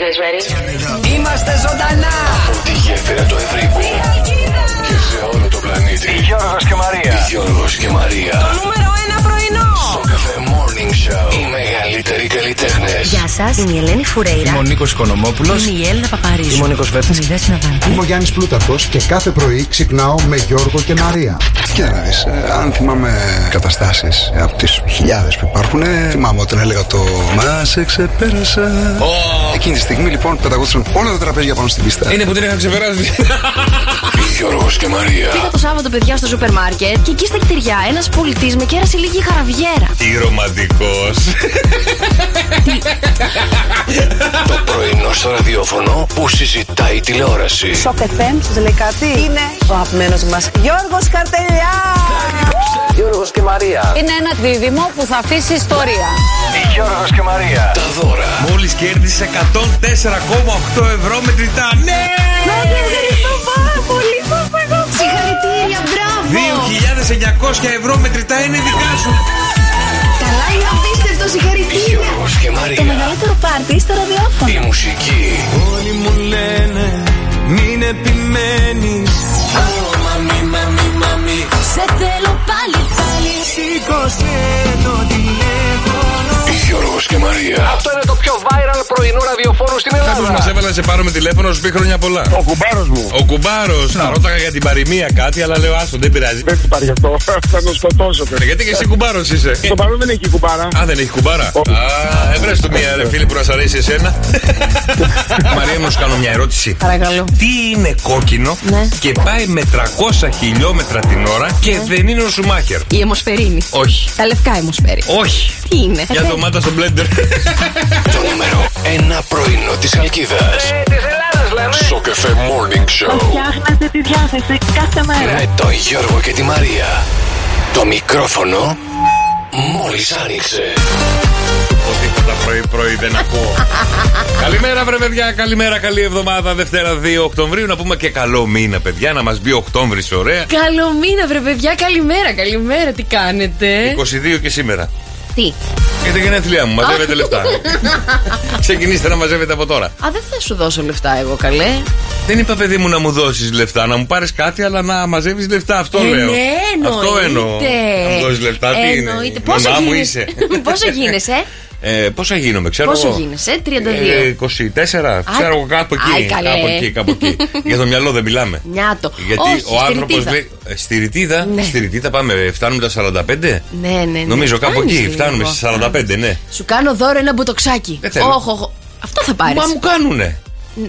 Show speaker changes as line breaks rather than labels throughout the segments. guys ready?
Είμαστε ζωντανά!
Η γέφυρα του Ευρύπου. Και σε όλο το πλανήτη.
Γιώργος και Μαρία.
Γιώργος και
Το
Μαρία.
νούμερο ένα πρωινό!
Στο καφέ Morning Show. Οι μεγαλύτεροι καλλιτέχνες.
Γεια σας, είμαι η Ελένη Φουρέιρα.
Είμαι ο Νίκος Οικονομόπουλος.
Είμαι η Έλληνα Παπαρίζου.
Είμαι ο Νίκος Βέρτης.
Είμαι η Δέσποινα Βανδύ.
Είμαι ο Γιάννης Πλούταρχος και κάθε πρωί ξυπνάω με Γιώργο και Μαρία.
Κοίτα να δεις, ε, αν θυμάμαι καταστάσεις ε, από τις χιλιάδες που υπάρχουν, ε, θυμάμαι όταν έλεγα το «Μα σε ξεπέρασα». Εκείνη τη στιγμή λοιπόν πεταγούσαν όλα τα τραπέζια πάνω στην πίστα.
Είναι που την είχα ξεπεράσει.
Γιώργος και
Πήγα
Μαρία.
το Σάββατο, παιδιά, στο σούπερ μάρκετ και εκεί στα κτηριά ένας πολιτής με κέρασε λίγη χαραβιέρα.
Τι ρομαντικός.
Το πρωινό στο ραδιόφωνο που συζητάει η τηλεόραση.
Σοκ FM, σας λέει κάτι. Είναι ο αγαπημένος μας Γιώργος Καρτελιά.
Γιώργος και Μαρία.
Είναι ένα δίδυμο που θα αφήσει ιστορία.
Γιώργος και Μαρία.
Τα δώρα.
Μόλις κέρδισες 104,8 ευρώ μετρητά. Ναι!
Συγχαρητήρια, μπράβο!
2.900 ευρώ μετρητά είναι δικά σου.
Καλά, είναι απίστευτο, συγχαρητήρια!
Γιώργος και Μαρία.
μεγαλύτερο πάρτι στο ραδιόφωνο.
Η μουσική.
Όλοι μου λένε μην επιμένεις
Σε θέλω πάλι, πάλι.
Γιώργος και Μαρία.
Αυτό είναι το πιο viral πρωινό ραδιοφόρο στην
Κάποιος
Ελλάδα.
μας έβαλε να σε πάρουμε τηλέφωνο σου πει χρόνια πολλά
Ο κουμπάρος μου.
Ο κουμπάρος θα ρώταγα για την παροιμία κάτι αλλά λέω άστο δεν πειράζει Ναι,
Δεν υπάρχει αυτό. Θα τον σκοτώσετε.
Γιατί και εσύ κουμπάρος είσαι
Στο παρόν δεν έχει κουμπάρα.
Α, δεν έχει κουμπάρα. Α, έβρες του μία
Ναι.
ρε φίλη που να σ' αρέσει εσένα. Μαρία μου, σου κάνω μια ερώτηση.
Παρακαλώ.
Τι είναι κόκκινο
Ναι.
και πάει με 300 χιλιόμετρα την ώρα και δεν είναι ο Σουμάχερ.
Η αιμοσφαιρίνη.
Όχι.
Τα λευκά Ε, αιμοσφαίρι.
Όχι.
Τι είναι.
Για ντομάτα στο μπλέντερ.
Το νούμερο ένα πρωινό της Αλκίδας.
Της Ελλάδας Ε, λέμε.
Στο καφέ Morning Show.
Φτιάχνετε τη διάθεση κάθε μέρα.
Με τον Γιώργο και τη Μαρία. Το μικρόφωνο μόλις άνοιξε.
Τίποτα πρωί-πρωί δεν ακούω. καλημέρα, βρε παιδιά, καλημέρα, καλή εβδομάδα. Δευτέρα 2 Οκτωβρίου. Να πούμε και καλό μήνα, παιδιά, να μας μπει Οκτώβρης ωραία.
Καλό μήνα, βρε παιδιά, καλημέρα, καλημέρα, τι κάνετε.
22 και σήμερα.
Ε. Τι.
Για τα γενέθλιά μου, μαζεύετε λεφτά. Ξεκινήστε να μαζεύετε από τώρα.
Α, δεν θα σου δώσω λεφτά εγώ, καλέ.
Δεν είπα παιδί μου να μου δώσεις λεφτά, να μου πάρεις κάτι, αλλά να μαζεύεις λεφτά. Αυτό
Ε,
λέω.
ναι, εννοείται.
Αυτό εννοώ. Να μου δώσεις λεφτά, τι είναι.
Εννοείται. Πόσο
Μαμά μου
γίνεσαι.
είσαι.
Πόσο γίνεσαι.
Ε, πόσα γίνομαι, ξέρω
Πόσο
εγώ.
γίνεσαι, 32.
Ε, 24, ξέρω εγώ κάπου εκεί.
Άι, καλέ.
κάπου εκεί, κάπου εκεί. Για το μυαλό δεν μιλάμε.
Νιάτο.
Γιατί
Όχι,
ο άνθρωπο
στηριτίδα.
λέει. ε, Στη ρητίδα,
Ναι.
στη ρητίδα πάμε, ε, φτάνουμε τα 45.
Ναι, ναι, ναι.
Νομίζω κάπου
Φτάνεις
εκεί,
λίγο.
φτάνουμε στι 45, ναι.
Σου κάνω δώρο ένα μπουτοξάκι.
Δεν θέλω.
Όχι, όχι. Αυτό θα πάρει.
Μα μου κάνουνε.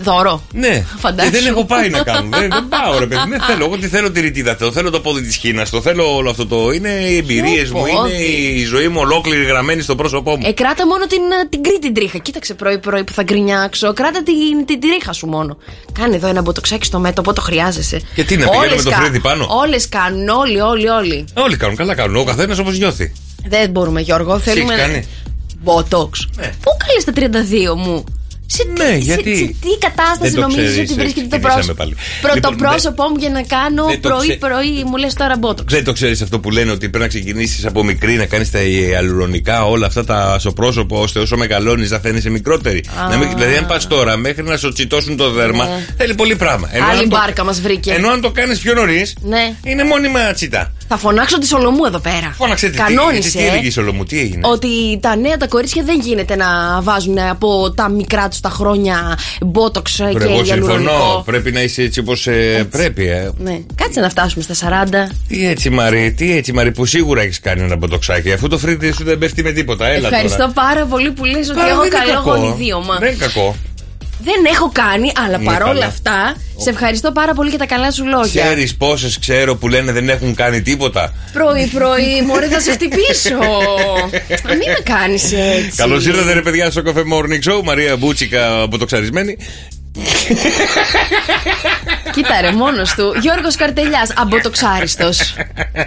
Δώρο.
Ναι.
Φαντάσου.
Ε, δεν έχω πάει να κάνω. δεν, δεν πάω, ρε παιδί. Δεν θέλω. Εγώ τι θέλω τη ρητίδα. Το θέλω το πόδι της Χίνας. Το θέλω όλο αυτό το. Είναι οι εμπειρίες μου.
πόδι.
Είναι η ζωή μου ολόκληρη γραμμένη στο πρόσωπό μου.
Ε, κράτα μόνο την, α, την κρίτη τρίχα. Κοίταξε πρωί-πρωί που θα γκρινιάξω. Κράτα την, την τρίχα σου μόνο. Κάνε εδώ ένα μποτοξάκι στο μέτωπο, το χρειάζεσαι.
Και τι να πηγαίνουμε το φρύδι πάνω?
Όλες κάνουν, όλοι, όλοι, όλοι.
Όλοι κάνουν. Καλά κάνουν. Ο καθένας όπως νιώθει.
Δεν μπορούμε, Γιώργο. Θέλουμε.
έχεις κάνει?
Μποτοξ.
Ναι.
Πού καλές τα 32 μου. Σε τι,
Ναι,
σε-
γιατί?
σε τι
Δεν
κατάσταση
το
νομίζεις
ξέρεις,
ότι βρίσκεται το πρόσωπο.
ξεκινήσαμε πάλι.
Πρωτοπρόσωπό μου για να κάνω
δεν το ξε-
πρωί-πρωί, μου λες τώρα μπότοξ.
Δεν το ξέρεις αυτό που λένε ότι πρέπει να ξεκινήσεις από μικρή να κάνεις τα αλουρονικά, όλα αυτά τα στο πρόσωπο, ώστε όσο μεγαλώνεις να φαίνεσαι μικρότερη. Να μην, δηλαδή, αν πας τώρα μέχρι να σου τσιτώσουν το δέρμα,
Ναι.
θέλει πολύ πράγμα.
Άλλη
αν το-
μπάρκα μας βρήκε.
Ενώ αν το κάνεις πιο νωρίς,
Ναι.
είναι μόνιμα τσιτά.
Θα φωνάξω τη Σολομού εδώ πέρα.
Φώναξε τη.
Κανόνισε,
Τι, τι
ε.
έλεγε η Σολομού, τι έγινε.
Ότι τα νέα τα κορίτσια δεν γίνεται να βάζουν από τα μικρά τους τα χρόνια μπότοξ
Βρε,
και
Εγώ συμφωνώ.
γυαλουρονικό.
Πρέπει να είσαι έτσι όπως πρέπει. ε.
Ναι. Κάτσε να φτάσουμε στα 40.
Τι έτσι, Μαρή, τι έτσι, Μαρή, που σίγουρα έχεις κάνει ένα μποτοξάκι. Αφού το φρύδι σου δεν πέφτει με τίποτα. Έλα
Ευχαριστώ
τώρα.
πάρα πολύ που λες ότι
Πάρα
έχω
δεν είναι
καλό
κακό. Ναι,
γονιδίωμα.
Δεν είναι κακό.
Δεν έχω κάνει, αλλά
Ναι,
παρόλα
καλά.
αυτά, σε ευχαριστώ πάρα πολύ για τα καλά σου λόγια.
Ξέρεις πόσες ξέρω που λένε δεν έχουν κάνει τίποτα.
Πρωί-πρωί, μωρέ, θα σε χτυπήσω. Μην με κάνεις έτσι.
Καλώς ήρθατε, ρε παιδιά, στο Coffee Morning Show. Μαρία Μπούτσικα από το ξαρισμένη.
Κοίτα ρε, μόνος του. Γιώργος Καρτελιάς, αμποτοξάριστο.
Ε.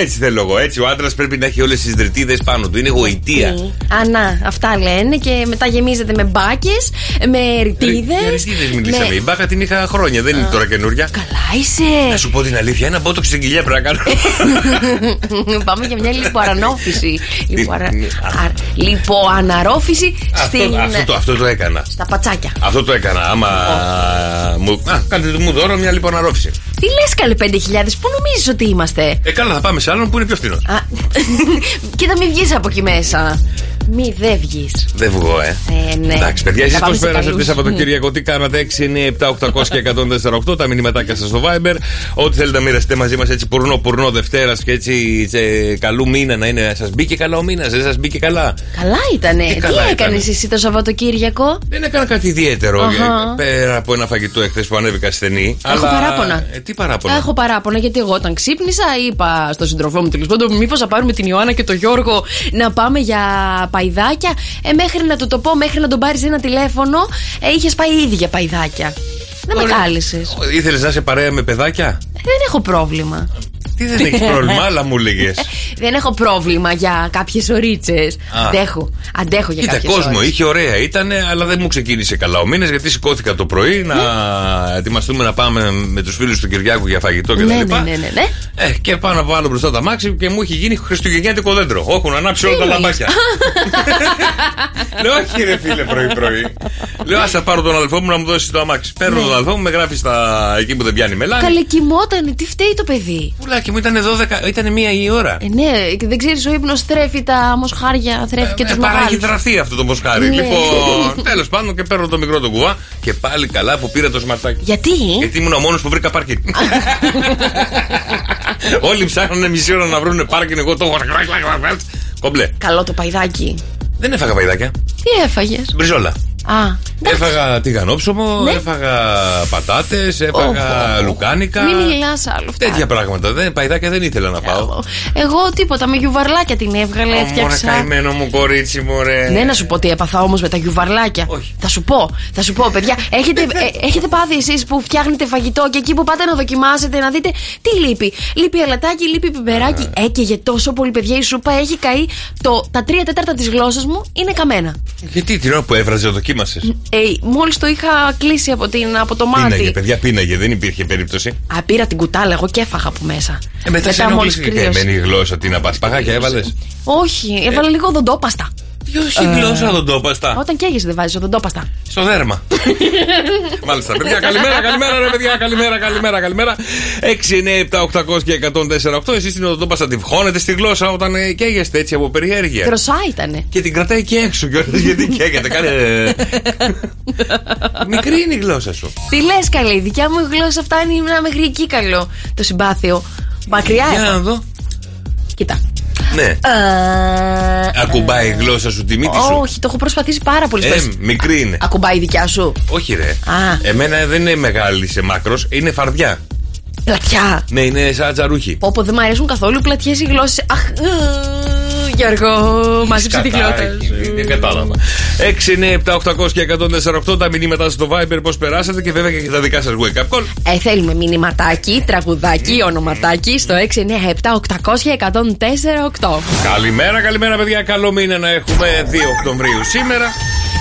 έτσι θέλω εγώ. Έτσι ο άντρας πρέπει να έχει όλες τις δρυτίδες πάνω του. Είναι γοητεία.
Ανά, αυτά λένε και μετά γεμίζεται με μπάκες, με ρητίδες.
Για Ε, ρητίδες μιλήσαμε. Η μπάχα την είχα χρόνια, δεν είναι τώρα καινούρια.
Καλά
Να
είσαι.
σου πω την αλήθεια, ένα μπότοξ στην κοιλιά πρέπει να κάνω.
Πάμε για μια λιποαρανόφηση. Λιποαρα...
ναι.
α- Λιποαναρόφηση στην...
αυτό, αυτό, το, αυτό το έκανα.
στα πατσάκια.
Αυτό το έκανα. Άμα μου. Α, κάντε μου δώρο μια λοιπόν λιποναρόφηση.
Τι λες, καλέ 5.000, πού νομίζεις ότι είμαστε.
Ε, καλά, θα πάμε σε άλλον που είναι πιο φθηνός.
Α, Κοίτα, μην βγεις από εκεί μέσα. Μη δε βγεις.
Δεν βγω, ε.
Ε, ναι.
Εντάξει, παιδιά,
Θα
εσείς
πάμε
πώ
σε
πέρασατε
καλούς. Ναι.
το Σαββατοκύριακο, τι κάνατε 6, 9, 7, 800 και 148, τα μηνύματάκια σας στο Viber. Ό,τι θέλετε να μοιραστείτε μαζί μας έτσι πουρνό, πουρνό Δευτέρας και έτσι σε καλού μήνα να είναι. Σας μπήκε καλά ο μήνας, δεν σας μπήκε καλά.
Καλά ήτανε.
Τι
Τι,
καλά
έκανες
ήτανε.
εσύ το Σαββατοκύριακο.
Δεν έκανα κάτι ιδιαίτερο
Αχα.
ε, πέρα από ένα φαγητό εχθές που ανέβηκα στενή.
Έχω παράπονα.
Ε, τι παράπονα.
Έχω παράπονα γιατί εγώ όταν ξύπνησα είπα στον σύντροφό μου τέλος πάντων μήπως θα πάρουμε την Ιωάννα και τον Γιώργο να πάμε για παϊδάκια. Ε, μέχρι να του το πω, μέχρι να τον πάρεις ένα τηλέφωνο, ε, είχες πάει ήδη για παϊδάκια. Δεν με
Ωραία.
κάλεσες.
Ήθελες να είσαι παρέα με παιδάκια.
Δεν έχω πρόβλημα.
Τι δεν έχεις πρόβλημα, άλλα μου έλεγε.
Δεν έχω πρόβλημα για κάποιες ωρίτσε.
Α.
Αντέχω. Αντέχω για
Κοίτα,
κάποιες
κόσμο είχε, ωραία ήταν, αλλά δεν μου ξεκίνησε καλά ο μήνας γιατί σηκώθηκα το πρωί να ετοιμαστούμε να πάμε με τους φίλους του Κυριάκου για φαγητό κτλ.
Ναι, ναι, ναι, ναι, ναι.
Ε, και πάω να βάλω μπροστά τα μάξι και μου είχε γίνει χριστουγεννιάτικο δέντρο. Έχουν ανάψει όλα τα
Τι
λαμπάκια. Λέω, όχι ρε φίλε πρωί-πρωί. Λέω, ας θα πάρω τον αδελφό μου να μου δώσει το αμάξι.
Ναι.
Παίρνω τον αδελφό μου, με γράφει στα... εκεί που δεν πιάνει μελάνη.
Καλέ, κοιμότανε. Τι φταίει το παιδί.
Πουλάκι μου ήταν 12, ήταν μία η ώρα.
Ε, ναι, και δεν ξέρεις, ο ύπνος τρέφει τα μοσχάρια, τρέφει και
Ε,
τους
παράγει
μεγάλου.
δραθή αυτό το μοσχάρι.
Ναι.
Λοιπόν, τέλος πάντων και παίρνω το μικρό τον κουβά και πάλι καλά που πήρα το σματάκι.
Γιατί?
Γιατί ήμουν ο μόνος που βρήκα πάρκινγκ. Όλοι ψάχνανε μισή ώρα να βρουν πάρκινγκ. Εγώ το έχω. Κομπλέ.
Καλό το παϊδάκι.
Δεν έφαγα παϊδάκια.
Τι έφαγες.
Μπριζόλα.
Α, εντάξει.
Έφαγα τηγανόψωμο,
Ναι.
έφαγα πατάτες, έφαγα
Οχ,
λουκάνικα.
Μην μιλάς άλλο. φτάνει.
Τέτοια πράγματα. Δεν, παϊδάκια δεν ήθελα να πάω.
Εγώ τίποτα, με γιουβαρλάκια την έβγαλε,
Μωρά
έφτιαξα.
καημένο μου κορίτσι μου, ρε.
Ναι, να σου πω τι έπαθα όμως με τα γιουβαρλάκια.
Όχι.
Θα σου πω, θα σου πω, παιδιά. Έχετε, ε, έχετε πάθει εσείς που φτιάχνετε φαγητό και εκεί που πάτε να δοκιμάσετε να δείτε τι λείπει. Λείπει αλατάκι, λείπει πιπεράκι.
Ε.
Έκαιγε τόσο πολύ, παιδιά. Η σούπα έχει καεί. Το, τα τρία τέταρτα της γλώσσας μου είναι καμένα.
Γιατί την ώρα που έβραζε, δοκίμασες.
Ε, Μόλις το είχα κλείσει από, την, από το μάτι.
Πίναγε, παιδιά, πίναγε, δεν υπήρχε περίπτωση.
Α, πήρα την κουτάλα, εγώ και έφαγα από μέσα.
Ε, μετά σε
μόλις
ενοχλήθηκε η
κρύωσε.
καημένη γλώσσα, τι να πας. Παγάκια έβαλες. Ε.
Όχι, έβαλα λίγο δοντόπαστα.
Ποιος η γλώσσα τον τόπαστα.
Όταν καίγεσαι δεν βάζεις δοντόπαστα.
Στο δέρμα. Μάλιστα, παιδιά, καλημέρα, καλημέρα, ρε παιδιά, καλημέρα, καλημέρα, καλημέρα. 6, 9, 7, 800 και 148. Εσεί την οδοντόπαστα τη βγώνετε στη γλώσσα όταν ε, καίγεστε έτσι από περιέργεια.
Κροσά ήτανε.
Και την κρατάει και έξω κιόλα γιατί καίγεται. Κάνε. ε. Μικρή είναι η γλώσσα σου.
Τι λες, καλή, η δικιά μου γλώσσα φτάνει να μέχρι εκεί καλό. Το συμπάθειο. Μακριά
Για
έχω.
να δω.
Κοίτα.
Ναι.
Ε,
Ακουμπάει η γλώσσα σου τη μύτη σου.
Όχι, το έχω προσπαθήσει πάρα πολύ.
Ε,
Πες,
μικρή είναι.
Ακουμπάει η δικιά σου.
Όχι ρε.
Α.
Εμένα δεν είναι μεγάλη σε μάκρος, είναι φαρδιά.
Πλατιά.
Ναι, είναι σαν τζαρούχη.
Πόπο, δεν μου αρέσουν καθόλου πλατιές οι γλώσσες. Αχ, ε, Γιώργο, μάζεψε τη γλώσσα.
Σκατάκι, Δεν Ε, κατάλαβα. 6, 9, 7, 800 και 148 τα μηνύματα στο Viber πώς περάσατε και βέβαια και τα δικά σας wake up call.
Ε, θέλουμε μηνυματάκι,
Ε.
τραγουδάκι, ονοματάκι στο 697-800-1048.
Καλημέρα, καλημέρα παιδιά. Καλό μήνα να έχουμε 2 Οκτωβρίου σήμερα.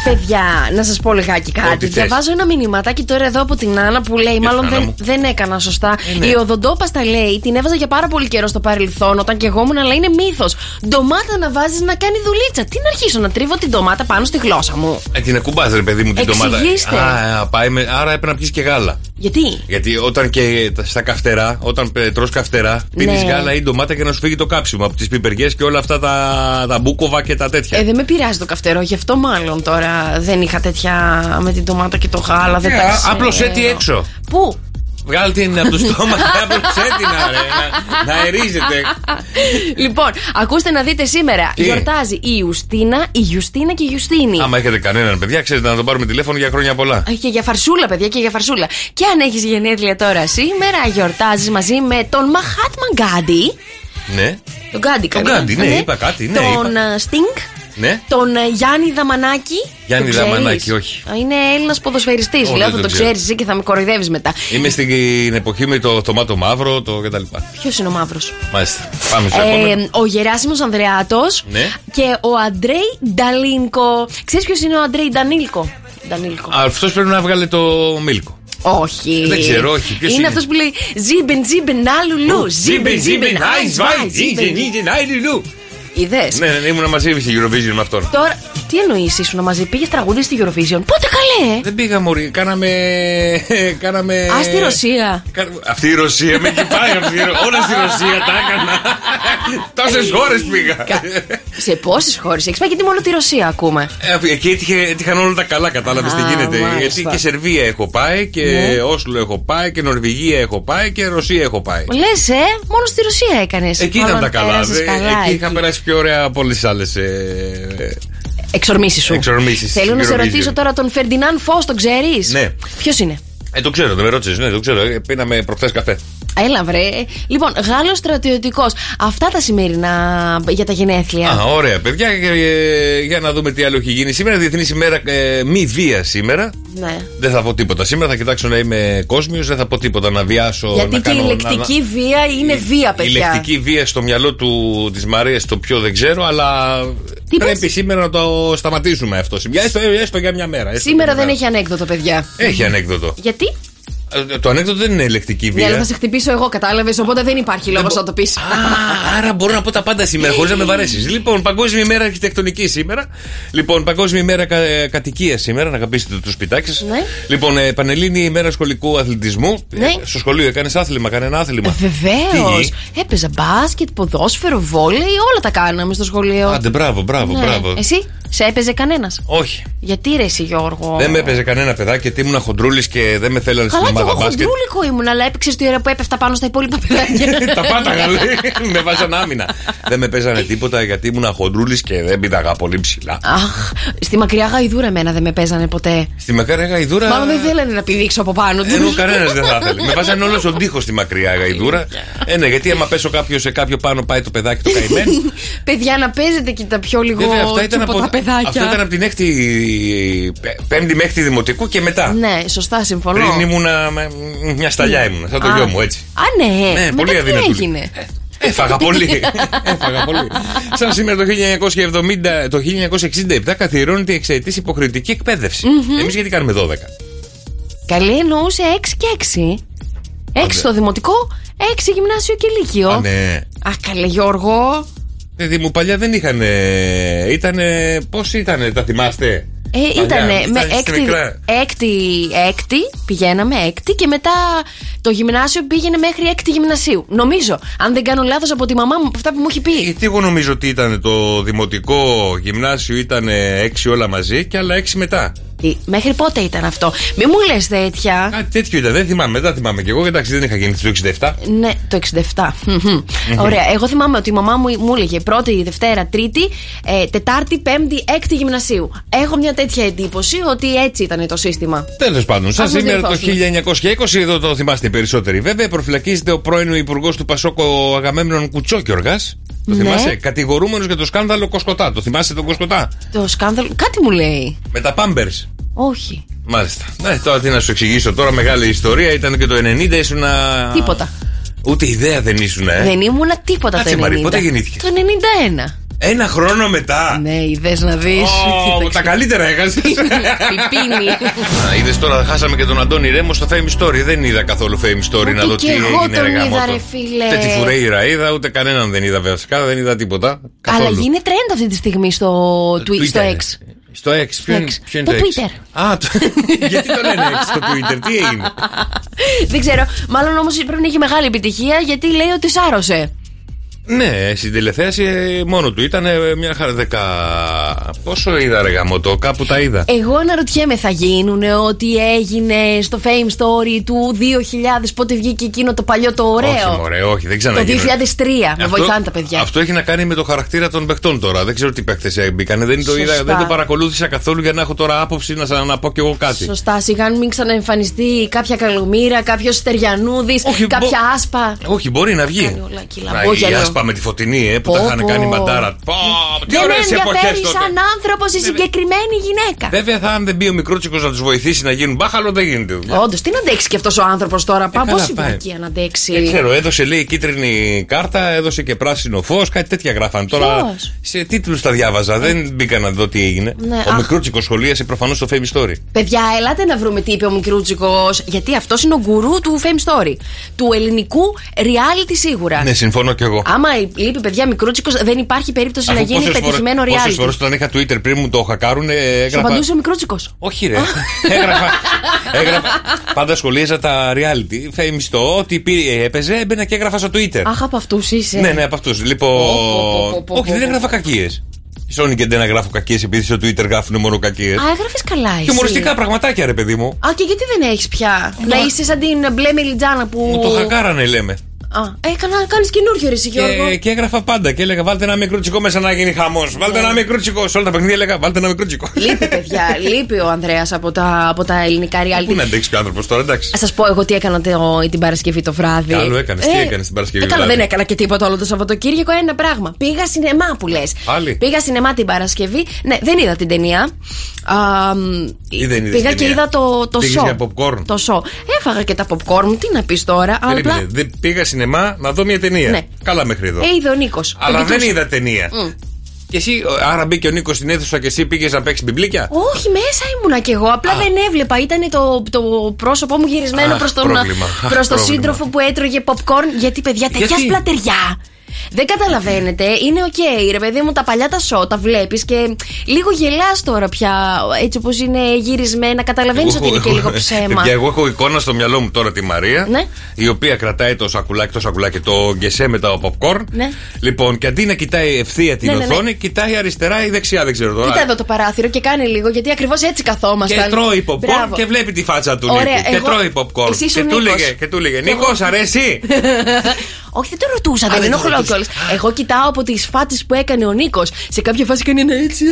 Παιδιά, να σας πω λιγάκι κάτι.
Ό,τι θες.
Διαβάζω ένα μηνυματάκι τώρα εδώ από την Άννα που λέει: Μάλλον
Άννα μου.
δεν, δεν έκανα σωστά.
ναι.
Η οδοντόπαστα λέει: Την έβαζα για πάρα πολύ καιρό στο παρελθόν, όταν και εγώ ήμουν, αλλά είναι μύθος. Ντομάτα να βάζεις να κάνει δουλίτσα. Τι να αρχίσω να τρίβω την ντομάτα πάνω στη γλώσσα μου.
Ε, την ακουμπάς ρε παιδί μου την ντομάτα.
Εξηγήστε.
Α, α, πάει με- άρα έπρεπε να πιεις και γάλα.
Γιατί.
Γιατί όταν και τα- στα καυτερά, όταν ε, τρως καυτερά, πίνεις
Ναι.
γάλα ή ντομάτα και να σου φύγει το κάψιμο από τις πιπεριές και όλα αυτά τα, τα μπούκοβα και τα τέτοια.
Ε, δεν με πειράζει το καυτερό, γι' αυτό μάλλον τώρα δεν είχα τέτοια με την ντομάτα και το γάλα. Δεν
Ε,
τα
α-
ξέρω.
απλώς έτσι έξω.
Πού?
Βγάλ την από το στόμα και άποψε την ρε. Να, να ερίζεται.
λοιπόν, ακούστε να δείτε σήμερα.
Τι?
Γιορτάζει η Ιουστίνα, η Ιουστίνα και η Ιουστίνη.
Άμα έχετε κανέναν παιδιά, ξέρετε να τον πάρουμε τηλέφωνο για χρόνια πολλά.
Α, Και για φαρσούλα, παιδιά, και για φαρσούλα. Και αν έχεις γενέθλια τώρα σήμερα, γιορτάζεις μαζί με τον Μαχάτμα Γκάντι.
Ναι.
Τον Γκάντι,
Τον
καλά.
Γκάντι, ναι, είπα κάτι, ναι,
τον
είπα.
α, Στίνκ.
Ναι.
τον ε, Γιάννη Δαμανάκη.
Γιάννη
Τον ξέρεις?
Δαμανάκη, όχι.
Α, Είναι Έλληνας ποδοσφαιριστής.
Όχι,
Λέω
δεν
θα το
τον ξέρω.
ξέρεις εσύ και θα με κοροϊδεύεις μετά.
Είμαι στην εποχή με το τομάτο μαύρο το κτλ.
Ποιος είναι ο μαύρος.
Μάλιστα. Πάμε στο επόμενο.
Ε, ο Γεράσιμος Ανδρεάτος
Ναι.
και ο Αντρέι Νταλίνκο. Ξέρεις ποιος είναι ο Αντρέι Ντανίλκο. Ντανίλκο.
Αυτός πρέπει να βγάλει το μίλκο.
Όχι.
Δεν ξέρω, όχι. Ποιος είναι?
είναι αυτός που λέει Ζίμπεν, Ζίμπεν, Αλουλού. Ζίμπεν, Ζίμπεν, Άι, Ζίμπεν. Είδες.
Ναι, ναι, ναι, ήμουν μαζί στη Eurovision με αυτόν.
Τώρα, τι εννοείς ήσουν μαζί, πήγες τραγούδι στη Eurovision. Πότε καλέ!
Δεν πήγα μωρή, κάναμε... κάναμε...
Ας, στη Ρωσία.
Κα- Αυτή η Ρωσία με κοιτάει αυτή η Ρω- Όλα στη Ρωσία τα έκανα. Τόσες ώρε πήγα.
Κα- Σε πόσες χώρες έχεις πάει, γιατί μόνο τη Ρωσία ακούμε.
Ε, Εκεί έτυχε, έτυχαν όλα τα καλά, κατάλαβες τι
Α,
γίνεται.
μάλιστα. Ναι.
Γιατί και Σερβία έχω πάει, και Όσλο έχω πάει, και Νορβηγία έχω πάει, και Ρωσία έχω πάει.
Λες, ε, μόνο στη Ρωσία έκανες.
Εκεί ήταν τα καλά. δε. Εκεί είχα περάσει πιο ωραία από όλες τις άλλες. ε,
Εξορμήσεις σου.
Εξορμήσεις
Θέλω να σε
Eurovision.
ρωτήσω τώρα τον Φερντινάν Φως, τον ξέρεις.
Ναι.
Ποιος είναι.
Ε, το ξέρω, δεν με ρώτησες. Ναι, το ξέρω. Ε, Πίναμε προχθές καφέ.
Έλα βρε. Λοιπόν, Γάλλος στρατιωτικός. Αυτά τα σημερινά για τα γενέθλια.
Α, ωραία, παιδιά. ε, για να δούμε τι άλλο έχει γίνει σήμερα. Διεθνής ημέρα ε, μη βία σήμερα.
Ναι.
Δεν θα πω τίποτα σήμερα. Θα κοιτάξω να είμαι κόσμιος. Δεν θα πω τίποτα. Να βιάσω.
Γιατί
να
και η
κάνω,
λεκτική βία είναι βία,
Η
παιδιά.
λεκτική βία στο μυαλό του της Μαρίας το πιο δεν ξέρω, αλλά
Τι
πρέπει
είπες?
σήμερα να το σταματήσουμε αυτό. Για Έστω, έστω για μια μέρα. έστω
Σήμερα
για μια
δεν
μέρα.
έχει ανέκδοτο, παιδιά.
Έχει ανέκδοτο.
Γιατί?
Ε, Το ανέκδοτο δεν είναι λεκτική
Ναι,
βία.
αλλά θα σε χτυπήσω εγώ, κατάλαβες. Οπότε δεν υπάρχει λόγος να το πεις.
Α, άρα μπορώ να πω τα πάντα σήμερα, χωρίς να με βαρέσεις. Λοιπόν, Παγκόσμια ημέρα αρχιτεκτονική σήμερα. Λοιπόν, Παγκόσμια ημέρα κα, κατοικία σήμερα, να αγαπήσετε το σπιτάκι σα.
Ναι.
Λοιπόν, ε, Πανελλήνια ημέρα σχολικού αθλητισμού.
Ναι. Ε,
Ε, στο σχολείο έκανες άθλημα, έκανε ένα άθλημα.
Βεβαίως.
Τι?
Έπαιζα μπάσκετ, ποδόσφαιρο, βόλεϊ, όλα τα κάναμε στο σχολείο.
Άντε, μπράβο, μπράβο,
Ναι.
μπράβο.
Εσύ, σε έπαιζε κανένας.
Όχι.
Γιατί ρε, εσύ Γιώργο.
Δεν με έπαιζε κανένα παιδάκι γιατί ήμουν χοντρούλης και δεν με θέλανε στην
Καλά, κι εγώ
ομάδα μπάσκετ.
χοντρούλικο ήμουν, αλλά έπαιξες τη ώρα που έπεφτα πάνω στα υπόλοιπα παιδάκια.
Τα πάτα με βάζαν άμυνα. δεν με παίζανε τίποτα γιατί ήμουν χοντρούλης και δεν πήδαγα πολύ ψηλά.
Αχ, στη μακριά γαϊδούρα εμένα δεν με παίζανε ποτέ.
Στη μακάρια γαϊδούρα.
Μάλλον δεν θέλανε να πηδήξω από πάνω τους.
Ενώ κανένας δεν θα ήθελε. Με βάζανε όλος στον τοίχο στη μακριά γαϊδούρα. ε, ναι, γιατί άμα πέσω κάποιος σε κάποιο πάνω πάει το παιδάκι το καημένο.
Παιδιά, να παίζετε και τα πιο λίγο
Βέβαια, αυτά ήταν,
τσούποτα
από,
παιδάκια.
αυτά ήταν από την έκτη, πέμπτη με έκτη δημοτικού και μετά.
Ναι, σωστά, συμφωνώ.
Πριν ήμουνα με- μια σταλιά ήμουν, σαν το
Α.
γιο μου έτσι.
Α, ναι.
Ναι,
Μετά
πολύ
τι
αδυνατούλη.
έγινε.
Έφαγα πολύ. Έφαγα πολύ. Σαν σήμερα το 1970, το 1967 καθιερώνεται η εξαετή υποχρεωτική εκπαίδευση. Εμείς γιατί κάνουμε 12.
Καλή εννοούσε 6 και 6. 6
ναι.
στο δημοτικό, 6 γυμνάσιο και λύκειο.
Α, ναι.
Αχ, καλέ Γιώργο.
Παιδί μου, παλιά δεν είχαν. Ήταν. Πώ ήταν, τα θυμάστε.
Ε,
Παλιά,
ήτανε με
στα
έκτη,
μικρά.
έκτη, έκτη, πηγαίναμε έκτη και μετά το γυμνάσιο πήγαινε μέχρι έκτη γυμνασίου. Νομίζω, αν δεν κάνω λάθος από τη μαμά μου, από αυτά που μου έχει πει.
Γιατί Ε, εγώ νομίζω ότι ήταν το δημοτικό γυμνάσιο ήταν 6 όλα μαζί και άλλα 6 μετά.
Τι, Ε, Μέχρι πότε ήταν αυτό. Μη μου λες τέτοια.
Κάτι τέτοιο ήταν, δεν θυμάμαι, μετά θυμάμαι και εγώ. Εντάξει, δεν είχα γεννηθεί το 67.
Ναι, το 67. Μμμ. Ωραία. Εγώ θυμάμαι ότι η μαμά μου μου έλεγε πρώτη, Δευτέρα, Τρίτη, ε, Τετάρτη, Πέμπτη, Έκτη γυμνασίου. Έχω μια τέτοια εντύπωση ότι έτσι ήταν το σύστημα.
Τέλος πάντων, σαν
Ας μην
σήμερα το
διορθώσουμε.
1920, εδώ το θυμάστε οι περισσότεροι βέβαια, προφυλακίζεται ο πρώην υπουργός του Πασόκο Αγαμέμνων Κουτσόκιοργας. Το
Ναι.
θυμάσαι, κατηγορούμενος για το σκάνδαλο Κοσκοτά. Το θυμάσαι τον Κοσκοτά.
Το σκάνδαλο. Κάτι μου λέει.
Με τα Pampers.
Όχι.
Μάλιστα. Ναι, τώρα τι να σου εξηγήσω τώρα, μεγάλη ιστορία. Ήταν και το 90, ήσουν.
Τίποτα.
Ούτε ιδέα δεν ήσουν, ε.
Δεν ήμουνα τίποτα
Κάτσε,
το 90.
Μαρή, πότε γεννήθηκες?
Το 91.
Ένα χρόνο μετά.
Ναι, είδες να δεις.
Ω, τα καλύτερα έχασες.
Πιπίνη.
Είδες τώρα, χάσαμε και τον Αντώνη Ρέμο στο Fame Story. Δεν είδα καθόλου Fame Story
Ούτε
να δω τι
κι εγώ
έγινε.
τον
ρε
είδα,
γαμότο.
ρε φίλε.
Ούτε τη Φουρέιρα είδα, ούτε κανέναν δεν είδα βασικά, δεν είδα τίποτα. Καθόλου.
Αλλά γίνεται trend αυτή τη στιγμή στο Twitter, στο
Twitter. ε.
X.
Στο X, ποιο είναι,
X.
ποιο είναι το,
Το
X? Α, το... γιατί το λένε X στο Twitter, τι έγινε.
Δεν ξέρω. Μάλλον όμως πρέπει να έχει μεγάλη επιτυχία γιατί λέει ότι σάρωσε.
Ναι, στην τηλεθέαση ε, μόνο του ήταν ε, μια χαρδεκά. Πόσο είδα, ρε γαμότο, κάπου τα είδα.
Εγώ αναρωτιέμαι, θα γίνουν ό,τι έγινε στο fame story του 2000, πότε βγήκε εκείνο το παλιό το ωραίο.
Όχι, μωρέ, όχι, δεν
το 2003.
ξαναγίνει.
Με βοηθάνε τα παιδιά.
Αυτό έχει να κάνει με το χαρακτήρα των παιχτών τώρα. Δεν ξέρω τι παίχτες μπήκανε. Δεν το, είδα,
Σωστά.
δεν το παρακολούθησα καθόλου για να έχω τώρα άποψη να, σα- να πω κι εγώ κάτι.
Σωστά, σιγά μην ξαναεμφανιστεί κάποια καλομήρα, κάποιος στεριανούδης,
Όχι,
κάποια
μπο-
άσπα.
Όχι, μπορεί να βγει.
Κάνει όλα εκεί
Να,
λαμπόγια,
η
λέω.
Όπα με τη φωτεινή, ε, που τα
Πω,
είχαν
πω.
κάνει μαντάρα. Πω, τι
Δεν με
ωραίε εποχές
ενδιαφέρει
τότε.
σαν άνθρωπος η συγκεκριμένη γυναίκα.
Βέβαια, θα αν δεν μπει ο μικρότσικο να τους βοηθήσει να γίνουν μπάχαλο, δεν γίνεται δουλειά.
Όντο, τι να αντέξει και αυτός ο άνθρωπος τώρα. Πά,
Ε, καλά,
πόση
πάει.
ηλικία να αντέξει.
Δεν ξέρω, έδωσε λέει κίτρινη κάρτα, έδωσε και πράσινο φως, κάτι τέτοια γράφαν. Τώρα
Ποιος? Ε.
σε τίτλους τα διάβαζα, δεν μπήκα να δω τι έγινε.
Ναι,
ο
αχ.
μικρότσικο σχολίασε προφανώς το Fame Story.
Παιδιά, ελάτε να βρούμε τι είπε ο Μικρούτσικος. Γιατί αυτός είναι ο γκουρού του Fame Story. Του ελληνικού reality σίγουρα.
Ναι, συμφωνώ κι εγώ.
Άμα λείπει παιδιά Μικρούτσικος, δεν υπάρχει περίπτωση να γίνει πετυχημένο
Πόσες
reality.
φορές όταν είχα Twitter πριν μου το χακάρουν,
Σου
έγραφα.
απαντούσε ο Μικρούτσικος.
Όχι, ρε. έγραφα, έγραφα. Πάντα σχολίαζα τα reality. Fame Story, ό,τι πήρε, έπαιζε, έμπαινα και έγραφα στο Twitter.
Αχ, από αυτούς είσαι.
Ναι, ναι, από αυτούς.
πω,
Λοιπόν.
πω, πω,
Όχι,
πω,
δεν
πω.
έγραφα κακίες. Σόνι και δεν γράφω κακίες επειδή στο Twitter γράφουν μόνο κακίες.
Α, έγραφες καλά, εσύ.
ναι. Και χιουμοριστικά πραγματάκια, ρε παιδί μου.
Α, και γιατί δεν έχεις πια. Να είσαι σαν την μπλε μελιτζάνα που.
Μου το χακάρανε, λέμε.
Α, έκανα, κάνει καινούριο ρε, εσύ, Γιώργο.
Και, και έγραφα πάντα και έλεγα: Βάλτε ένα μικρό τσικό μέσα να γίνει χαμός. Βάλτε ένα μικρό τσικό. Σε όλα τα παιχνίδια έλεγα: Βάλτε ένα μικρό τσικό.
Ναι. Λείπει, παιδιά. Λείπει ο Ανδρέας από τα, από τα ελληνικά
Ε, Πού να
reality.
αντέξει και ο άνθρωπος τώρα, εντάξει.
Σας πω εγώ τι έκανα το, την Παρασκευή το βράδυ. Ε,
Καλό έκανες. Τι έκανες την Παρασκευή
Καλά,
βράδυ?
δεν έκανα και τίποτα όλο το Σαββατοκύριακο. Ένα πράγμα. Πήγα σινεμά που λες.
Πάλι?
Πήγα σινεμά την Παρασκευή. Ναι, δεν είδα την ταινία. Α, μ,
Ή δεν είδες
πήγα
ταινία?
και είδα το, το
Πήγες
show.
για popcorn?
Το show. Έφαγα και τα popcorn μου. Τι να πεις τώρα.
Περίμενε.
Απλά.
Δεν πήγα σινεμά να δω μια ταινία.
Ναι.
Καλά μέχρι εδώ.
Ε, είδε ο Νίκος.
Αλλά δεν είδα ταινία. Και εσύ, ε, άρα μπήκε ο Νίκος στην αίθουσα και εσύ πήγες να παίξεις μπιμπλίκια.
Όχι, μέσα ήμουνα κι εγώ. Απλά δεν έβλεπα. Ήταν το, το πρόσωπό μου γυρισμένο
Αχ,
προς τον,
πρόβλημα. Αχ,
προς τον
πρόβλημα.
σύντροφο που έτρωγε popcorn. Γιατί, παιδιά, τέτοια
Γιατί?
σπλατεριά. Δεν καταλαβαίνετε. Είναι οκ, ρε παιδί μου, τα παλιά τα σο, τα βλέπεις και λίγο γελάς τώρα πια. Έτσι όπως είναι γυρισμένα, καταλαβαίνεις
Εγώ
ότι είναι
έχω-
και λίγο
έχω-
ψέμα.
Παιδιά, εγώ έχω εικόνα στο μυαλό μου τώρα τη Μαρία,
Ναι.
η οποία κρατάει το σακουλάκι, το σακουλάκι, το γκεσέ με τα popcorn.
Ναι.
Λοιπόν, και αντί να κοιτάει ευθεία την
Ναι, ναι, ναι.
οθόνη, κοιτάει αριστερά ή δεξιά, δεν ξέρω τώρα.
Κοίτα εδώ το παράθυρο και κάνει λίγο, γιατί ακριβώς έτσι
και
καθόμασταν.
τρώει popcorn
Μπράβο.
και βλέπει τη φάτσα του
Ωραία,
Νίκου. Και
εγώ-
τρώει popcorn.
εσύ είσαι
Και
ο
του
Νίκος.
λέγε, και του λέγε,
Εγώ-
Νίκος, αρέσει.
Όχι, δεν το ρωτούσα,
δεν
δεν
το
ενοχλώ
ρωτούσες.
κιόλα. Εγώ κοιτάω από τις φάτσε που έκανε ο Νίκος. Σε κάποια φάση κάνει ένα έτσι. α,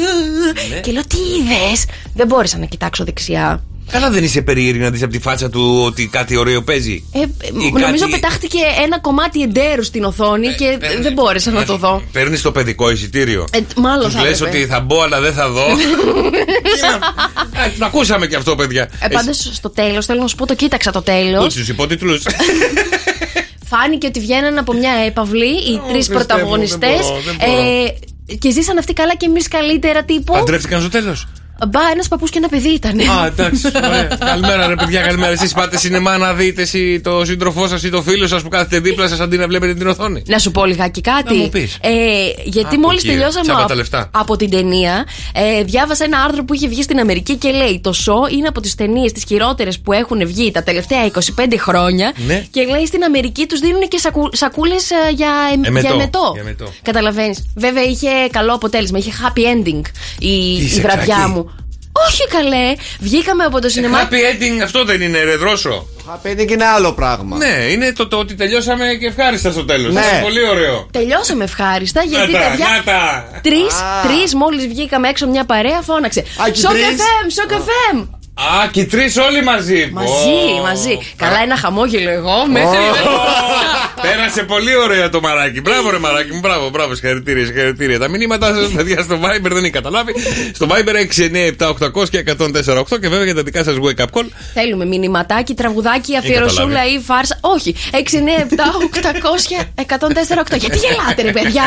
Ναι.
Και λέω, τι είδες. Δεν μπόρεσα να κοιτάξω δεξιά.
Καλά δεν είσαι περίεργη να δεις από τη φάτσα του ότι κάτι ωραίο παίζει.
Ε, ε,
Ή
νομίζω
κάτι- Ε, ναι,
πετάχτηκε ένα κομμάτι εντέρου στην οθόνη και
Παίρνεις-
δεν μπόρεσα να το δω.
Παίρνεις το παιδικό εισιτήριο.
Ε, μάλλον
Τους
θα
λες
έπρεπε.
ότι θα μπω, αλλά δεν θα δω. Τι να- Ε, Το ακούσαμε και αυτό, παιδιά.
Ε, Πάντως στο τέλος, θέλω να σου πω, το κοίταξα το τέλος.
Του υπότιτλους.
Φάνηκε ότι βγαίναν από μια έπαυλη οι
Ω,
τρεις
Χριστέ μου, δεν
πρωταγωνιστές.
μπορώ, δεν μπορώ.
Και ζήσαν αυτοί καλά και εμείς καλύτερα τύπου.
Παντρεύτηκαν στο τέλος.
Μπα, ένας παππούς και ένα παιδί ήταν.
Α, εντάξει. ωραία. Καλημέρα, ρε παιδιά, καλημέρα. Εσείς πάτε σινεμά να δείτε εσύ το σύντροφό σας ή το φίλο σας που κάθεται δίπλα σας αντί να βλέπετε την οθόνη.
Να σου πω λιγάκι κάτι.
Να μου πεις.
Ε, γιατί
Άκου,
μόλις
κύριε,
τελειώσαμε
τσάμπα
απ-
τα λεφτά.
από την ταινία, ε, διάβασα ένα άρθρο που είχε βγει στην Αμερική και λέει: Το show είναι από τις ταινίες τις χειρότερες που έχουν βγει τα τελευταία 25 χρόνια.
Ναι.
Και λέει στην Αμερική τους δίνουν και σακου, σακούλες για, εμ-
Εμετό.
για εμετό.
Ε, Για εμετό.
Καταλαβαίνεις. Βέβαια είχε καλό αποτέλεσμα. Είχε happy ending η,
Είσαι
η βραδιά
ξακή.
μου. Όχι καλέ. Βγήκαμε από το σινεμά.
Happy ending αυτό δεν είναι, ρε δρόσο.
Απέντε και ένα άλλο πράγμα.
Ναι, είναι το, το ότι τελειώσαμε και ευχάριστα στο τέλος.
Ναι.
Είναι πολύ ωραίο.
Τελειώσαμε ευχάριστα γιατί
Να τα,
παιδιά.
να τα.
Τρεις,
Α.
τρεις μόλις βγήκαμε έξω μια παρέα, φώναξε.
Α, και
Σοκ
τρεις.
FM, σοκ FM.
Α, και τρεις όλοι μαζί.
Μαζί,
Ω,
μαζί. Καλά, ένα χαμόγελο εγώ μέσα.
Πέρασε πολύ ωραία το μαράκι. Μπράβο, ρε μαράκι μου, μπράβο, μπράβο. Συγχαρητήρια, συγχαρητήρια. Τα μηνύματά σας, παιδιά, στο Viber δεν έχει καταλάβει. Στο Viber 697-800 και 148 και βέβαια για τα δικά σας wake up call.
Θέλουμε μηνυματάκι, τραγουδάκι, αφιερωσούλα
καταλάβει.
ή φάρσα. Όχι. 6, 9, 7, 800, 148. Γιατί γελάτε, ρε παιδιά.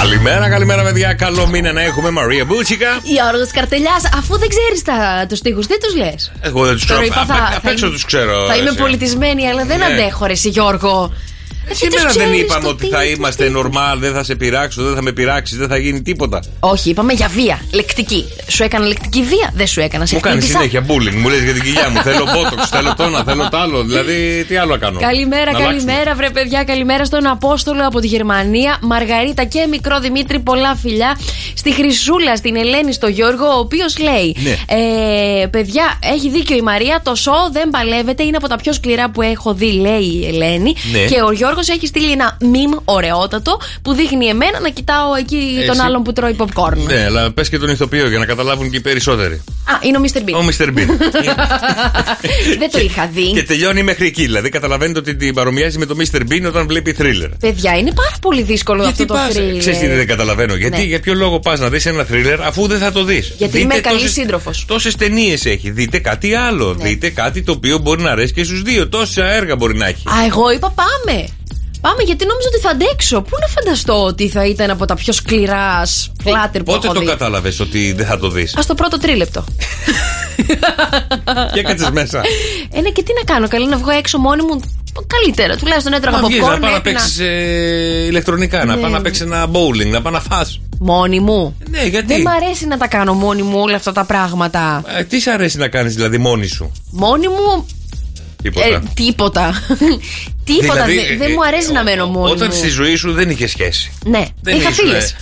Καλημέρα, καλημέρα, παιδιά. Καλό μήνα να έχουμε Μαρία Μπούτσικα.
Γιώργο Καρτελιάς, αφού δεν ξέρεις του τείχου, τι τους λες.
Εγώ δεν τους ξέρω. Απ' απ' έξω του ξέρω.
Θα είμαι
εσύ.
πολιτισμένη, αλλά δεν
Ναι.
αντέχω, ρε, εσύ, Γιώργο. Ε, τι
Σήμερα
τους
δεν
ξέρεις
είπαμε
το
ότι
τι,
θα
το
είμαστε
τι.
normal, δεν θα σε πειράξω, δεν θα με πειράξεις, δεν θα γίνει τίποτα.
Όχι, είπαμε για βία. Λεκτική. Σου έκανα λεκτική βία, δεν σου έκανα. Σε
Μου κάνεις
χτύπησα.
συνέχεια bullying, μου λες για την κοιλιά μου. Θέλω μπότοξ, θέλω το ένα, θέλω το άλλο. Δηλαδή, τι άλλο να κάνω.
Καλημέρα,
Να αλλάξουμε.
καλημέρα, βρε παιδιά. Καλημέρα στον Απόστολο από τη Γερμανία. Μαργαρίτα και μικρό Δημήτρη, πολλά φιλιά. Στη Χρυσούλα, στην Ελένη, στο Γιώργο, ο οποίος λέει:
Ναι.
ε, Παιδιά, έχει δίκιο η Μαρία. Το σο δεν παλεύεται. Είναι από τα πιο σκληρά που έχω δει, λέει η Ελένη.
Ναι.
Και ο Γιώργος έχει στείλει ένα μιμ ωραιότατο που δείχνει εμένα να κοιτάω εκεί
Ε, Εσύ.
τον άλλον που τρώει popcorn.
Ναι, αλλά πες και τον ηθοποιό για να καταλάβουν και οι περισσότεροι.
Α, είναι ο Mr. Bean.
Ο Mr. Bean.
Δεν το είχα
Και
δει.
τελειώνει μέχρι εκεί. Δηλαδή, καταλαβαίνετε ότι την παρομοιάζει με το Mr. Bean όταν βλέπει thriller.
Παιδιά, είναι πάρα πολύ δύσκολο αυτό το
πας, ε,
thriller.
ξέρεις τι δεν καταλαβαίνω. Γιατί,
Ναι.
για ποιο λόγο πας να δεις ένα thriller αφού δεν θα το δεις.
Γιατί είμαι καλή σύντροφος. Ναι.
Τόσες ταινίες έχει. Δείτε κάτι άλλο. Δείτε κάτι το οποίο μπορεί να αρέσει και στους δύο. Τόσα έργα μπορεί να έχει.
Α, εγώ είπα πάμε. Πάμε γιατί νόμιζα ότι θα αντέξω. Πού να φανταστώ ότι θα ήταν από τα πιο σκληρά πλάτερ που
Πότε
έχω
το
δει.
κατάλαβες ότι δεν θα το δεις.
Ας το πρώτο τρίλεπτο.
Και έκατσε μέσα.
ε, ναι, και τι να κάνω. Καλή να βγω έξω μόνη μου. Καλύτερα, τουλάχιστον έτρωγα
Να βγεις, να πάω
popcorn.
να
έπινα.
παίξει ηλεκτρονικά, να
Ναι.
πάω να παίξεις ένα bowling, να πάω να φά.
Μόνη μου.
Ναι, γιατί.
Δεν μ' αρέσει να τα κάνω μόνη μου όλα αυτά τα πράγματα.
Ε, τι σ' αρέσει να κάνεις δηλαδή μόνη σου.
Μόνη μου.
Τίποτα.
ε, τίποτα. τίποτα.
Δηλαδή,
δεν-
ε,
δεν
ε,
μου αρέσει
ο-
να μένω
ο-
μόνη
Όταν
μου.
στη ζωή σου δεν είχε σχέση.
Ναι,
Δεν
είχα
ήσουν,
φίλε.
ε.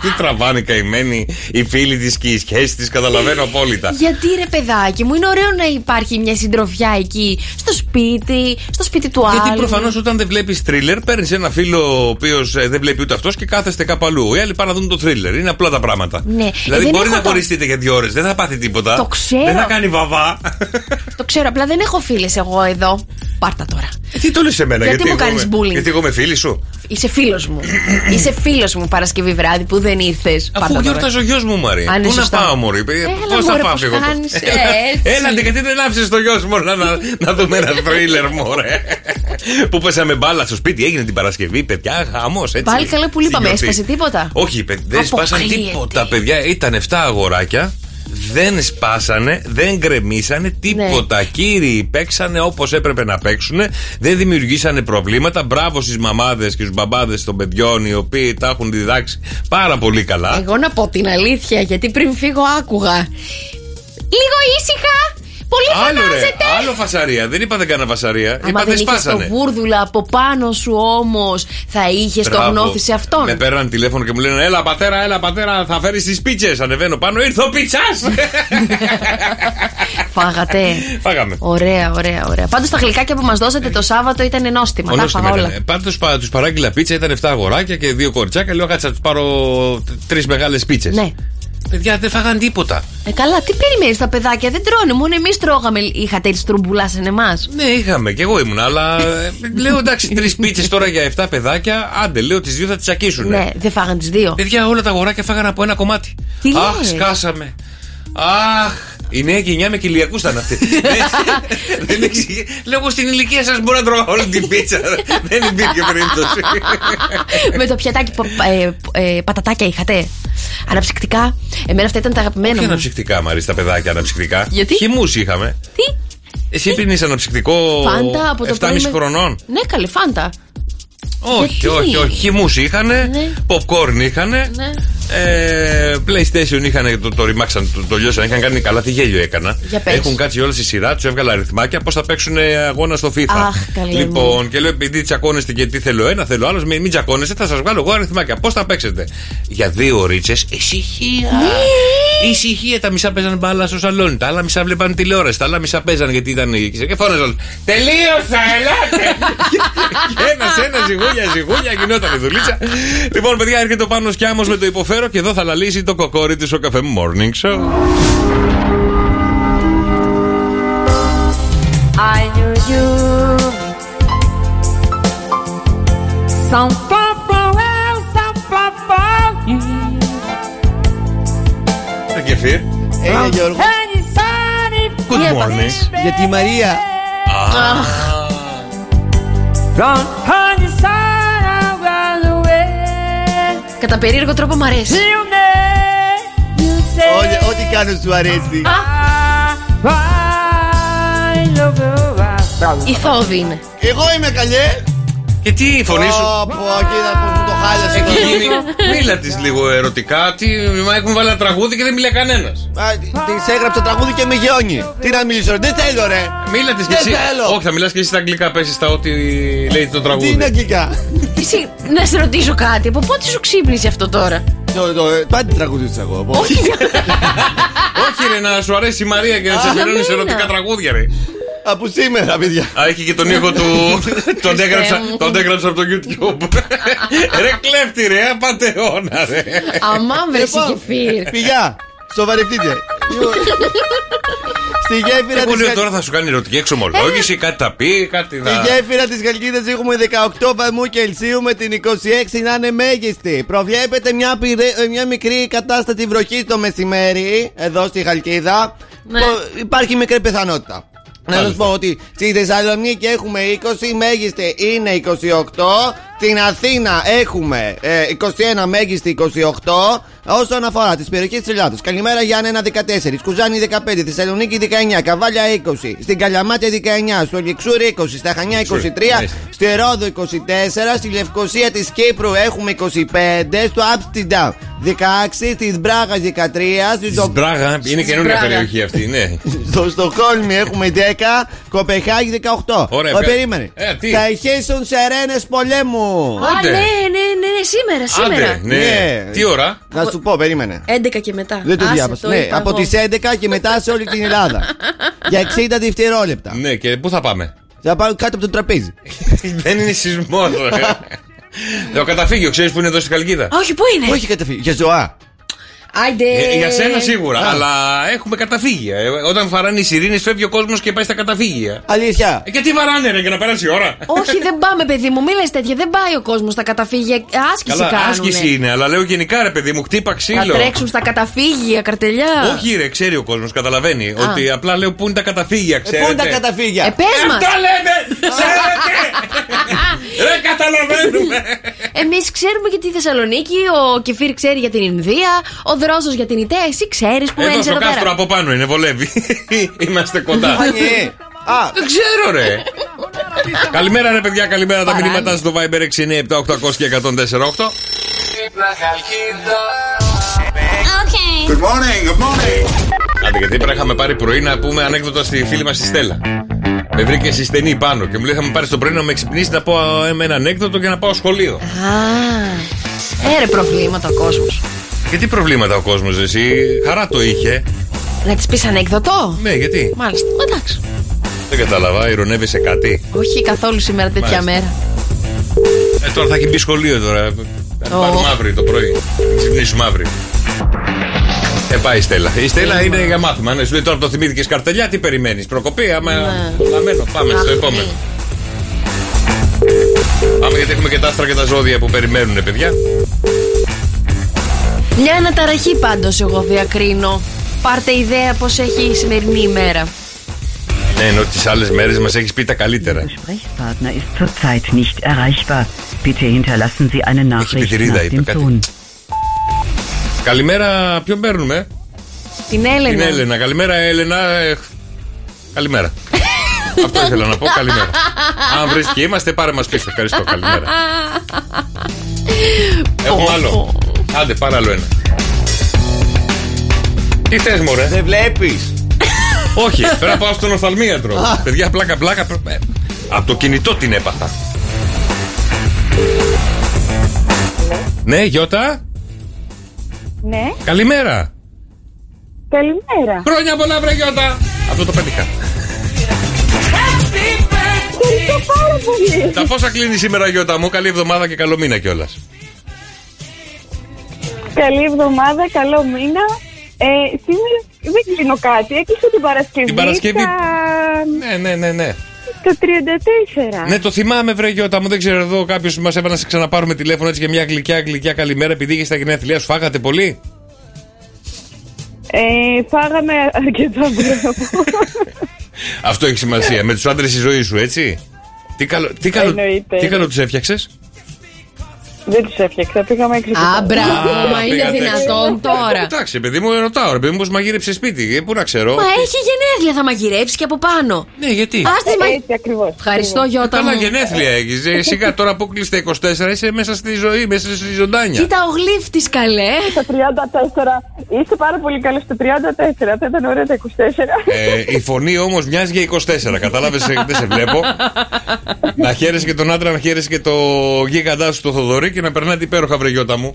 Τι τραβάνε καημένοι οι φίλοι της και οι σχέσεις της, καταλαβαίνω απόλυτα.
Γιατί ρε παιδάκι μου, είναι ωραίο να υπάρχει μια συντροφιά εκεί, στο σπίτι, στο σπίτι του άλλου.
Γιατί προφανώς όταν δεν βλέπεις θρίλερ, παίρνεις ένα φίλο ο οποίος δεν βλέπει ούτε αυτός και κάθεστε κάπου αλλού. Οι άλλοι πάνε να δουν το θρίλερ. Είναι απλά τα πράγματα.
Ναι. Ε,
Δηλαδή
δεν
μπορεί
έχω
να
το-
χωριστείτε για δύο ώρες, δεν θα πάθει τίποτα.
Το ξέρω.
Δεν θα κάνει βαβά.
Το ξέρω, απλά δεν έχω φίλες εγώ εδώ. Πάρτα τώρα.
Τι το λες σε μένα,
Γιατί μου
εγώ
κάνεις
είμαι-
bullying?
Γιατί εγώ είμαι φίλη σου.
Είσαι φίλος μου. Είσαι φίλος μου Παρασκευή βράδυ που δεν ήρθες.
Αφού γιορτάζει ο γιος μου, Μαρία.
Αν
Πού
είναι
να
σωστά.
πάω, Μωρή.
Έλα,
Πώς θα
μωρέ,
πάω
πώς
εγώ.
κάνεις, έτσι.
Έλα, γιατί δεν άφησες το γιος μου όλα να, να δούμε ένα θρίλερ, Μωρέ. Που πέσαμε μπάλα στο σπίτι, έγινε την Παρασκευή, παιδιά, χαμός.
Πάλι καλά που λείπαμε, έσπασε τίποτα.
Όχι, παι- δεν σπάσαν
Αποκλείεται.
τίποτα, παιδιά. Ήταν 7 αγοράκια. Δεν σπάσανε, δεν γκρεμίσανε
Ναι.
τίποτα. Κύριοι παίξανε όπως έπρεπε να παίξουν, δεν δημιουργήσανε προβλήματα. Μπράβο στις μαμάδες και στους μπαμπάδες των παιδιών, οι οποίοι τα έχουν διδάξει πάρα πολύ καλά.
Εγώ να πω την αλήθεια, γιατί πριν φύγω άκουγα. Λίγο ήσυχα! Πολύ
Άλλο ρε,
φωνάζετε!
άλλο φασαρία. Δεν είπα δεν κάνα φασαρία.
Άμα
είπα
δεν
δεν
είχες το
σπάσανε.
βούρδουλα από πάνω σου όμως, θα είχες το
Μπράβο. Ναι,
γνώθι σε αυτόν.
Με πέραν τηλέφωνο και μου λένε Έλα πατέρα, έλα πατέρα, θα φέρεις τις πίτσες. Ανεβαίνω πάνω, ήρθε ο πίτσας.
Φάγατε.
Φάγαμε.
Ωραία, ωραία, ωραία. Πάντως τα γλυκάκια που μας δώσατε το Σάββατο ήταν νόστιμα. Τα φάγα όλα.
Πάντως τους παράγγειλα πίτσα, ήταν 7 αγοράκια και 2 κοριτσάκια. Λέω κάτσε να τους πάρω τρεις μεγάλες πίτσες.
Ναι.
Παιδιά δεν φάγαν τίποτα.
Ε, καλά, τι περιμένεις τα παιδάκια, δεν τρώνε. Μόνο εμείς τρώγαμε. Είχατε έτσι τρουμπουλάς σε εμάς.
Ναι, είχαμε και εγώ ήμουν, αλλά ε, λέω εντάξει, τρεις πίτσες τώρα για 7 παιδάκια. Άντε, λέω τις δύο θα τις τσακίσουν.
Ναι, δεν φάγαν τις δύο.
Παιδιά, όλα τα αγοράκια φάγανε από ένα κομμάτι.
Τι
Αχ,
λες?
σκάσαμε. Αχ, η νέα γενιά με κοιλιακού ήταν αυτή. Δεν- δεν εξηγεί. Λέω εγώ στην ηλικία σας μπορώ να τρώω όλη την πίτσα. Δεν υπήρχε περίπτωση. Ναι.
Με το πιατάκι πα- ε, ε, πατατάκια είχατε. Αναψυκτικά. Εμένα αυτά ήταν τα αγαπημένα
Όχι
μου.
αναψυκτικά, Μαρή, τα παιδάκια αναψυκτικά.
Γιατί?
Χυμούς είχαμε.
Τι,
Εσύ πίνεις αναψυκτικό
φάντα από το
7,5
πρωί. με-
χρονών.
Ναι, καλή, φάντα.
Όχι,
Γιατί?
όχι, όχι. Χυμούς είχαν,
Ναι.
popcorn είχαν,
Ναι.
ε, PlayStation είχαν, το, το ρημάξαν, το, το λιώσαν, είχαν κάνει καλά. Τι γέλιο έκανα.
Για πες.
Έχουν κάτσει όλες στη σειρά, τους έβγαλα αριθμάκια πώς θα παίξουν αγώνα στο FIFA.
Αχ, καλέ μου.
λοιπόν, και λέω επειδή τσακώνεστε και τι θέλω ένα, θέλω άλλος, μην, μην τσακώνεστε, θα σας βγάλω εγώ αριθμάκια. Πώς θα παίξετε. Για δύο ρίτσες, ησυχία. Ησυχία, τα μισά παίζαν μπάλα στο σαλόνι, τα άλλα μισά βλέπαν τηλεόραση, τα άλλα μισά παίζαν γιατί ήταν. Και φώναζαν. Τελείωσα, ελάτε! Ένα-ένα, ζυγούνια, ζυγούνια, γινόταν η δουλίτσα. Λοιπόν, παιδιά, έρχεται ο πάνω σκιάμο με το υποφέρω και εδώ θα λαλήσει το κοκόρι του ο καφέ Morning Show.
I knew you Some far, far away, some far, far
Τα κεφίρ.
Έγινε Γιώργο.
And it's sunny
Good morning.
Για τη Μαρία.
Gone on the sun, I run away
Κατά περίεργο τρόπο μ' αρέσει.
You
Ναι.
may, you say
Ό,τι- Ό,τι κάνω σου αρέσει.
I, I love you ah.
Η θόβη είναι.
Εγώ είμαι καλέ.
Και τι η φωνή σου.
Πω, πω, κοίτα που μου το χάλασε.
Έχει
τώρα.
γίνει. Μίλα της λίγο ερωτικά. Τι, μα έχουν βάλει ένα τραγούδι και δεν μιλάει κανένας.
Α, Της έγραψα τραγούδι και με γεώνει. Τι να μιλήσω, ρε. δεν θέλω ρε.
Μίλα της και
Δεν
εσύ.
θέλω.
Όχι, θα μιλάς και εσύ στα αγγλικά. Πέσει στα ό,τι λέει το
Τι είναι
τραγούδι.
αγγλικά.
Εσύ, να σε ρωτήσω κάτι. Από πότε σου ξύπνησε αυτό τώρα.
Το- το- ε, Πάντα τραγουδούσα εγώ. πω.
Όχι, ρε, να σου αρέσει η Μαρία και να σε αφιερώνει
εμένα.
ερωτικά τραγούδια, ρε.
Από σήμερα, παιδιά.
Α, έχει και τον ήχο του. τον, έγραψα,
μου.
τον έγραψα από το YouTube. ρε κλέφτη, ρε, απαταιώνα, ρε. λοιπόν, ε,
Αμάν βρε Σιγεφίρ.
Πηγιά. Λοιπόν, Σοβαρευτείτε. Λοιπόν, Στη γέφυρα
Εγώ
της
λέω
Γα-
τώρα θα σου κάνει ερωτική εξομολόγηση, κάτι θα πει, κάτι θα.
Στη γέφυρα της Γαλλικίδας έχουμε 18 βαθμού Κελσίου με την 26 να είναι μέγιστη. Προβλέπεται μια, πυρε- ε, μια μικρή κατάσταση βροχής το μεσημέρι εδώ στη Γαλλικίδα.
Ναι.
Το- Υπάρχει μικρή πιθανότητα. Να σας
Μάλιστα.
πω ότι στη Θεσσαλονίκη έχουμε 20, μέγιστη είναι 28. Στην Αθήνα έχουμε ε, 21, μέγιστη 28. Όσον αφορά τις περιοχές της Ελλάδα, καλημέρα Γιάννενα 14, Κουζάνη 15, Θεσσαλονίκη 19, Καβάλια 20, στην Καλαμάτια 19, στο Λιξούρι 20, στα Χανιά 23,
μάλιστα.
στη Ρόδο 24, στη Λευκοσία της Κύπρου έχουμε 25, στο Άμστερνταμ 16, στη Μπράγα 13, στη
Στις
Ζο-
Μπράγα, είναι καινούργια
Μπράγα.
περιοχή αυτή, ναι.
στο Στοκόλμη έχουμε 10, Κοπεχάγη 18.
Ωραία,
Ω,
πε-
περίμενε.
Ε, τι?
Θα ηχήσουν σερένε πολέμου.
Α,
Άντε.
ναι, ναι, ναι, ναι, σήμερα, σήμερα.
Άντε, ναι.
Ναι.
Τι ώρα.
Να σου πω, περίμενε.
11 και μετά.
Δεν το
Άσε,
διάβασα.
το
Ναι,
είπα
από
εγώ.
τις
ε-
11 και μετά σε όλη την Ελλάδα. Για 60 δευτερόλεπτα.
Ναι, και πού θα πάμε.
Θα πάω κάτω από το τραπέζι.
Ε. Δεν είναι σεισμός. Το καταφύγιο, ξέρεις που είναι εδώ στη Καλκίδα.
Α, Όχι, πού είναι.
Όχι καταφύγει. Για ζωά.
Άντε.
Ε, Για σένα σίγουρα, αλλά έχουμε καταφύγια. Ε, Όταν φαράνε οι σιρήνες, φεύγει ο κόσμος και πάει στα καταφύγια.
Αλήθεια.
Ε, Και τι βαράνε, ρε, για να περάσει η ώρα.
Όχι, δεν πάμε, παιδί μου. Μη λες τέτοια. Δεν πάει ο κόσμος στα καταφύγια. Άσκηση
Καλά,
κάνουνε.
άσκηση είναι, αλλά λέω γενικά ρε παιδί μου, χτύπα
ε. Θα
ξύλο.
τρέξουν στα καταφύγια, καρτελιά.
Όχι, ρε, ξέρει ο κόσμος, καταλαβαίνει. Ότι απλά λέω πού είναι τα καταφύγια,
Ε, Πού είναι τα
ξέρετε.
Ε,
καταφύγια.
πε μα.
Τα λέμε! Ξέρετε! Ρε, καταλαβαίνουμε!
Εμείς ξέρουμε για τη Θεσσαλονίκη, ο Κεφίρ ξέρει για την Ινδία, ο Δρόσο για την Ιταλία. Εσύ ξέρεις που
Εδώ
μένεις
στο
εδώ
Ε, κάστρο
πέρα.
από πάνω είναι, βολεύει. Είμαστε κοντά.
Α, ναι. Α,
Δεν ξέρω, ρε. καλημέρα, ρε παιδιά, καλημέρα. Τα
Παράλληλα.
μηνύματα στο Viber 697-800 και 148.
Good morning, good morning.
Άντε, γιατί πρέπει να είχαμε πάρει πρωί να πούμε ανέκδοτα στη φίλη μας τη Στέλλα. Με βρήκε στη στενή πάνω και μου λέει: Θα με πάρεις το πρωί να με ξυπνήσεις να πω ε, με ένα ανέκδοτο και να πάω σχολείο.
Α, έρε προβλήματα ο κόσμος.
γιατί προβλήματα ο κόσμος, εσύ. Χαρά το είχε.
Να της πεις ανέκδοτο.
Ναι, γιατί.
Μάλιστα. Εντάξει.
Δεν κατάλαβα, ηρωνεύεσαι κάτι.
Όχι καθόλου σήμερα τέτοια
Μάλιστα.
μέρα.
Ε, τώρα θα έχει μπει σχολείο τώρα. Θα
Ω.
πάρουμε αύριο το πρωί. Θα Ξυπνήσουμε αύριο. Ε, πάει η Στέλλα. Η Στέλλα είναι για μάθημα. Ναι, σου λέει τώρα που το θυμήθηκες καρτελιά, τι περιμένεις. Προκοπή, άμα. Λαμένο, πάμε στο επόμενο. Πάμε γιατί έχουμε και τα άστρα και τα ζώδια που περιμένουν, παιδιά.
Μια αναταραχή πάντως εγώ διακρίνω. Πάρτε ιδέα πώς έχει η σημερινή ημέρα.
Ναι, ενώ τις άλλες μέρες μας έχεις πει τα καλύτερα.
Sprechpartner ist zurzeit nicht erreichbar. Bitte hinterlassen Sie eine Nachricht
Bitte, Rita,
nach dem
bitte.
Ton.
Καλημέρα, ποιον παίρνουμε.
Την Έλενα.
Την Έλενα. Καλημέρα, Έλενα. Ε, καλημέρα. Αυτό ήθελα να πω. Καλημέρα. Αν βρει και είμαστε, πάρε μας πίσω. Ευχαριστώ. Καλημέρα. Έχουμε άλλο. Άντε, πάρε άλλο ένα. Τι θες, Μωρέ.
δεν βλέπεις.
Όχι, πρέπει να πάω στον οφθαλμίατρο. Παιδιά, πλάκα, πλάκα. Από το κινητό την έπαθα. Ναι, Γιώτα.
Ναι,
Καλημέρα.
καλημέρα.
Χρόνια πολλά, βρε Γιώτα. Αυτό το πέτυχα.
Ευχαριστώ πάρα πολύ.
Τα πόσα κλείνει σήμερα, Γιώτα μου. Καλή εβδομάδα και καλό μήνα κιόλας.
Καλή εβδομάδα, καλό μήνα. Ε, σήμερα δεν κλείνω κάτι. Έκλεισα την Παρασκευή.
Την Παρασκευή.
Στα,
Ναι, ναι, ναι, ναι.
στα 34.
Ναι, το θυμάμαι, βρε Γιώτα μου. Δεν ξέρω εδώ κάποιος μα έβαλε να σε ξαναπάρουμε τηλέφωνο έτσι για μια γλυκιά, γλυκιά καλημέρα επειδή είχες τα γενέθλιά σου. Φάγατε πολύ.
Ε, φάγαμε αρκετά μπράβο.
Αυτό έχει σημασία. Με τους άντρες η ζωή σου, έτσι. Τι καλό, τι καλό,
Εννοείται.
τι καλό τους έφτιαξες.
δεν τους έφτιαξα, πήγαμε έξω.
Α, μπράβο, μα είναι
πήγατε έξω.
δυνατόν τώρα.
Ε, Εντάξει, παιδί μου, ρωτάω, ρε παιδί μου, πώς μαγείρεψες σπίτι. Ε, Πού να ξέρω.
Μα έχει γενέθλια, θα μαγειρέψει και από πάνω.
Ναι, γιατί.
Ας τη
Ε,
μα...
Έτσι ακριβώς.
Ευχαριστώ, Γιώτα
Καλά
μου.
γενέθλια έχεις. Σιγά τώρα που κλείστε 24 είσαι μέσα στη ζωή, μέσα στη ζωντάνια.
Κοίτα, ο γλύφτης καλέ.
Στα 34. Είστε πάρα πολύ καλοί στα 34. Θα ήταν ωραία τα 24.
Ε, η φωνή όμως μοιάζει για 24. Κατάλαβες, ε, δεν σε βλέπω. να χαίρεσαι και τον άντρα, να χαίρεσαι και το γίγαντά σου το Θοδωρή και να περνάτε υπέροχα, βρε Γιώτα μου.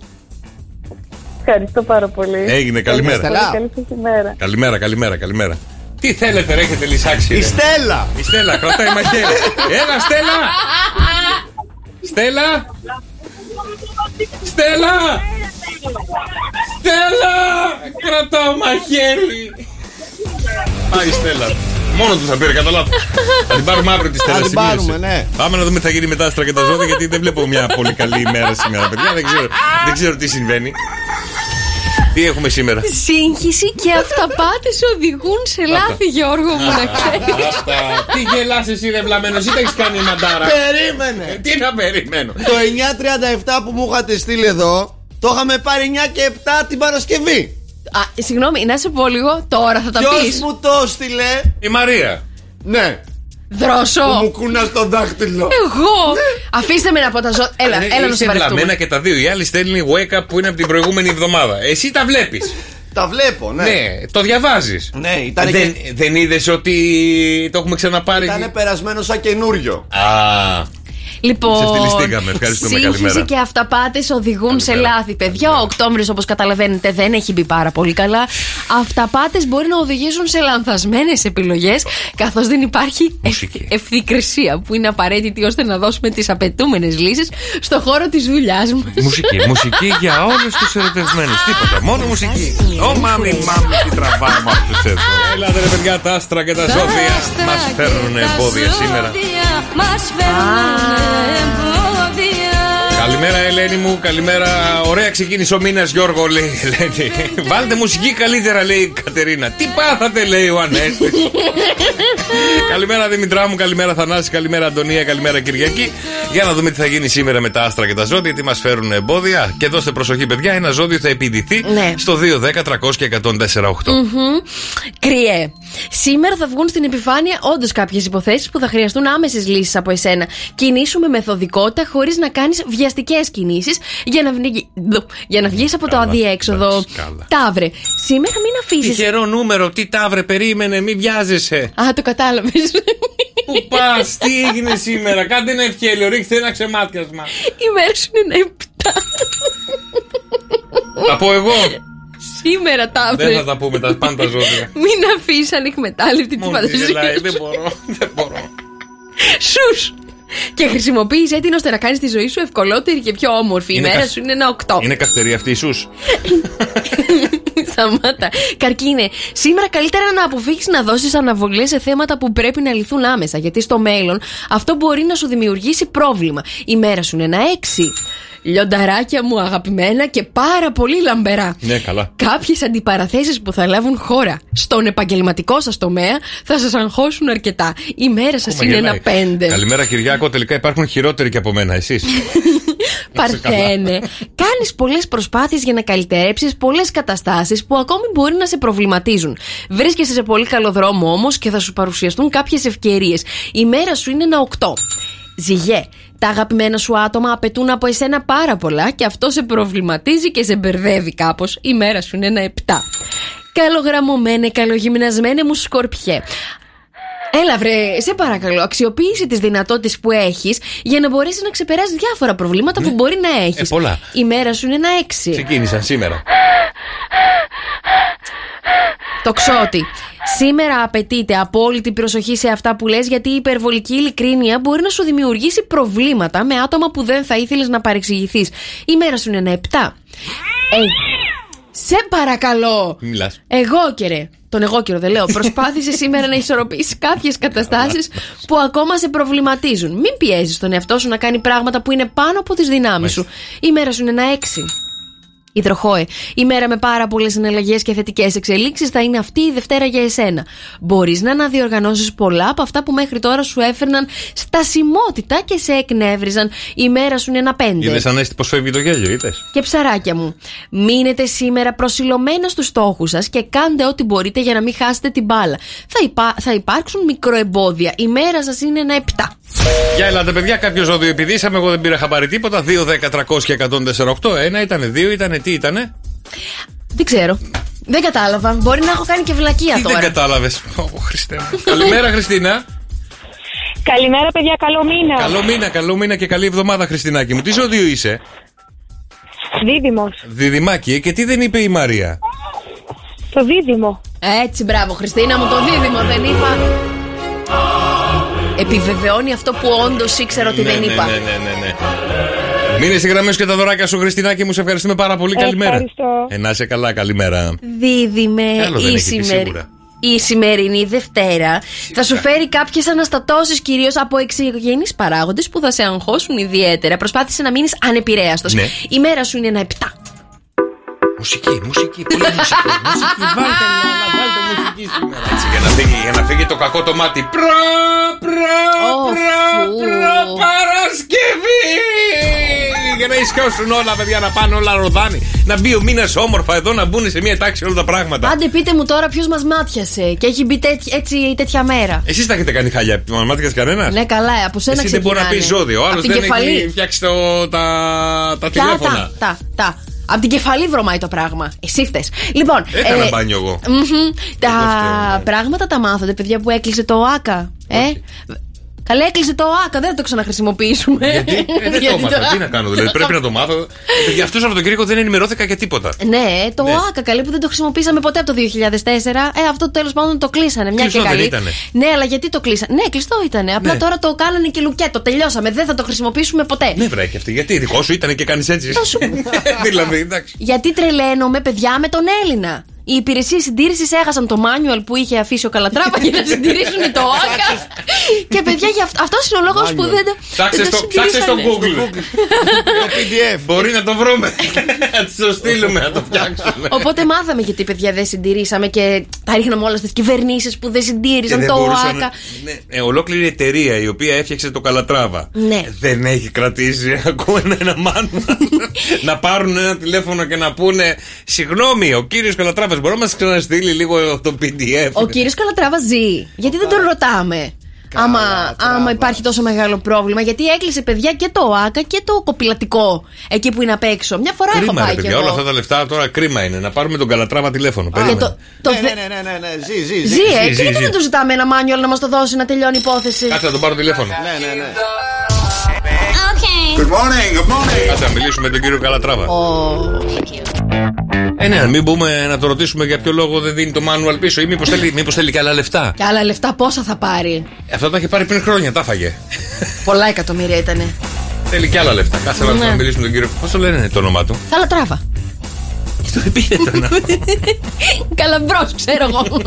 Ευχαριστώ πάρα πολύ.
Έγινε, καλημέρα.
Καλά.
Καλή σας ημέρα.
Καλημέρα, καλημέρα, καλημέρα. Τι θέλετε, ρε, έχετε λυσάξει.
Η
ρε.
Στέλλα.
Η Στέλλα, κρατάει μαχαίρι. Έλα, Στέλλα! Στέλλα! Στέλλα! Στέλλα! Κρατάω μαχαίρι! Πάει Στέλλα. Μόνο του θα πήρε κατά λάθος. Θα την πάρουμε αύριο τη Στέλλα.
Θα την
σημείωσε.
πάρουμε, ναι.
Πάμε να δούμε τι θα γίνει μετά άστρα και τα ζώδια, γιατί δεν βλέπω μια πολύ καλή ημέρα σήμερα, παιδιά. Δεν ξέρω, δεν ξέρω τι συμβαίνει. Τι έχουμε σήμερα.
Σύγχυση και αυταπάτες οδηγούν σε λάθη, Γιώργο μου, να ξέρεις.
Αυτά. Τι γελάς εσύ ρε βλαμμένος, ή τα έχεις κάνει μαντάρα.
Περίμενε.
Ε, Τι να περιμένω.
Το 9.37 που μου είχατε στείλει εδώ, το είχαμε πάρει 9 και 7 την Παρασκευή.
Α, συγγνώμη, να σε πω λίγο, τώρα θα τα
Ποιος
πεις.
μου το στείλε.
Η Μαρία.
Ναι.
Δρόσο.
Που μου κούνα στο δάχτυλο.
Ε. Εγώ! Αφήστε με να πω τα ζώα. Έλα, έλα να σε
Ε, Είσαι
παρευτούμε.
βλαμμένα και τα δύο. Η άλλη στέλνει wake up που είναι από την προηγούμενη εβδομάδα. Εσύ τα βλέπεις.
Τα βλέπω, ναι.
Ναι, το διαβάζεις.
Ναι, ήταν,
Δεν,
και...
δεν είδες ότι το έχουμε ξαναπάρει.
ήταν περασμένο σαν καινούριο.
Α, Σε
Λοιπόν,
φτυλιστήκαμε. Ευχαριστούμε. Καλημέρα.
σύγχυση και αυταπάτες οδηγούν σε λάθη, παιδιά. Ο Οκτώβριος, όπως καταλαβαίνετε, δεν έχει μπει πάρα πολύ καλά. Αυταπάτες μπορεί να οδηγήσουν σε λανθασμένες επιλογές, καθώς δεν υπάρχει
Μουσική.
ευθ- ευθυκρισία που είναι απαραίτητη ώστε να δώσουμε τις απαιτούμενες λύσεις στο χώρο της δουλειάς μας.
μουσική, μουσική για όλους τους ερωτευμένους. Τίποτα, μόνο μουσική. Ω μάμι, μάμι, τι τραβάμε αυτούς εδώ. Έλα, ρε παιδιά, τα άστρα και τα ζώδια μα φέρνουν εμπόδια σήμερα. Καλημέρα, Ελένη μου, καλημέρα. Ωραία, ξεκίνησε ο μήνας, Γιώργο, λέει η Ελένη. Βάλτε μουσική καλύτερα, λέει η Κατερίνα. Τι πάθατε, λέει ο Ανέστη. καλημέρα, Δημητρά μου, καλημέρα, Θανάση, καλημέρα, Αντωνία, καλημέρα, Κυριακή. Για να δούμε τι θα γίνει σήμερα με τα άστρα και τα ζώδια, τι μας φέρουν εμπόδια. Και δώστε προσοχή, παιδιά, ένα ζώδιο θα επιδηθεί
Ναι.
στο 2, 10, 300 και 104, 8.
Μμμ. Κριέ. Σήμερα θα βγουν στην επιφάνεια όντως κάποιες υποθέσεις που θα χρειαστούν άμεσες λύσεις από εσένα. Κινήσου με μεθοδικότητα χωρίς να κάνεις βιαστικέ κινήσεις για να, βγει... για να βγεις από το
Καλά,
αδιέξοδο.
εντάξει, καλά.
Ταύρε. Σήμερα μην αφήσεις.
Τυχερό νούμερο, τι ταύρε, περίμενε, μην βιάζεσαι.
Α, το κατάλαβες.
Πού πας, τι έγινε σήμερα, κάντε ένα ευχέλιο, ρίχτε ένα ξεμάτιασμα.
Η μέρα σου είναι ένα επτά.
Θα πω εγώ.
Σήμερα,
Δεν
Ταύρε.
θα τα πούμε τα πάντα ζώδια.
Μην αφήσεις ανεκμετάλλευτη τη
Μόνο τη γελάει,
φαντασία.
δεν μπορώ, δεν μπορώ.
Σου. Και χρησιμοποίησε την ώστε να κάνεις τη ζωή σου ευκολότερη και πιο όμορφη.
Είναι
Η μέρα
καθ-
σου είναι ένα οκτώ.
Είναι καυτερή αυτή η σους.
Σταμάτα. Καρκίνε. Σήμερα καλύτερα να αποφύγεις να δώσεις αναβολές σε θέματα που πρέπει να λυθούν άμεσα. Γιατί στο μέλλον αυτό μπορεί να σου δημιουργήσει πρόβλημα. Η μέρα σου είναι ένα έξι. Λιονταράκια μου αγαπημένα και πάρα πολύ λαμπερά.
Ναι, καλά.
Κάποιες αντιπαραθέσεις που θα λάβουν χώρα στον επαγγελματικό σας τομέα θα σας αγχώσουν αρκετά. Η μέρα σας είναι ένα
Μαγελάει.
πέντε.
Καλημέρα Κυριάκο, τελικά υπάρχουν χειρότεροι και από μένα, εσείς.
Παρθένε. Κάνεις πολλές προσπάθειες για να καλυτερέψεις πολλές καταστάσεις που ακόμη μπορεί να σε προβληματίζουν. Βρίσκεσαι σε πολύ καλό δρόμο όμως και θα σου παρουσιαστούν κάποιες ευκαιρίες. Η μέρα σου είναι ένα 8. Ζυγέ. Τα αγαπημένα σου άτομα απαιτούν από εσένα πάρα πολλά και αυτό σε προβληματίζει και σε μπερδεύει κάπως. Η μέρα σου είναι ένα 7. Καλογραμμωμένε, καλογυμνασμένε μου σκορπιέ. Έλα, βρε, σε παρακαλώ, αξιοποίησε τις δυνατότητες που έχεις για να μπορέσεις να ξεπεράσεις διάφορα προβλήματα που μπορεί να έχει.
Ε, πολλά.
Η μέρα σου είναι ένα έξι.
Ξεκίνησαν σήμερα.
Το ξότι. Σήμερα απαιτείται απόλυτη προσοχή σε αυτά που λες γιατί η υπερβολική ειλικρίνεια μπορεί να σου δημιουργήσει προβλήματα με άτομα που δεν θα ήθελες να παρεξηγηθείς. Η μέρα σου είναι ένα 7. Ε, σε παρακαλώ.
Μιλάς.
Εγώ και ρε. Τον εγώ καιρο δεν λέω. Προσπάθησε σήμερα να ισορροπήσεις κάποιες καταστάσεις που ακόμα σε προβληματίζουν. Μην πιέζεις τον εαυτό σου να κάνει πράγματα που είναι πάνω από τις δυνάμεις σου. Η μέρα σου είναι ένα έξι. Υδροχόε. Η μέρα με πάρα πολλές συναλλαγές και θετικές εξελίξεις θα είναι αυτή η Δευτέρα για εσένα. Μπορείς να αναδιοργανώσεις πολλά από αυτά που μέχρι τώρα σου έφερναν στασιμότητα και σε εκνεύριζαν. Η μέρα σου είναι ένα πέντε.
Είδες Ανέστη πως φεύγει το γέλιο, είδες.
Και ψαράκια μου, μείνετε σήμερα προσιλωμένα στους στόχους σας και κάντε ό,τι μπορείτε για να μην χάσετε την μπάλα. Θα, υπά- θα υπάρξουν μικροεμπόδια. Η μέρα σας είναι ένα 7.
Για ελάτε, παιδιά, κάποιο ζώδιο επιδίσαμε. Εγώ δεν πήρα χαμπάρι τίποτα. 2, 10, 300 και 148. Ένα ήτανε, δύο ήτανε, τι ήτανε.
Δεν ξέρω. Δεν κατάλαβα. Μπορεί να έχω κάνει και βλακεία
Τι δεν
τώρα.
κατάλαβες. Ω, Χριστέ μου. Καλημέρα, Χριστίνα.
Καλημέρα, παιδιά, καλό μήνα.
Καλό μήνα, καλό μήνα και καλή εβδομάδα, Χριστίνακι μου. Τι ζώδιο είσαι,
Δίδυμος.
Διδυμάκι, ε, και τι δεν είπε η Μαρία.
Το δίδυμο.
Έτσι, μπράβο, Χριστίνα μου, το δίδυμο δεν είπα. Επιβεβαιώνει αυτό που όντως ήξερα ότι
Ναι,
δεν
ναι,
είπα.
Ναι, ναι, ναι, ναι. Μείνε στη γραμμή σου και τα δωράκια σου, Χριστινάκη μου. Σε ευχαριστούμε πάρα πολύ. Καλημέρα.
Ευχαριστώ.
Ε, να είσαι καλά, καλημέρα.
Δίδυμε
Καλό δεν
η,
έχετε,
σημερι-
σίγουρα.
η σημερινή Δευτέρα θα σου φέρει κάποιες αναστατώσεις κυρίως από εξωγενείς παράγοντες που θα σε αγχώσουν ιδιαίτερα. Προσπάθησε να μείνεις ανεπηρέαστος.
Ναι.
Η μέρα σου είναι ένα 7.
Μουσική, μουσική, πολύ μουσική. μουσική. Βάλτε λάλα, βάλτε μουσική σήμερα. Έτσι, για να φύγει, για να φύγει το κακό το μάτι. Προ, προ, προ, προ, Παρασκευή! Για να ισχύσουν όλα, παιδιά, να πάνε όλα ροδάνι. Να μπει ο μήνας όμορφα εδώ, να μπουν σε μία τάξη όλα τα πράγματα.
Άντε πείτε μου τώρα ποιος μας μάτιασε και έχει μπει τέτοι- έτσι τέτοια μέρα.
Εσείς τα έχετε κάνει χάλια, μαθήκα κανένα.
Ναι, καλά, από σένα
Ε, Εσύ δεν μπορεί να πει ζώδιο. Ο άλλο δεν έχει φτιάξει το- τα,
Τα,
τα τηλέφωνα.
τα, τα, τα. Απ' την κεφαλή βρωμάει το πράγμα. Εσύ φταίς. Λοιπόν.
Έκανα μπάνιο εγώ.
μμμ, Τα
ναι.
πράγματα τα μάθατε, παιδιά που έκλεισε το ΟΑΚΑ. Ε? Καλέ, έκλεισε το ΟΑΚΑ, δεν θα το ξαναχρησιμοποιήσουμε.
Γιατί ε, δεν το
Γιατί
έμαθα.
το-
Τι να κάνω, δηλαδή πρέπει να το μάθω. Για αυτό το Σαββατοκύριακο δεν ενημερώθηκα για τίποτα.
Ναι, το
Ναι.
ΟΑΚΑ καλή που δεν το χρησιμοποίησαμε ποτέ από το 2004. Ε, αυτό τέλος πάντων το κλείσανε. Μια
Κλειστό
και
δεν
καλή.
ήτανε.
Ναι, αλλά γιατί το κλείσανε. Ναι, κλειστό ήταν. Απλά
Ναι.
τώρα το κάνανε και λουκέτο. Τελειώσαμε. Δεν θα το χρησιμοποιήσουμε ποτέ.
Ναι, βρε και αυτή. Γιατί δικό σου ήταν και κάνεις έτσι.
Θα σου πω.
δηλαδή, εντάξει.
Γιατί τρελαίνομαι, παιδιά, με τον Έλληνα. Οι υπηρεσίες συντήρησης έχασαν το manual που είχε αφήσει ο Καλατράπα για να συντηρήσουν το ΆΚΑ. και παιδιά, αυτός είναι ο λόγος που δεν το.
Ψάξε
δεν το
στο, ψάξε στο
συντηρήσανε.
Google. PDF. Μπορεί να το βρούμε. Να τη το στείλουμε, να το φτιάξουμε.
Οπότε μάθαμε γιατί, παιδιά, δεν συντηρήσαμε και τα ρίχναμε όλα στις κυβερνήσεις που δεν συντήρησαν
Και δεν
το
μπορούσαν-
ΆΚΑ.
Ναι, ε, ολόκληρη εταιρεία η οποία έφτιαξε το Καλατράβα.
Ναι.
Δεν έχει κρατήσει ακόμα ένα μάνα. να πάρουν ένα τηλέφωνο και να πούνε Συγγνώμη, ο κύριος Καλατράβας μπορεί να μας ξαναστείλει λίγο το PDF.
Ο κύριος Καλατράβα ζει. Γιατί δεν τον ρωτάμε. Άμα, άμα υπάρχει τόσο μεγάλο πρόβλημα, γιατί έκλεισε παιδιά και το ΆΚΑ και το κοπηλατικό εκεί που είναι απ' έξω. Μια φορά έχω
Κρίμα,
πάει
ρε
κι
παιδιά.
εγώ.
Όλα αυτά τα λεφτά τώρα κρίμα είναι. Να πάρουμε τον Καλατράβα τηλέφωνο. Περίμενε.
Ε, Το
Ναι, ναι, ναι, ναι, ναι, ζει, ζει.
Ζει, ε,
Ζει,
και
ζει,
γιατί
ζει.
δεν του ζητάμε ένα μάνιολ να μας το δώσει να τελειώνει η υπόθεση.
Κάτσε να τον πάρω τηλέφωνο.
Ναι, ναι, ναι.
Okay.
Κάτσε να μιλήσουμε με τον κύριο Καλατράβα. Ε, ναι, μην μπούμε να το ρωτήσουμε για ποιο λόγο δεν δίνει το manual πίσω ή μήπως θέλει, μήπως θέλει και άλλα λεφτά.
Και άλλα λεφτά πόσα θα πάρει.
Αυτά τα είχε πάρει πριν χρόνια, τα έφαγε.
Πολλά εκατομμύρια ήτανε.
Θέλει και άλλα λεφτά. Κάτσε να-
Ναι.
να μιλήσουμε τον κύριο. Πώς το λένε το όνομά του.
Καλατράβα. Καλαμπρός, ξέρω εγώ.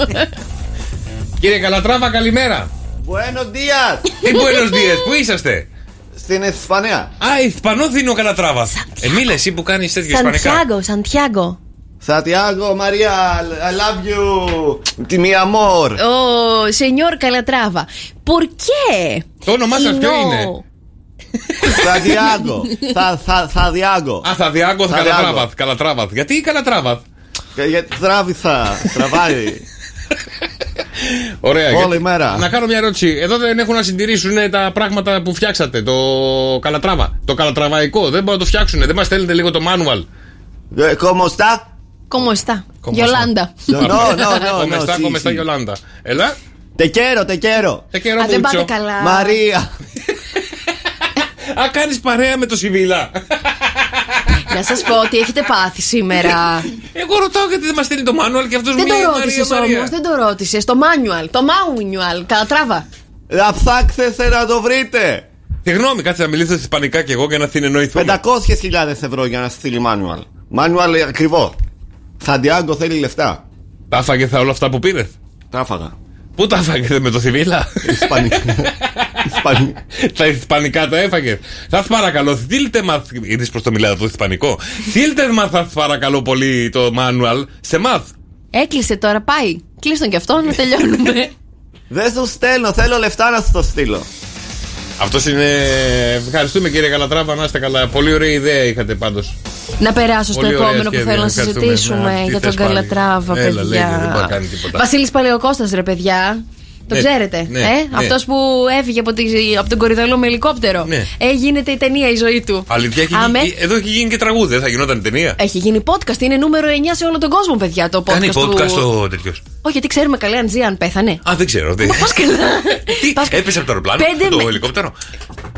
Κύριε Καλατράβα, καλημέρα.
Buenos días.
Τι Buenos Dias, πού είσαστε.
Στην Ισπανία.
Α, Ισπανό δίνει ο Καλατράβα. Ε, μίλε εσύ που κάνεις τέτοια Ισπανικά.
Σαντιάγκο, Σαντιάγκο.
Σαντιάγκο, Μαρία, I love you. Τι mi amor.
Ε. Ο σενιόρ Καλατράβα. ¿Por qué?
Το όνομά σας ποιο
No.
είναι.
Σαντιάγκο. Θα- θα- Σαντιάγκο.
Α, θα διάγκω, θα
Θα διάγκω.
Καλατράβαθ. Καλατράβαθ. Γιατί Καλατράβαθ.
Και- Γιατί τράβηθα, τραβάει.
Ωραία.
Όλη
γιατί-
μέρα.
Να κάνω μια ερώτηση. Εδώ δεν έχουν να συντηρήσουν ε, τα πράγματα που φτιάξατε. Το καλατράβα. Το καλατραβαϊκό. Δεν μπορούν να το φτιάξουν. Δεν μας στέλνετε λίγο το manual.
Ε, ¿Cómo está?
¿Cómo está?
¿Cómo
Γιολάντα.
No, no, no, no, no,
Κομεστά,
sí,
κομεστά
sí.
η Ολάντα. Ελά.
Te quiero, te quiero.
Τα καιρό
Α, δεν πάτε
μουτσο.
καλά.
Μαρία.
Α, κάνεις παρέα με το Σιβίλα.
Να σας πω ότι έχετε πάθει σήμερα.
Εγώ ρωτάω γιατί δεν μας στέλνει το manual και αυτός μου
δεν
λέει
το
Μαρία,
ρώτησες
Μαρία.
όμως, δεν το ρώτησες. Το manual, το manual, Καλατράβα.
Να ψάξετε να το βρείτε.
Συγγνώμη, κάτσε να μιλήσω ισπανικά και εγώ για να συνεννοηθούμε.
500.000 ευρώ για να στείλει μάνουαλ. Μάνουαλ ακριβό. Σαντιάγκο θέλει λεφτά.
Τα φάγε θα όλα αυτά που πήρε.
Τα έφαγα.
Πού τα φάγε με το Σιβίλα.
Ισπανικά. Ισπανικά.
Τα ισπανικά τα έφαγε. Θα σας παρακαλώ, στείλτε μας. Είδε πώ το μιλάω το ισπανικό. στείλτε μας, θα σας παρακαλώ πολύ το manual σε μαθ.
Έκλεισε τώρα, πάει. Κλείστον τον κι αυτό να τελειώνουμε.
Δεν σου στέλνω, θέλω λεφτά να σου το στείλω.
Αυτός είναι. Ευχαριστούμε κύριε Καλατράβα, να είστε καλά. Πολύ ωραία ιδέα είχατε πάντως.
να περάσω στο
Πολύ ωραία
επόμενο που
σχέδια,
θέλω να
ευχαριστούμε. Να,
συζητήσουμε
τι
για
θες
τον
πάλι.
Καλατράβα,
Έλα, λέγε, δεν μπορεί να
παιδιά.
κάνει τίποτα.
Βασίλης Παλαιοκώστας ρε παιδιά. Το
Ναι,
ξέρετε.
ναι,
ε?
ναι.
Αυτός που έφυγε από, τη- από τον κορυδαλό με ελικόπτερο.
Ναι.
Ε, γίνεται η ταινία η ζωή του.
Αλήθεια, έχει
Αμέ.
γίνει- εδώ έχει γίνει και τραγούδι, δεν θα γινόταν ταινία.
Έχει γίνει podcast, είναι νούμερο 9 σε όλο τον κόσμο, παιδιά. Το podcast.
Κάνει podcast
του...
ο τέτοιος.
Όχι, γιατί ξέρουμε καλά αν ζει, αν πέθανε.
Α, δεν ξέρω. Δεν...
Πώς καλά.
Τι, έπεσε από το αεροπλάνο,
Πέντε
από το
με-
ελικόπτερο.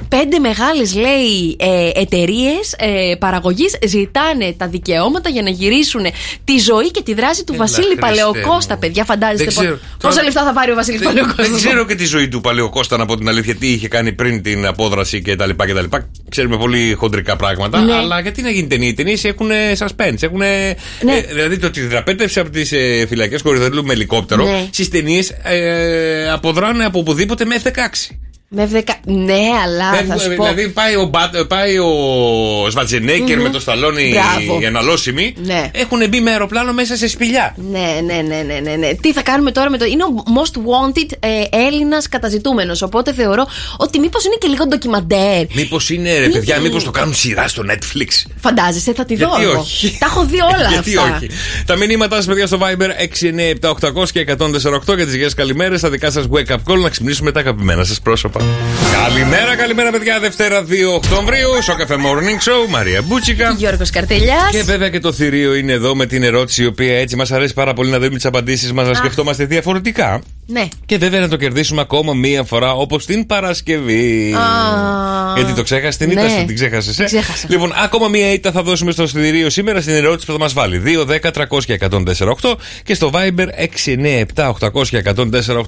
πέντε μεγάλες λέει ε, εταιρείες ε, παραγωγής ζητάνε τα δικαιώματα για να γυρίσουν τη ζωή και τη δράση του
Έλα,
Βασίλη
Χριστέ μου.
Παλαιοκώστα, παιδιά. Φαντάζεστε
Δεν
πο-
ξέρω.
πόσα
Τώρα-
λεφτά θα πάρει ο Βασίλης
Δεν,
Παλαιοκώστας.
δεν ξέρω και τη ζωή του Παλαιοκώστα να πω την αλήθεια, τι είχε κάνει πριν την απόδραση κτλ. κτλ. Ξέρουμε πολύ χοντρικά πράγματα.
Ναι.
Αλλά γιατί να γίνει ταινία. Οι ταινίες έχουν suspense. Έχουν,
Ναι.
δηλαδή το ότι δραπέτευσε από τις ε, φυλακές Κορυδαλού με ελικόπτερο
Ναι.
ναι. στις ταινίες ε, αποδράνε από οπουδήποτε με F16.
Με ευδεκα... Ναι, αλλά θα
Φεύγουν,
σου πω.
δηλαδή πάει ο, Μπατ- πάει ο Σβατζενέκερ
Μμμ.
με το σταλόνι
Μπράβο.
για να λώσιμη.
Ναι.
Έχουν μπει με αεροπλάνο μέσα σε σπηλιά.
Ναι, ναι, ναι, ναι, ναι, ναι. Τι θα κάνουμε τώρα με το. Είναι ο most wanted ε, Έλληνας καταζητούμενος. Οπότε θεωρώ ότι μήπως είναι και λίγο ντοκιμαντέρ.
Μήπως είναι ρε παιδιά, μήπως το κάνουν σειρά στο Netflix.
Φαντάζεσαι, θα τη δω.
Γιατί
εγώ.
όχι.
Τα έχω δει όλα
Γιατί
αυτά.
όχι. Τα μηνύματά σας, παιδιά, στο Viber 697-800 και 148 για τι γεγονέ καλημέρε. Τα δικά σας wake up call να ξυπνήσουμε τα αγαπημένα σας πρόσωπα. Καλημέρα, καλημέρα, παιδιά. Δευτέρα 2 Οκτωβρίου, στο Cafe Morning Show, Μαρία Μπούτσικα.
Γιώργος Καρτελιάς.
Και βέβαια και το θηρίο είναι εδώ με την ερώτηση, η οποία έτσι μας αρέσει πάρα πολύ να δούμε τις απαντήσεις μας, να σκεφτόμαστε διαφορετικά.
Ναι.
Και βέβαια να το κερδίσουμε ακόμα μία φορά όπως την Παρασκευή.
Α.
Γιατί το ξέχασες την ήττα
Ναι.
σου, την ξέχασες. Ε?
Ξέχασα.
Λοιπόν, ακόμα μία ήττα θα δώσουμε στο σιδηρίο σήμερα στην ερώτηση που θα μας βάλει. 2, 10, 300 και 148 και στο Viber 6, 9, 7, 800 και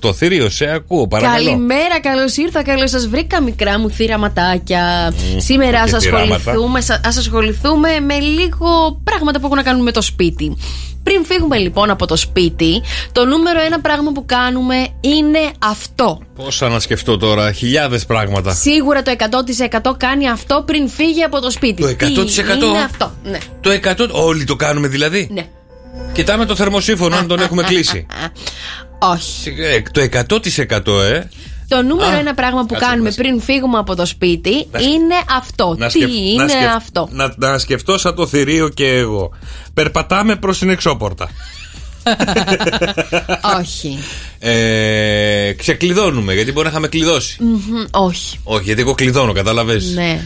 148. Θηρίο, σε ακούω, παρακαλώ.
Καλημέρα, καλώς ήρθα, καλώ σας βρήκα, μικρά μου θύραματάκια. Σήμερα
και
ας
θύραματα.
ασχοληθούμε, σα- ας ασχοληθούμε με λίγο πράγματα που έχουν να κάνουν με το σπίτι. Πριν φύγουμε λοιπόν από το σπίτι, το νούμερο ένα πράγμα που κάνουμε είναι αυτό.
Πόσα να σκεφτώ τώρα, χιλιάδες πράγματα.
Σίγουρα το 100% κάνει αυτό πριν φύγει από το σπίτι.
Το 100%?
Τι είναι αυτό. Ναι.
Το 100, όλοι το κάνουμε δηλαδή.
Ναι.
Κοιτάμε το θερμοσύφωνο, αν τον έχουμε κλείσει.
Όχι.
Ε, Το 100% ε.
Το νούμερο
Α,
ένα πράγμα που
κάτσε,
κάνουμε
να
πριν φύγουμε από το σπίτι
Να σκεφ-
είναι αυτό.
Να
Τι
σκεφ- να
είναι
σκεφ-
αυτό.
Να, να σκεφτώ σαν το θηρίο και εγώ. Περπατάμε προς την εξώπορτα.
Όχι.
Ε, ξεκλειδώνουμε, γιατί μπορεί να είχαμε κλειδώσει.
Μμμ, Όχι.
Όχι, γιατί εγώ κλειδώνω, κατάλαβες
Ναι.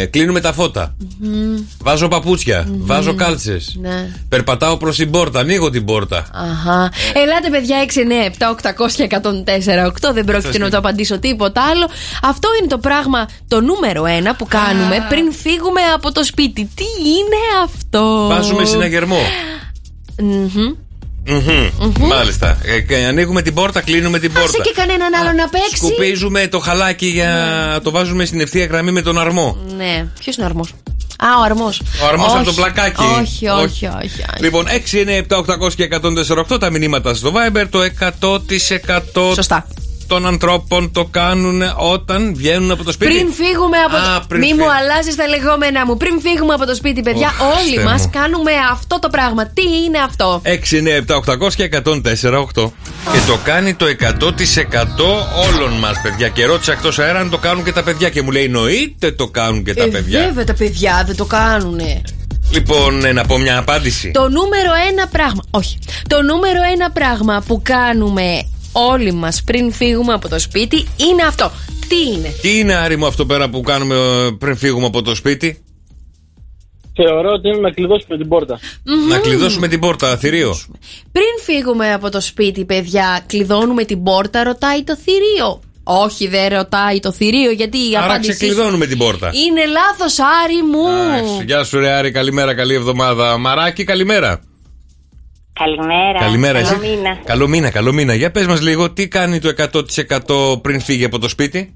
Ε, κλείνουμε τα φωτα
Μμμ,
Βάζω παπούτσια, Βάζω κάλτσες.
Ναι.
Περπατάω προς την πόρτα. Ανοίγω την πόρτα.
Αχα. Ελάτε, παιδιά, 6, 9, 7, 800 και 104, 8. Δεν πρόκειται να το απαντήσω τίποτα άλλο. Αυτό είναι το πράγμα, το νούμερο ένα που κάνουμε πριν φύγουμε από το σπίτι. Τι είναι αυτό.
Βάζουμε συναγερμό.
Μμμ.
Μμμ. Μάλιστα. Ε, και ανοίγουμε την πόρτα, κλείνουμε την πόρτα.
Άσε και κανέναν άλλο να παίξει.
Σκουπίζουμε το χαλάκι για να το βάζουμε στην ευθεία γραμμή με τον αρμό.
Ναι. Ποιος είναι ο αρμός. Α, ο αρμός.
Ο αρμός από το πλακάκι.
Όχι, όχι, όχι. όχι.
Λοιπόν, 6, 9, 7, 800 και 148 τα μηνύματα στο Viber. Το 100%
Σωστά.
των ανθρώπων το κάνουν όταν βγαίνουν από το σπίτι.
Πριν φύγουμε από
Α,
το
πριν
Μη
φύγουμε.
μου αλλάζεις τα λεγόμενά μου. Πριν φύγουμε από το σπίτι, παιδιά,
Ωχ,
όλοι
Χριστέ
μας
μου.
κάνουμε αυτό το πράγμα. Τι είναι αυτό.
6, 9, 7, 800 και 104, 8. Και το κάνει το 100% όλων μας, παιδιά. Και ρώτησα εκτός αέρα αν το κάνουν και τα παιδιά. Και μου λέει, εννοείται το κάνουν και τα παιδιά.
Ε, Βέβαια τα παιδιά δεν το κάνουνε.
Λοιπόν, ε, να πω μια απάντηση.
Το νούμερο ένα πράγμα. Όχι. Το νούμερο ένα πράγμα που κάνουμε όλοι μας πριν φύγουμε από το σπίτι είναι αυτό. Τι είναι.
Τι είναι άρη μου αυτό πέρα που κάνουμε ε, πριν φύγουμε από το σπίτι,
Θεωρώ ότι είναι να κλειδώσουμε την πόρτα.
Να κλειδώσουμε την πόρτα, θηρίο.
Πριν φύγουμε από το σπίτι, παιδιά, κλειδώνουμε την πόρτα, ρωτάει το θηρίο. Όχι, δεν ρωτάει το θηρίο, γιατί η
Άρα
απάντηση.
ξεκλειδώνουμε την πόρτα.
Είναι λάθος, Άρη
Ε.
μου.
Γεια σου, ρε Άρη, καλημέρα, καλή εβδομάδα. Μαράκι, καλημέρα.
Καλημέρα.
καλημέρα,
Καλό
εσύ.
μήνα.
Καλό μήνα, καλό μήνα. Για πες μας λίγο, τι κάνει το 100% πριν φύγει από το σπίτι.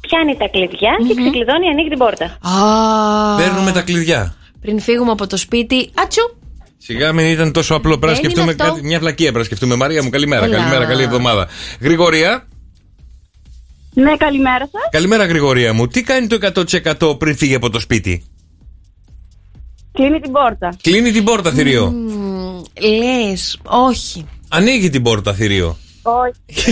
Πιάνει τα κλειδια και ξεκλειδώνει, ανοίγει την πόρτα.
Α,
Παίρνουμε τα κλειδιά.
Πριν φύγουμε από το σπίτι, ατσου.
Σιγά μην ήταν τόσο απλό. Πρέπει να
Δεν είναι
σκεφτούμε
αυτό.
κάτι. Μια βλακία πρέπει να σκεφτούμε. Μαρία μου, καλημέρα,
Έλα.
καλημέρα, καλή εβδομάδα. Γρηγορία,
Ναι, καλημέρα σας.
καλημέρα, Γρηγορία μου. Τι κάνει το 100% πριν φύγει από το σπίτι.
Κλείνει την πόρτα.
Κλείνει την πόρτα, θηρίο.
Λες, όχι.
Ανοίγει την πόρτα, θηρίο.
Όχι.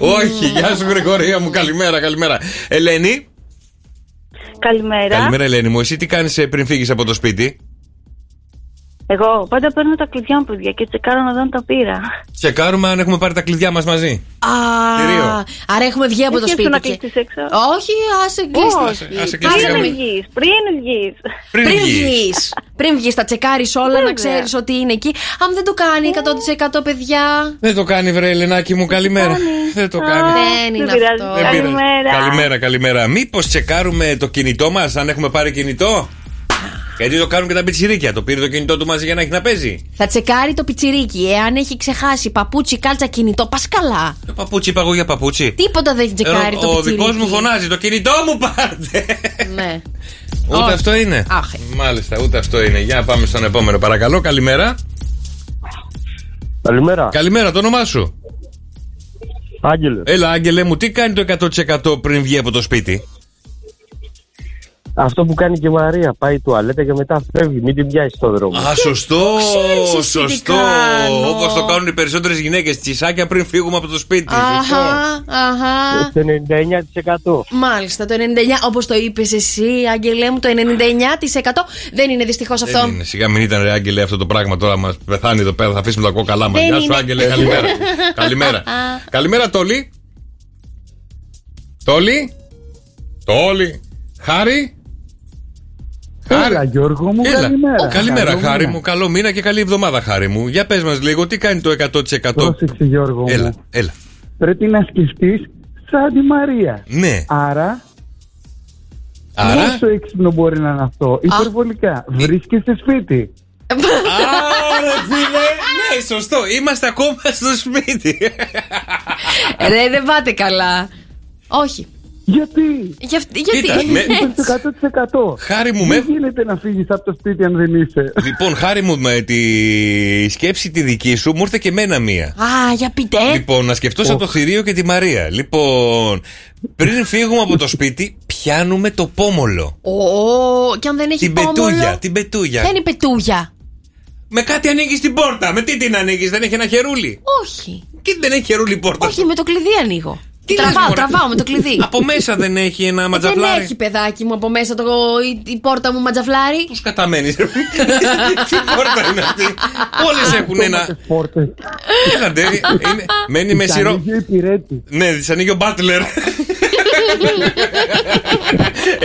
Όχι, γεια σου Γρηγορία μου, καλημέρα, καλημέρα. Ελένη,
Καλημέρα.
καλημέρα Ελένη μου, εσύ τι κάνεις ε, πριν φύγεις από το σπίτι.
Εγώ πάντα παίρνω τα κλειδιά μου, παιδιά, και τσεκάρω να δω αν τα πήρα.
Τσεκάρουμε αν έχουμε πάρει τα κλειδιά μας μαζί.
Α,
Θηρίο.
άρα έχουμε βγει από
Δεν
το
σκέφτομαι
σπίτι.
να
και-
κλείσεις έξω.
Όχι, άσε κλείσει.
Άσε κλείσει.
Πριν βγεις.
Πριν
Πριν
βγεις.
βγεις. Πριν βγεις, τα τσεκάρεις όλα, να ξέρεις ότι είναι εκεί. Αν δεν το κάνει 100% παιδιά.
Δεν το κάνει, βρε Ελενάκη μου, καλημέρα. Δεν το κάνει.
Δεν είναι αυτό.
Δεν πειράζει. Καλημέρα, καλημέρα. Μήπως τσεκάρουμε το κινητό μας, αν έχουμε πάρει κινητό. Γιατί το κάνουν και τα πιτσιρίκια. Το πήρε το κινητό του μαζί για να έχει να παίζει.
Θα τσεκάρει το πιτσιρίκι. Εάν έχει ξεχάσει παπούτσι, κάλτσα, κινητό, πας καλά.
Το παπούτσι είπα εγώ για παπούτσι.
Τίποτα δεν τσεκάρει
Ε,
το
ο ο
πιτσιρίκι.
δικός μου φωνάζει, το κινητό μου πάρτε.
Ναι.
Ούτε
Όχι.
αυτό είναι.
Άχι.
Μάλιστα, ούτε αυτό είναι. Για πάμε στον επόμενο, παρακαλώ. Καλημέρα.
Καλημέρα.
Καλημέρα, το όνομά σου.
Άγγελε.
Έλα, Άγγελε μου, τι κάνει το 100% πριν βγει από το σπίτι.
Αυτό που κάνει και η Μαρία. Πάει τουαλέτα και μετά φεύγει. Μην την πιάσει στο δρόμο.
Α, σωστό,
ξέρεις εσύ τι
σωστό.
κάνω.
Όπως το κάνουν οι περισσότερες γυναίκες, τσισάκια πριν φύγουμε από το σπίτι.
Αχα, αχα.
Το 99%.
Μάλιστα, το 99, όπως το είπες εσύ, Άγγελέ μου, το 99% δεν είναι δυστυχώς αυτό.
Δεν είναι. Σιγά μην ήταν ρε Άγγελε αυτό το πράγμα τώρα μας πεθάνει εδώ πέρα. Θα αφήσουμε τα κόκαλά μας.
Δεν
Γεια σου,
είναι.
Άγγελε. Καλημέρα. καλημέρα. καλημέρα, Τόλι. Τόλι. Τόλι. Χάρη.
Έλα Γιώργο μου,
Έλα.
καλημέρα.
Καλημέρα,
Καλό
Χάρη
μήνα.
μου. Καλό μήνα και καλή εβδομάδα, Χάρη μου. Για πες μας λίγο, τι κάνει το 100%.
Πρόσεξε Γιώργο
Έλα,
μου.
έλα.
Πρέπει να σκεφτείς σαν τη Μαρία.
Ναι.
Άρα,
Άρα?
πόσο έξυπνο μπορεί να είναι αυτό.
Ε.
Υπερβολικά. Βρίσκεσαι σπίτι.
Άρα, φίλε. Ναι, σωστό. Είμαστε ακόμα στο σπίτι.
Ε, Ρε, δεν πάτε καλά. Όχι.
Γιατί.
Για, γιατί.
Κοίτα, με-
Είσαι 100%.
Χάρη μου,
Δεν
με-
γίνεται να φύγεις από το σπίτι αν δεν είσαι.
Λοιπόν, χάρη μου με τη σκέψη τη δική σου, μου ήρθε και μένα μία.
Α, για πείτε.
Λοιπόν, να σκεφτώ σαν το θηρίο και τη Μαρία. Λοιπόν, πριν φύγουμε από το σπίτι, πιάνουμε το πόμολο.
Ω, και αν δεν έχει
Την
πόμολο.
πετούγια, την πετούγια.
Δεν είναι πετούγια.
Με κάτι ανοίγεις την πόρτα. Με τι την ανοίγεις, δεν έχει ένα χερούλι.
Όχι.
Και δεν έχει χερούλι η πόρτα.
Όχι, με το κλειδί ανοίγω.
Τι λες,
τραβάω,
μωρέ?
τραβάω με το κλειδί.
Από μέσα δεν έχει ένα
Δεν
ματζαπλάρι.
έχει παιδάκι μου από μέσα το, η, η πόρτα μου ματζαφλάρι.
Τους καταμένεις. Τι πόρτα είναι αυτή. Όλες έχουν ένα. Ε, Έλα, ντε, είναι- Μένει με
Της
σειρό.
ανοίγει ο υπηρέτης.
Ναι, της ανοίγει ο Μπάτλερ.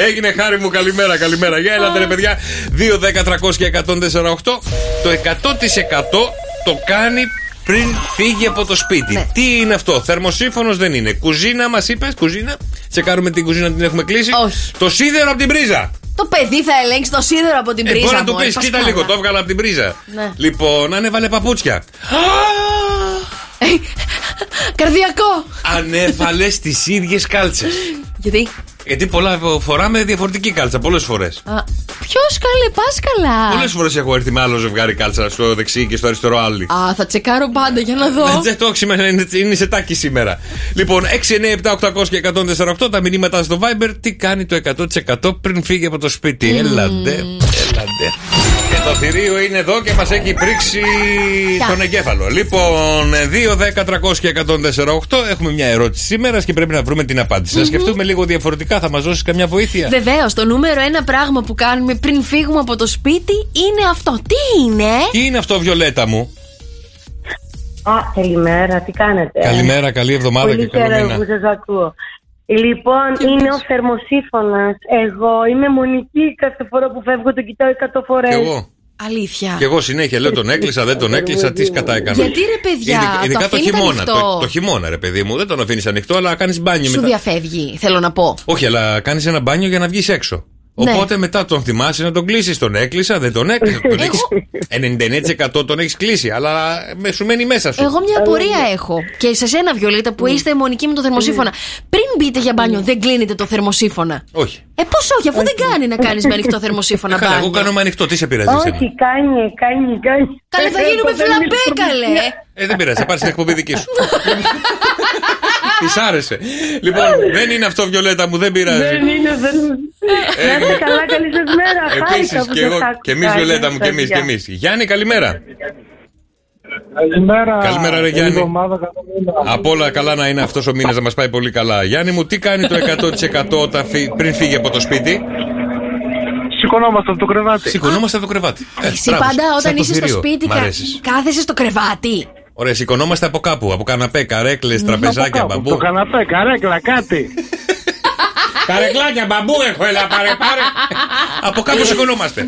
Έγινε χάρη μου, καλημέρα, καλημέρα. Για έλατε ρε παιδιά. 2, 10, 300 και 148. Το 100% το κάνει πριν φύγει από το σπίτι.
Ναι.
Τι είναι αυτό, θερμοσύφωνο δεν είναι. Κουζίνα μας είπες, κουζίνα. Τσεκάρουμε την κουζίνα, την έχουμε κλείσει. Το σίδερο από την πρίζα.
Το παιδί θα ελέγξει το σίδερο από την
Ε,
πρίζα.
μπορεί να του
μωρέ,
πεις, κοίτα
πασκάλα.
λίγο, το έβγαλα από την πρίζα.
Ναι.
Λοιπόν, ανέβαλε παπούτσια.
Ε, Καρδιακό.
Ανέβαλες τις ίδιες κάλτσες.
Γιατί.
Γιατί πολλά φοράμε διαφορετική κάλτσα, πολλές φορές.
Ποιος καλέ, πας καλά.
Πολλές φορές έχω έρθει με άλλο ζευγάρι κάλτσα στο δεξί και στο αριστερό άλλη.
Α, θα τσεκάρω πάντα για να δω.
Δεν το σήμερα είναι, είναι σε τάκι σήμερα. Λοιπόν, 6, 9, 7, 800 και 148 τα μηνύματα στο Viber. Τι κάνει το 100% πριν φύγει από το σπίτι. Έλατε, έλατε. Και το θηρίο είναι εδώ και μας έχει πρίξει
Γεια.
τον εγκέφαλο. Λοιπόν, 2, 10, 300 και 148 έχουμε μια ερώτηση σήμερα και πρέπει να βρούμε την απάντηση. Να σκεφτούμε λίγο διαφορετικά, θα μας δώσεις καμιά βοήθεια.
Βεβαίως, το νούμερο ένα πράγμα που κάνουμε πριν φύγουμε από το σπίτι είναι αυτό. Τι είναι.
Τι είναι αυτό, Βιολέτα μου.
Α, καλημέρα, τι κάνετε. ε?
Καλημέρα, καλή εβδομάδα και
Πολύ
καλό
χαίρομαι
μήνα.
που σας ακούω. Λοιπόν, είναι ο θερμοσύφωνας. Εγώ είμαι μονική κάθε φορά που φεύγω, τον κοιτάω 100 φορές.
Κι εγώ.
Αλήθεια.
Και εγώ συνέχεια λέω τον έκλεισα, δεν τον έκλεισα, τις σκατά έκανα.
Γιατί, ρε, παιδιά, το
ειδικά το
αφήνετε
χειμώνα.
ανοιχτό.
Το, το χειμώνα, ρε παιδί μου, δεν τον αφήνεις ανοιχτό, αλλά κάνεις μπάνιο
Σου
μετά.
διαφεύγει, θέλω να πω.
Όχι, αλλά κάνεις ένα μπάνιο για να βγεις έξω.
Ναι.
Οπότε μετά τον θυμάσαι να τον κλείσεις. Τον έκλεισα, δεν τον έκλεισα. Τον έχεις... 99% τον έχεις κλείσει, αλλά με- σου μένει μέσα σου.
Εγώ μια απορία έχω. Και σε σένα, Βιολίτα, που είστε μονική με το θερμοσύφωνα. Πριν μπείτε για μπάνιο, δεν κλείνετε το θερμοσύφωνα.
Όχι.
Ε, πώς όχι, αφού δεν κάνει να κάνεις με ανοιχτό θερμοσύφωνα
Καλά, εγώ
μπάνιο.
κάνω με ανοιχτό, τι σε πειράζει. εσένα?
Όχι, κάνει, κάνει, κάνει.
Καλά, θα γίνουμε φλαμπέ, καλέ.
Ε, δεν πειράζει, θα πάρεις την εκπομπή δική σου. Της άρεσε. Λοιπόν, δεν είναι αυτό, Βιολέτα μου, δεν πειράζει.
Δεν είναι, δεν Ναι,
Ε,
Να είστε καλά, καλή σα μέρα.
Επίση
Χάρηκα που
Ε, και
σας
εγώ,
άκουσα.
και εμείς Βιολέτα μου, και εμείς, και
Παιδιά.
εμείς. Γιάννη, καλημέρα.
Καλημέρα.
Καλημέρα, ρε Γιάννη.
εβδομάδα, καλό μήνα.
Από όλα καλά να είναι αυτός ο μήνας να μας πάει πολύ καλά. Γιάννη μου, τι κάνει το 100% όταν φύ- πριν φύγει από το σπίτι.
Σηκωνόμαστε από το κρεβάτι.
Σηκωνόμαστε από το κρεβάτι. Ε,
Εσύ
μπράβο,
πάντα
σαν
όταν
το
είσαι στο
θηρίο.
σπίτι,
Μ'
κα-
αρέσεις.
κάθεσαι στο κρεβάτι.
Ωραία, σηκωνόμαστε από κάπου. Από καναπέ, καρέκλες, τραπεζάκια,
από κάπου,
μπαμπού.
Το καναπέ, καρέκλα, κάτι.
Καρεκλάκια, μπαμπού έχω, έλα, πάρε, πάρε. από κάπου σηκωνόμαστε.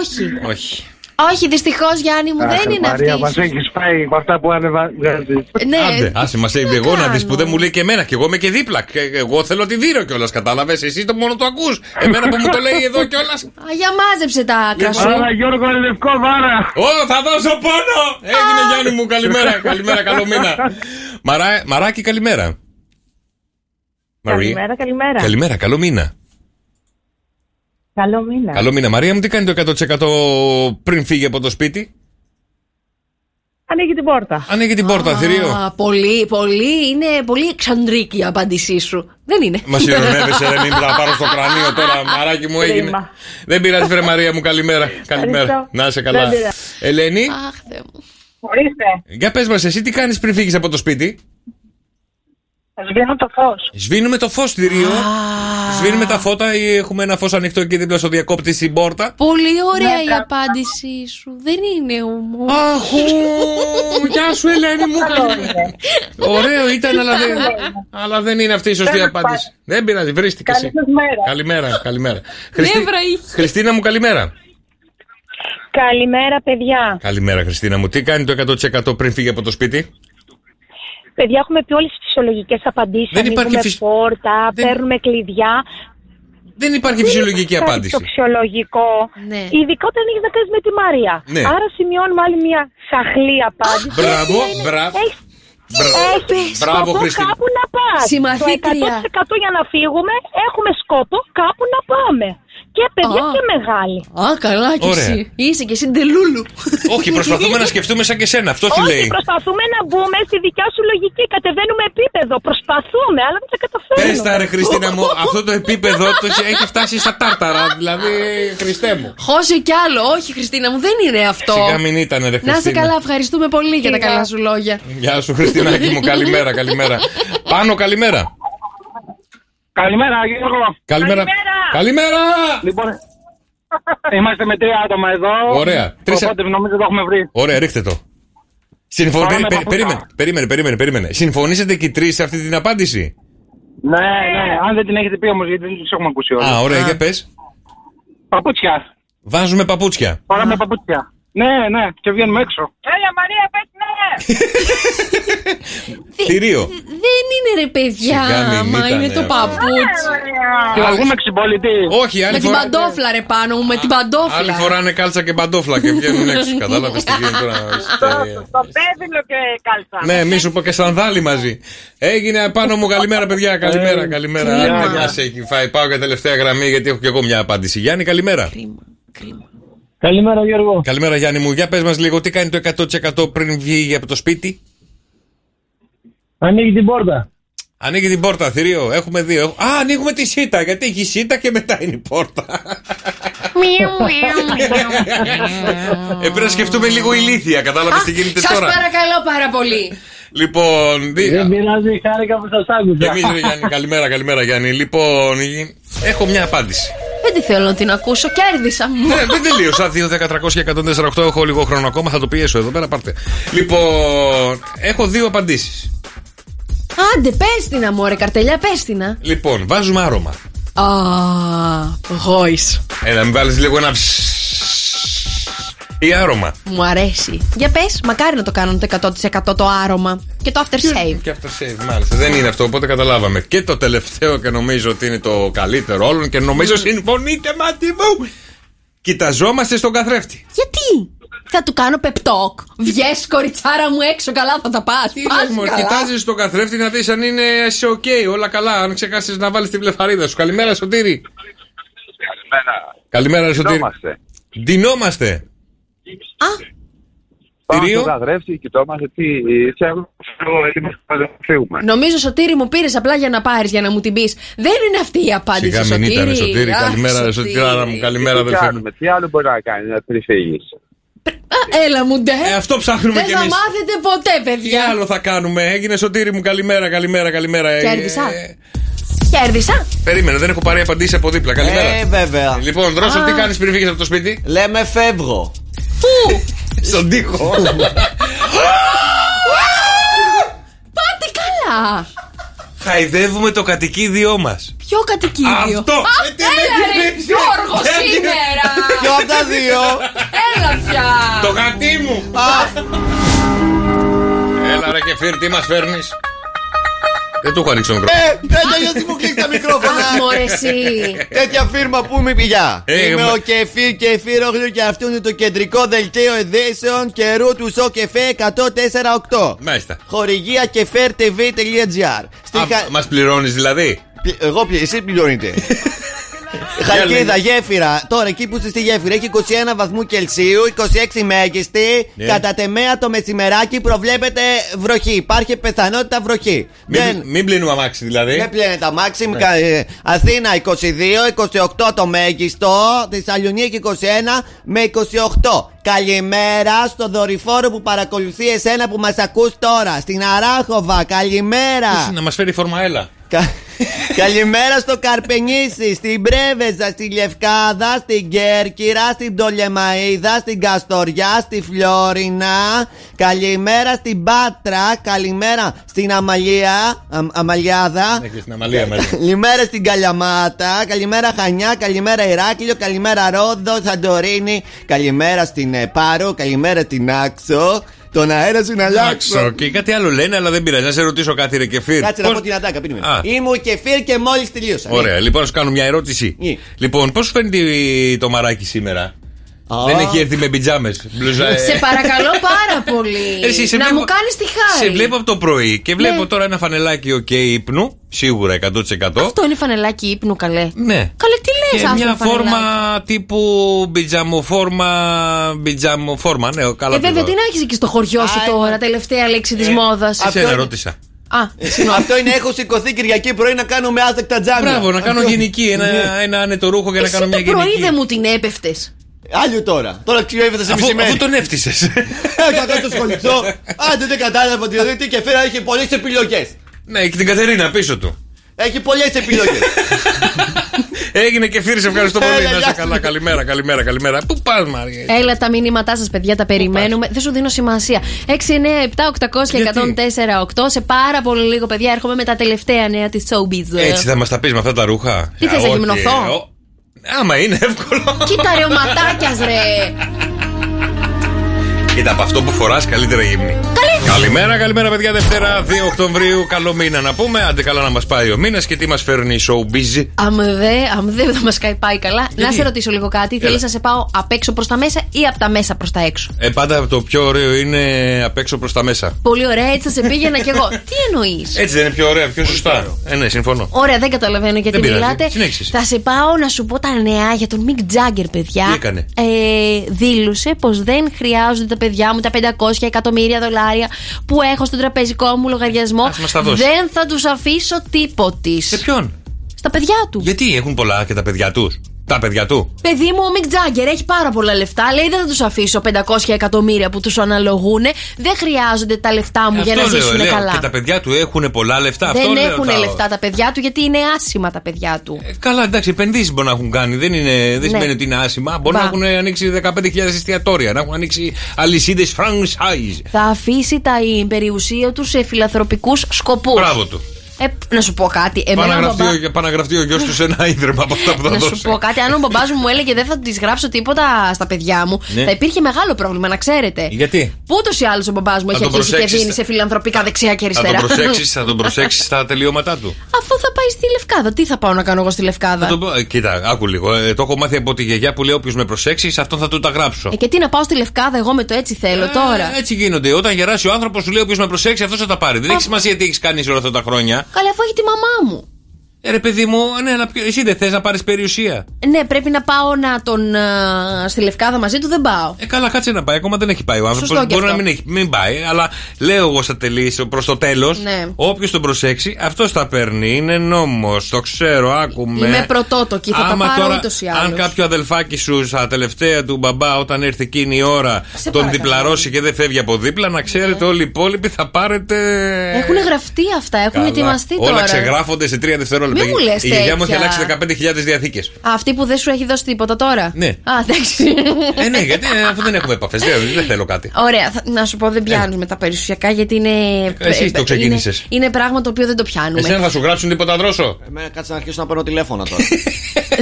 Όχι.
Όχι.
Όχι, δυστυχώς Γιάννη μου δεν είναι αυτή.
Μαρία,
η
μας έχεις πάει με αυτά που ανεβα- βγάζεις.
Ναι.
Άντε, άσε μας λέει εγώ να δεις που δεν μου λέει και εμένα. Και εγώ είμαι και δίπλα. Και Εγώ θέλω τη δίνω κιόλας, κατάλαβες. Εσύ το μόνο το ακούς. Εμένα που μου το λέει εδώ κιόλας.
Α, για μάζεψε τα άκρα σου.
Άρα,
Γιώργο, λευκό βάρα.
Ω, θα δώσω πόνο. Έγινε Γιάννη μου, καλημέρα. Καλημέρα, καλό μήνα. Μαρά, μαράκι, καλημέρα.
Καλημέρα, καλημέρα.
Καλημέρα, καλό μήνα.
Καλό μήνα.
Καλό μήνα. Μαρία μου, τι κάνει το 100% πριν φύγει από το σπίτι.
Ανοίγει την πόρτα.
Ανοίγει την πόρτα, θηρίο.
Α, πολύ, πολύ, είναι πολύ εξαντρική η απάντησή σου. Δεν είναι.
Μας ηρωνεύεσαι, ρε, μην τα πάρω στο κρανίο τώρα. Μαράκι μου έγινε.
Κρίμα.
Δεν πειράζει, βρε Μαρία μου, καλημέρα. Καλημέρα.
Ευχαριστώ.
Να είσαι καλά.
Δεν πειράζει.
Ελένη,
Ορίστε,
για πες μας, εσύ τι κάνεις πριν φύγεις από το σπίτι.
σβήνω το φως.
Σβήνουμε το φως, θηρίο. Σβήνουμε τα φώτα ή έχουμε ένα φως ανοιχτό εκεί δίπλα στο διακόπτη στην πόρτα.
Πολύ ωραία η απάντησή σου. Δεν είναι όμως.
Αχ, γεια σου, Ελένη μου. Ωραίο ήταν, αλλά δεν, αλλά δεν είναι αυτή η σωστή
Δεν
απάντηση.
υπάρχει.
Δεν πειράζει, βρίστηκες.
Καλή σας μέρα. Ναι,
Καλημέρα, καλημέρα. Χριστί-
Νεύρα είχες.
Χριστίνα μου, καλημέρα.
Καλημέρα, παιδιά.
Καλημέρα, Χριστίνα μου. Τι κάνει το 100% πριν φύγει από το σπίτι.
Παιδιά, έχουμε πει όλες τις φυσιολογικές απαντήσεις.
Δεν υπάρχει
Ανοίγουμε
φυσ-
πόρτα, παίρνουμε κλειδιά.
Δεν υπάρχει
Δεν
φυσιολογική
υπάρχει
απάντηση.
Το φυσιολογικό.
Ναι.
Ειδικά όταν έχει να κάνεις με τη Μαρία.
Ναι.
Άρα σημειώνουμε άλλη μια σαχλή απάντηση.
Μπράβο,
Αυτή είναι-
μπράβο.
έχεις-
Μπράβο,
Έχεις
Μπράβο,
σκοπό
Χριστίνα.
κάπου να πας.
Συμμαθήτρια.
Το 100% για να φύγουμε έχουμε σκόπο κάπου να πάμε. Και παιδιά
Α.
και μεγάλοι.
Α, καλά κι
Ωραία.
εσύ. Είσαι και εσύ ντελούλου.
Όχι, προσπαθούμε να σκεφτούμε σαν και σένα. Αυτό τι
Όχι,
λέει.
προσπαθούμε να μπούμε στη δικιά σου λογική. Κατεβαίνουμε επίπεδο. Προσπαθούμε, αλλά δεν τα
Πες
καταφέρνουμε.
τα ρε Χριστίνα μου, αυτό το επίπεδο το έχει- έχει φτάσει στα τάρταρα, δηλαδή Χριστέ μου.
Χώσε κι άλλο. Όχι, Χριστίνα μου, δεν είναι αυτό.
Σιγά μην ήταν ρε Χριστίνα.
Να είσαι καλά, ευχαριστούμε πολύ για τα καλά σου λόγια.
Γεια σου Χριστίνακη μου, καλημέρα, καλημέρα. Πάνω καλημέρα.
Καλημέρα, Γιώργο.
Καλημέρα. Καλημέρα!
Λοιπόν, είμαστε με τρία άτομα εδώ.
Ωραία. Τρεις
Οπότε νομίζω το έχουμε βρει.
Ωραία, ρίχτε το. Συμφω...
Πάμε
περι-
με
περι-
παπούτα.
Περίμενε, περίμενε, περίμενε, περίμενε. Συμφωνήσατε και οι τρεις σε αυτή την απάντηση.
Ναι, ναι. Αν δεν την έχετε πει όμως, γιατί δεν του έχουμε ακούσει όλοι.
Α, ωραία, για πες.
Παπούτσια.
Βάζουμε παπούτσια.
Φοράμε παπούτσια. Ναι, ναι. Και βγαίνουμε έξω.
Έλα, Μαρία, πες ναι!
Θηρίο.
Δεν είναι ρε
Σιγά
παιδιά,
μην
μα
ήταν,
είναι
ε.
το παπούτσι.
Βγούμε ξυμπολιτή.
Όχι, άλλη
Με την
φορά.
παντόφλα ρε πάνω μου, με την παντόφλα.
Άλλοι φοράνε κάλτσα και παντόφλα και βγαίνουν έξω. Κατάλαβες τι γίνεται τώρα. Στε-
Το πέδιλο και κάλτσα.
Ναι, μη σου πω και σανδάλι μαζί. Έγινε πάνω μου, καλημέρα παιδιά. Καλημέρα, καλημέρα.
κρίμα.
Άντε, να σε έχει φάει. Πάω για τελευταία γραμμή γιατί έχω και εγώ μια απάντηση. Γιάννη, καλημέρα.
Καλημέρα, Γιώργο.
Καλημέρα, Γιάννη μου. Για πες μας λίγο, τι κάνει το 100% πριν βγει από το σπίτι.
Ανοίγει την πόρτα.
Ανοίγει την πόρτα, θηρίο. Έχουμε δύο. Έχ- Α, ανοίγουμε τη σίτα. Γιατί έχει σίτα και μετά είναι η πόρτα. ε, πρέπει να σκεφτούμε λίγο ηλίθεια. Κατάλαβες τι γίνεται
Σας
τώρα.
παρακαλώ πάρα πολύ.
Λοιπόν, δι-
Δεν πειράζει, χάρηκα που σας άκουσα.
Εμείς ρε Γιάννη, καλημέρα, καλημέρα Γιάννη. Λοιπόν, έχω μια απάντηση.
Δεν τη Ε, θέλω να την ακούσω, κέρδισα.
ναι, δεν τελείωσα. 2, 10, 300 και 148. Έχω λίγο χρόνο ακόμα, θα το πιέσω εδώ πέρα, πάρτε. Λοιπόν, έχω δύο απαντήσεις.
Άντε, πες την αμόρε, καρτελιά, πες την. α.
Λοιπόν, βάζουμε άρωμα.
Α, voice.
Ε, να μην βάλεις λίγο ένα ψ. ή άρωμα.
Μου αρέσει. Για πες, μακάρι να το κάνουν το 100% το άρωμα. Και το after shave.
Και αυτό σε μάλιστα. Δεν είναι αυτό, οπότε καταλάβαμε. Και το τελευταίο και νομίζω ότι είναι το καλύτερο όλων και νομίζω συμφωνείτε μάτι μου. Κοιταζόμαστε στον καθρέφτη.
Γιατί? Θα του κάνω πεπτόκ. Βγες κοριτσάρα μου έξω, καλά θα τα πας. Πας
Μου
καλά.
κοιτάζεις στον καθρέφτη να δεις αν είναι σε οκ, όλα καλά. Αν ξεχάσεις να βάλεις την βλεφαρίδα σου. Καλημέρα, Σωτήρη. Καλημέρα, ρε Σωτήρη.
Κοιτόμαστε.
Ντυνόμαστε.
Πάμε
Κυρίω.
στον καθρέφτη, κοιτόμαστε τι σε έχω- εγώ έτοιμος να φύγουμε.
Νομίζω, Σωτήρη μου, πήρες απλά για να πάρεις για να μου την πεις. Δεν είναι αυτή η απάντηση.
Σιγά μην
Σωτήρη.
ήταν, Σωτήρη.
Αχ,
Καλημέρα, ρε
Σωτήρη.
Σωτήρα μου. Καλημέρα,
Τι
αδελφέ μου.
κάνουμε, Τι άλλο μπορεί να κάνει να πριν φύγεις.
Α, Έλα μου, ντε.
Ε, Αυτό ψάχνουμε
Δεν
κι
θα
εμείς.
μάθετε ποτέ,
Τι
παιδιά.
άλλο θα κάνουμε. Έγινε Σωτήρη μου, καλημέρα, καλημέρα, καλημέρα. Ε,
Κέρδισα.
ε,
Κέρδισα.
Περίμενε, δεν έχω πάρει απαντήσεις από δίπλα. Καλημέρα.
Ε, βέβαια.
Λοιπόν, Δρόσο, τι κάνεις πριν φύγεις από το σπίτι.
Λέμε φεύγω.
Πού?
Στον τοίχο.
Πάτε καλά.
χαϊδεύουμε το κατοικίδιό μας.
Ποιο κατοικίδιο.
Αυτό.
Α,
Ε, τι
Έλα
με
ρε
κρύψε.
Γιώργο
Ποια είναι.
σήμερα.
Ποιο από τα δύο.
Έλα πια.
Το γατί μου.
Αχ.
Έλα ρε και φύρ, τι μας φέρνεις. Δεν του έχω ανοίξει το μικρόφωνο.
Ε, τέτοια γιατί μου κλείσει τα μικρόφωνα.
Αχ, μωρέ, εσύ.
Τέτοια φίρμα που είμαι πηγιά.
Ε,
Είμαι
μα-
ο Κεφίρ Κεφίρογλου και αυτό είναι το κεντρικό δελτίο ειδήσεων καιρού του ΣΟΚΕΦΕ 104,8.
Μάλιστα.
Χορηγία κεφέρtv.gr. Στη χα-
Μας πληρώνεις δηλαδή.
Πλη- Εγώ πλη- εσύ πληρώνετε. Χαλκίδα, γέφυρα. Τώρα εκεί που είσαι στη γέφυρα έχει 21 βαθμού Κελσίου, 26 μέγιστη.
Ναι.
Κατά τεμέα το μεσημεράκι προβλέπεται βροχή. Υπάρχει πιθανότητα βροχή. Δεν-
Μην, μην πλύνουμε αμάξι δηλαδή.
δεν πλένε τα μάξι.
Ναι.
κα- ε, Αθήνα 22, 28 το μέγιστο. Θεσσαλονίκη 21 με 28. Καλημέρα στο δορυφόρο που παρακολουθεί εσένα που μας ακούς τώρα. Στην Αράχοβα. Καλημέρα.
Να μας φέρει φορμαέλα.
Κα- Καλημέρα στο Καρπενήσι, στην Πρέβεζα, στη Λευκάδα, στην Κέρκυρα, στην Πτολεμαίδα, στην Καστοριά, στη Φλόρινα. Καλημέρα στην Πάτρα, καλημέρα στην Αμαλία, αμ- Αμαλιάδα.
Ναι, και στην Αμαλία μαζί.
Καλημέρα στην Καλιαμάτα, καλημέρα Χανιά, καλημέρα Ηράκλειο, καλημέρα Ρόδο, Σαντορίνη, καλημέρα στην ε, Πάρο, καλημέρα στην Άξο. Τον αέρα σου να αλλάξω.
Άξο. Και κάτι άλλο λένε, αλλά δεν πειράζει. Να σε ρωτήσω κάτι, ρε Κεφίρ.
Κάτσε να
Πώς-
πω την ατάκα, περίμενε.
Α.
Είμαι ο Κεφίρ και μόλις τελείωσα. Ναι.
Ωραία, λοιπόν, να σου κάνω μια ερώτηση.
Ναι.
Λοιπόν, πώς σου φαίνεται το μαράκι σήμερα,
Α.
Δεν έχει έρθει με πιτζάμες. Μπλουζά. ε.
Σε παρακαλώ πάρα πολύ.
Εσύ, σε
Ε, να
βλέπω-
μου κάνεις τη χάρη.
Σε βλέπω από το πρωί και βλέπω
Ναι.
τώρα ένα φανελάκι οκ ύπνου, σίγουρα 100%.
Αυτό είναι φανελάκι ύπνου, καλέ.
Ναι.
Καλέ, τι λες,
Και μια φόρμα τύπου μπιτζαμοφόρμα. Μπιτζαμοφόρμα, ναι, καλά.
Ε,
το
βέβαια,
είπα.
τι να έχεις εκεί στο χωριό σου τώρα, τελευταία λέξη της μόδα.
Εσένα ρώτησα.
Α,
Αυτό είναι έχω σηκωθεί Κυριακή πρωί να κάνουμε άθεκτα τζάμια.
Μπράβο, να κάνω
Αυτό-
γενική. Ένα,
Ναι.
ένα άνετο ρούχο για να
εσύ
κάνω
το
μια
Ε, πρωί
γενική.
δεν μου την έπεφτες.
Άλλο τώρα. Τώρα ξυπνεύεται σε
Αφού,
μισή μέρα.
αφού τον έφτιασε.
Θα κάνω το σχολικό. Άντε δεν κατάλαβα ότι δηλαδή, τι και φέρα έχει πολλές επιλογές.
ναι, και την Κατερίνα πίσω του.
Έχει πολλές επιλογές.
Έγινε και φύρι, σε ευχαριστώ
Ε,
πολύ.
Έλα,
Να
γεια
είσαι
σου.
καλά. Καλημέρα, καλημέρα, καλημέρα. Πού πας, Μαρία.
Έλα τα μήνυματά σας, παιδιά, τα περιμένουμε. Δεν σου δίνω σημασία. 6, 9, 7, 800 1048. Σε πάρα πολύ λίγο, παιδιά, έρχομαι με τα τελευταία νέα της showbiz.
Έτσι θα μας τα πεις με αυτά τα ρούχα.
Ε. Τι θες, να
Α, όχι,
γυμνοθώ?
ε, ο- Άμα είναι εύκολο.
Κοίτα ρε, ο ματάκιας, ρε.
Κοίτα, από αυτό που φοράς καλύτερα γυμνή. Καλημέρα, καλημέρα, παιδιά. Δευτέρα 2 Οκτωβρίου. Καλό μήνα να πούμε. Άντε καλά να μας πάει ο μήνας και τι μας φέρνει η showbiz.
Αν δε- αν δεν θα μας πάει καλά, να
Γιατί?
σε ρωτήσω λίγο κάτι.
Έλα.
Θέλεις να σε πάω απ' έξω προς τα μέσα ή απ' τα μέσα προς τα έξω.
Ε, πάντα το πιο ωραίο είναι απ' έξω προς τα μέσα.
Πολύ ωραία, έτσι θα σε πήγαινα κι εγώ. Τι εννοείς.
Έτσι δεν είναι πιο ωραία, πιο σωστά. Ε, ναι, συμφωνώ.
Ωραία, δεν καταλαβαίνω γιατί
Δεν πειράζει.
μιλάτε.
Συνέχισε εσύ.
Θα σε πάω να σου πω τα νέα για τον Μικ Τζάγκερ, παιδιά.
Τι έκανε?
Ε, δήλωσε πως δεν χρειάζονται τα παιδιά μου τα 500 εκατομμύρια δολάρια που έχω στον τραπεζικό μου λογαριασμό.
Ας μας τα δώσεις.
δεν θα τους αφήσω τίποτης.
Σε ποιον?
Στα παιδιά του.
Γιατί έχουν πολλά και τα παιδιά τους. Τα παιδιά του.
Παιδί μου, ο Μικ Τζάγκερ έχει πάρα πολλά λεφτά. Λέει δεν θα τους αφήσω 500 εκατομμύρια που τους αναλογούν. Δεν χρειάζονται τα λεφτά μου για να
λέω,
ζήσουν
Ε, λέω,
καλά.
Και τα παιδιά του έχουν πολλά λεφτά.
δεν
αυτό λέω,
έχουν
τα-
λεφτά τα παιδιά του γιατί είναι άσημα τα παιδιά του.
Ε, Καλά, εντάξει, επενδύσεις μπορεί να έχουν κάνει. Δεν, είναι, δεν
Ναι.
σημαίνει ότι είναι άσημα. Μπορεί
Μπα.
να έχουν ανοίξει 15.000 εστιατόρια, να έχουν ανοίξει αλυσίδες franchise.
θα αφήσει τα η περιουσία τους σε φιλαθροπικούς σκοπούς.
Μπράβο του.
Ε, να σου πω κάτι. Εμένα
Πάνε
ο
να γραφτεί
μπαμπά-
ο- πάνε να γραφτεί ο γιος του σε ένα ίδρυμα από αυτά που θα
Να
δώσει.
σου πω κάτι. Αν ο μπαμπάς μου μου έλεγε δεν θα της γράψω τίποτα στα παιδιά μου,
Ναι.
θα υπήρχε μεγάλο πρόβλημα, να ξέρετε.
Γιατί.
Που ούτως ή άλλως ο μπαμπάς μου
Θα
έχει
τον
αρχίσει και
προσέξεις,
δίνει
θα-
σε φιλανθρωπικά δεξιά και
Θα τον
αριστερά.
προσέξεις, θα τον προσέξεις στα τελειώματά του.
Αφού θα πάει στη Λευκάδα, τι θα πάω να κάνω εγώ στη
Θα
Λευκάδα.
τον πω- ε, Κοίτα, άκου λίγο. Ε, το έχω μάθει από τη γιαγιά που λέει: Όποιος με προσέξεις, αυτόν θα του τα γράψω.
Ε, και τι να πάω στη Λευκάδα, εγώ με το έτσι θέλω τώρα.
Ε, έτσι γίνονται. Όταν γεράσει ο άνθρωπος, σου λέει: Όποιος με προσέξει, αυτός θα τα πάρει. Δεν έχει σημασία τι έχεις κάνει όλα αυτά τα χρόνια.
Καλά, αφού έχει τη μαμά μου.
Ε, ρε παιδί μου, ναι, να πιω- εσύ δεν θες να πάρεις περιουσία.
Ναι, πρέπει να πάω να τον. α, στη Λευκάδα μαζί του, δεν πάω.
Ε, καλά, κάτσε να πάει. Ακόμα δεν έχει πάει ο
Σωστό
άνθρωπο.
και
Μπορεί να
αυτό.
μην, έχει, μην πάει, αλλά λέω εγώ στα τελείως προς το τέλος.
Ναι.
Όποιος τον προσέξει, αυτός τα παίρνει. Είναι νόμος, το ξέρω, άκουμε.
Είμαι πρωτότοκη, θα τα
Άμα
πάρω
τώρα,
ούτως ή άλλως.
Αν κάποιο αδελφάκι σου στα τελευταία του μπαμπά, όταν έρθει εκείνη η ώρα,
Σε
τον
παρακαλώ. Ναι.
διπλαρώσει και δεν φεύγει από δίπλα, να ξέρετε όλοι οι υπόλοιποι θα πάρετε.
Ε, Έχουν γραφτεί αυτά, έχουν
Ε, Καλά.
ετοιμαστεί
Όλα
τώρα.
ξεγράφονται σε τρία λεπτό.
Μη μου λες
Η γιαγιά
τέτοια.
μου έχει αλλάξει 15.000 διαθήκες.
Αυτή που δεν σου έχει δώσει τίποτα τώρα.
Ναι.
Α, εντάξει.
Ε, ναι, γιατί ε, αφού δεν έχουμε επαφές, δεν, δεν θέλω κάτι.
Ωραία, θα- να σου πω δεν πιάνουμε τα περιουσιακά γιατί είναι.
Ε. Εσύ το
ε,
ξεκίνησες.
Είναι, είναι πράγμα το οποίο δεν το πιάνουμε.
Εσένα θα σου γράψουν τίποτα δρόσο.
Εμένα κάτσε να αρχίσω να παίρνω τηλέφωνα τώρα.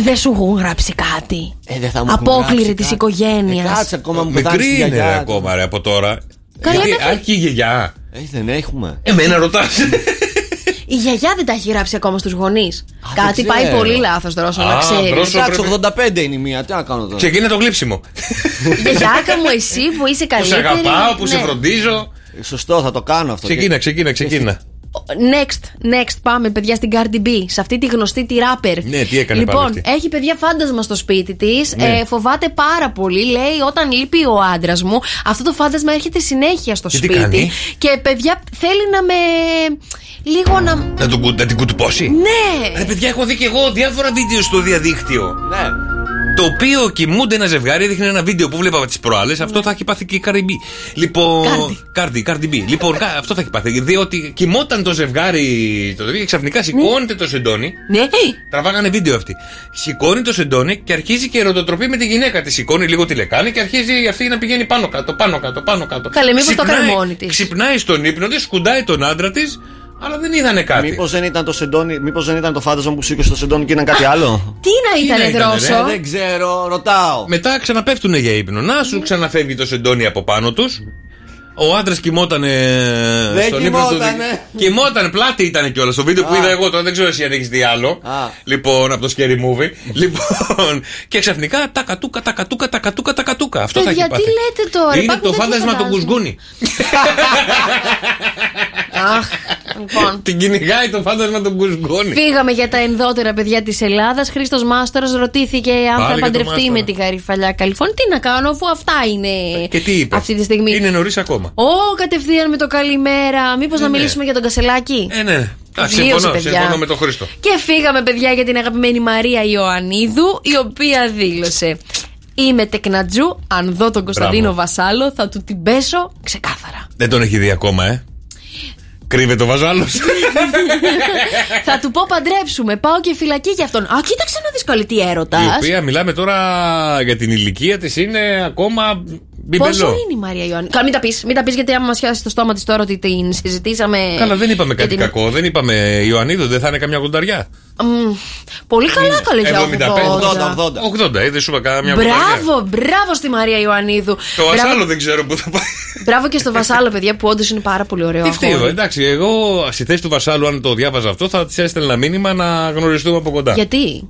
Δεν σου έχουν γράψει κάτι.
ε, δεν θα μου έχουν
Απόκληρη
γράψει
της
κάτι. Ε,
οικογένεια.
Κάτσε ακόμα μου πεθάνει
Μικρή
η
είναι ρε,
γιαγιά.
ακόμα ρε από τώρα.
Καλά,
Γιατί
δεν-
άρχιε η γιαγιά.
Ε, δεν έχουμε.
Εμένα ρωτάς.
Η γιαγιά δεν τα έχει γράψει ακόμα στους γονείς. Κάτι
δεν
πάει
ξέρω.
πολύ λάθος τώρα,
Α,
να ξέρει.
δρόσο.
Εντάξει, 85 είναι η μία, τι να κάνω τώρα.
Ξεκινά το γλύψιμο.
Γιαγιάκα μου, εσύ που είσαι
Που σε
καλύτερη.
αγαπάω, που σε
ναι.
φροντίζω.
Σωστό, θα το κάνω αυτό.
Ξεκίνα, ξεκίνα, ξεκίνα.
Next, next, πάμε παιδιά στην Cardi B, σε αυτή τη γνωστή τη ράπερ.
Ναι, τι έκανε
Λοιπόν,
πάλι αυτή.
έχει παιδιά φάντασμα στο σπίτι της.
Ναι.
Ε, φοβάται πάρα πολύ. Λέει, όταν λείπει ο άντρας μου, αυτό το φάντασμα έρχεται συνέχεια στο
Και τι
σπίτι.
κάνει?
Και παιδιά θέλει να με. λίγο να.
Να, τον, κου- να την κουτυπώσει.
Ναι!
Ρε παιδιά, έχω δει και εγώ διάφορα βίντεο στο διαδίκτυο.
Ναι.
Το οποίο κοιμούνται ένα ζευγάρι, δείχνει ένα βίντεο που βλέπαμε τις προάλλες. Αυτό θα έχει πάθει και η Cardi B. Λοιπόν.
Cardi.
Cardi, Cardi B. Λοιπόν, κα- αυτό θα έχει πάθει. Διότι κοιμόταν το ζευγάρι το τέτοιο και ξαφνικά σηκώνεται το σεντόνι.
Ναι!
Τραβάγανε βίντεο αυτή. Σηκώνει το σεντόνι και αρχίζει και ερωτοτροπεί με τη γυναίκα τη. Σηκώνει λίγο τη λεκάνη και αρχίζει αυτή να πηγαίνει πάνω κάτω, πάνω κάτω, πάνω κάτω.
Καλέ, μήπως το
Ξυπνάει-
έκανε μόνη της.
Ξυπνάει στον ύπνο της, σκουντάει τον άντρα της, αλλά δεν είδανε κάτι.
Μήπως δεν, ήταν το σεντόνι- μήπως δεν ήταν το φάντασμα που σήκωσε το σεντόνι και ήταν κάτι άλλο.
Τι να
Τι να
ήταν,
ήτανε,
δρόσο.
ρε,
δεν ξέρω, ρωτάω.
Μετά ξαναπέφτουνε για ύπνο. Να
Ναι.
σου ξαναφεύγει το σεντόνι από πάνω τους. Ο άντρας κοιμότανε.
Δεν
στον ύπνο του.
κοιμότανε.
Κοιμότανε, πλάτη ήταν κιόλα. Στο βίντεο που
Α.
είδα εγώ τώρα δεν ξέρω εσύ αν έχεις δει άλλο. Λοιπόν, από το scary movie. λοιπόν, και ξαφνικά τα κατούκα, τα κατούκα, τα κατούκα, τα κατούκα. Αυτό θα έχει
Παιδιά,
πάθει.
τι Ε, λέτε τώρα,
Είναι
υπάρχουν
το
τέτοια
φάντασμα του
φαντάσματα.
Κουζγκούνη.
Αχ, λοιπόν.
Την κυνηγάει το φάντασμα του Κουζγκούνη.
Φύγαμε για τα ενδότερα παιδιά της Ελλάδας. Χρήστος Μάστορας ρωτήθηκε αν
Πάλι
θα
για το
παντρευτεί
Μάστορα. Ε,
με την γαριφαλιά Καλυφών. Τι να κάνω, αφού αυτά είναι
Και τι είπες.
αυτή τη στιγμή.
Είναι νωρίς ακόμα.
Ω, κατευθείαν με το καλημέρα. Μήπως
Ναι,
να
ναι.
μιλήσουμε για τον Κασελάκη.
Ε, ναι, ναι. Α,
Τελείωσε,
Συμφωνώ,
παιδιά.
συμφωνώ με τον Χρήστο.
Και φύγαμε, παιδιά, για την αγαπημένη Μαρία Ιωαννίδου, η οποία δήλωσε. Είμαι τεκνατζού. Αν δω τον Κωνσταντίνο
Μπράβο.
Βασάλο, θα του την πέσω ξεκάθαρα.
Δεν τον έχει δει ακόμα, ε. Κρύβεται ο Βαζάλος.
θα του πω παντρέψουμε. Πάω και φυλακή για αυτόν. Α, κοίταξε να δεις καλή τι έρωτας.
Η οποία μιλάμε τώρα για την ηλικία της είναι ακόμα μπιμπελό.
Πόσο είναι η Μαρία Ιωάννη. Καλά, μην τα πεις, μην τα πεις, γιατί άμα μα χιάσει το στόμα της τώρα ότι την συζητήσαμε.
Καλά, δεν είπαμε
για
κάτι
την-
κακό. Δεν είπαμε Ιωαννίδου, δεν θα είναι καμιά κονταριά.
Μμ, πολύ καλά, καλέ για 80.
80. 80, είδε ε, σου είπα καμιά κονταριά.
Μπράβο, μπράβο στη Μαρία Ιωαννίδου.
Το
Μπράβο-
Βασάλο δεν ξέρω που θα πάει.
Μπράβο και στο Βασάλο, παιδιά, που όντως είναι πάρα πολύ ωραίο.
Τι φταίω,
αγόρι.
ε, εντάξει. Εγώ στη θέση του Βασάλου, αν το διάβαζα αυτό, θα της έστελνα μήνυμα να γνωριστούμε από κοντά.
Γιατί.
ε?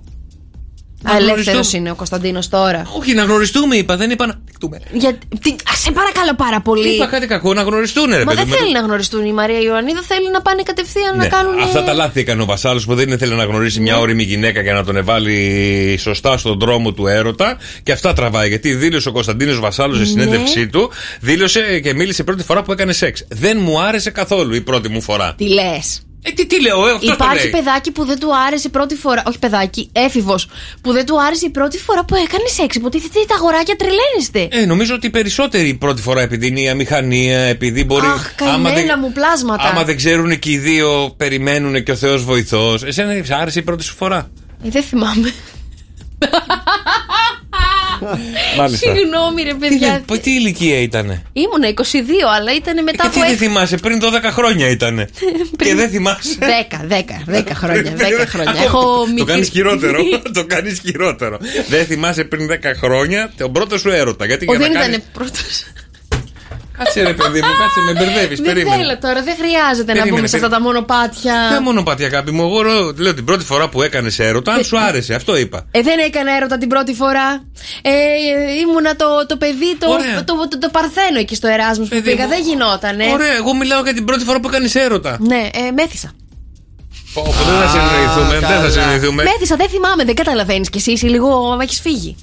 Να
Ελεύθερος
γνωριστούμε.
είναι ο Κωνσταντίνος τώρα.
Όχι, να γνωριστούμε, είπα, δεν είπα να δεχτούμε.
Για... τι- ας, Σε παρακαλώ πάρα πολύ.
Είπα κάτι κακό, να γνωριστούν,
Μα
ρε παιδί
δεν
μου.
θέλει να γνωριστούν η Μαρία Ιωαννίδου, θέλει να πάνε κατευθείαν να Ναι.
Ναι,
κάνουν.
Αυτά τα λάθη έκανε ο Βασάλο που δεν ήθελε να γνωρίσει μια όρημη γυναίκα για να τον εβάλει σωστά στον δρόμο του έρωτα. Και αυτά τραβάει. Γιατί δήλωσε ο Κωνσταντίνος Βασάλος σε
Ναι.
συνέντευξή του, δήλωσε και μίλησε πρώτη φορά που έκανε σεξ. Δεν μου άρεσε καθόλου η πρώτη μου φορά.
Τι λες.
Ε, τι, τι λέω, ε, αυτό το
Υπάρχει
λέει.
παιδάκι που δεν του άρεσε η πρώτη φορά. Όχι, παιδάκι, έφηβος. Που δεν του άρεσε η πρώτη φορά που έκανε σεξ. Υποτίθεται τα αγοράκια τρελαίνεστε.
Ε, νομίζω ότι οι περισσότεροι πρώτη φορά επειδή είναι η αμηχανία, επειδή μπορεί.
Αχ, καημένα μου πλάσματα.
άμα δεν ξέρουν και οι δύο, περιμένουν και ο Θεός βοηθός. Εσένα δεν σ' άρεσε η πρώτη σου φορά.
Ε, δεν θυμάμαι.
Μάλιστα.
Συγγνώμη, ρε
Τι,
παιδιά.
τι ηλικία ήτανε.
Ήμουνα 22, αλλά ήταν μετά
Γιατί
από.
Ε, δεν θυμάσαι, πριν 12 χρόνια ήταν. Και δεν θυμάσαι.
10, 10, 10 χρόνια. 10 χρόνια.
Ακόμα
Έχω
Το κάνει
μικρή-
χειρότερο. Το κάνεις χειρότερο. Δεν θυμάσαι πριν 10 χρόνια τον πρώτο σου έρωτα. Γιατί για
Ο
να
δεν
κάνεις...
ήταν πρώτος.
Κάτσε ρε παιδί μου, κάτσε με μπερδεύεις.
Δεν
Περίμενε.
θέλω τώρα, δεν χρειάζεται να
Περίμενε,
μπούμε σε αυτά τα μονοπάτια.
Δεν μονοπάτι, αγάπη μου. Εγώ ρω- λέω την πρώτη φορά που έκανες έρωτα, αν σου άρεσε. Αυτό είπα.
Ε, δεν έκανα έρωτα την πρώτη φορά. Ε, ε, ήμουνα το, το παιδί, το,
Ωραία.
το, το, το παρθένο εκεί στο Εράσμος που
Παιδί
πήγα.
μου.
Δεν γινότανε.
Ωραία, εγώ μιλάω για την πρώτη φορά που έκανες έρωτα.
Ναι, ε, μέθησα.
Πω, πω, Δεν θα συνοηθούμε, δεν θα συνοηθούμε.
Μέθησα, δεν θυμάμαι, δεν καταλαβαίνεις κι εσύ, είσαι λίγο έχεις φύγει.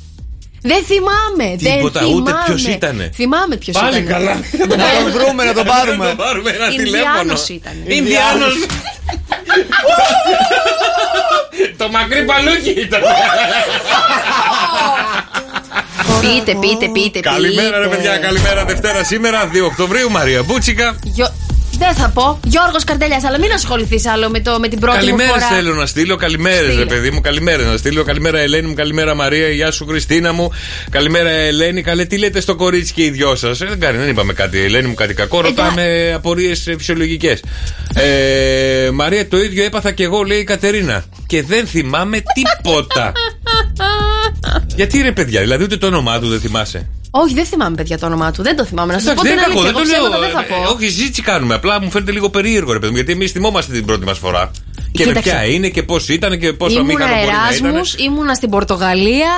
Δεν θυμάμαι,
Τίποτα,
δεν θυμάμαι.
ούτε ποιος ήτανε.
Θυμάμαι ποιος ήταν.
Πάλι καλά.
Να τον βρούμε, να τον
Ναι. Να
πάρουμε.
πάρουμε ένα τηλέφωνο.
Ινδιάνος ήταν.
Ινδιάνος. Το μακρύ παλούκι ήταν.
Πείτε, πείτε, πείτε.
Καλημέρα, ρε
πείτε.
παιδιά, καλημέρα. Δευτέρα σήμερα, 2 Οκτωβρίου, Μαρία Μπούτσικα.
Γιο- Δεν θα πω. Γιώργος Καρτέλιας, αλλά μην ασχοληθείς άλλο με, το, με την πρώτη μου
Καλημέρα
φορά.
θέλω να στείλω, καλημέρες ρε παιδί μου, καλημέρες να στείλω. Καλημέρα Ελένη μου, καλημέρα Μαρία, γεια σου Χριστίνα μου. Καλημέρα Ελένη, καλέ τι λέτε στο κορίτσι και οι δυο σας. δεν κάνει, δεν είπαμε κάτι Ελένη μου, κάτι
Ε,
κακό. Ρωτάμε απορίες φυσιολογικές. Ε, Μαρία, το ίδιο έπαθα και εγώ, λέει η Κατερίνα. Και δεν θυμάμαι τίποτα. Γιατί ρε παιδιά, δηλαδή ούτε το όνομά του δεν θυμάσαι.
Όχι, δεν θυμάμαι, παιδιά, το όνομά του. Δεν το θυμάμαι. Να σας πω
Εντάξει,
την
δεν είναι κακό,
αλήθεια.
δεν
Εγώ
το
ψέματα δεν θα
λέω. Ε,
πω.
Όχι, συζήτηση κάνουμε. Απλά μου φαίνεται λίγο περίεργο, ρε παιδί μου, γιατί εμείς θυμόμαστε την πρώτη μας φορά. Και με
Κοίταξε.
ποια είναι και πώς ήταν και πόσο
Ήμουνα
αμήχανο μπορεί να ήταν. ε.
Εράσμους, ήμουνα στην Πορτογαλία,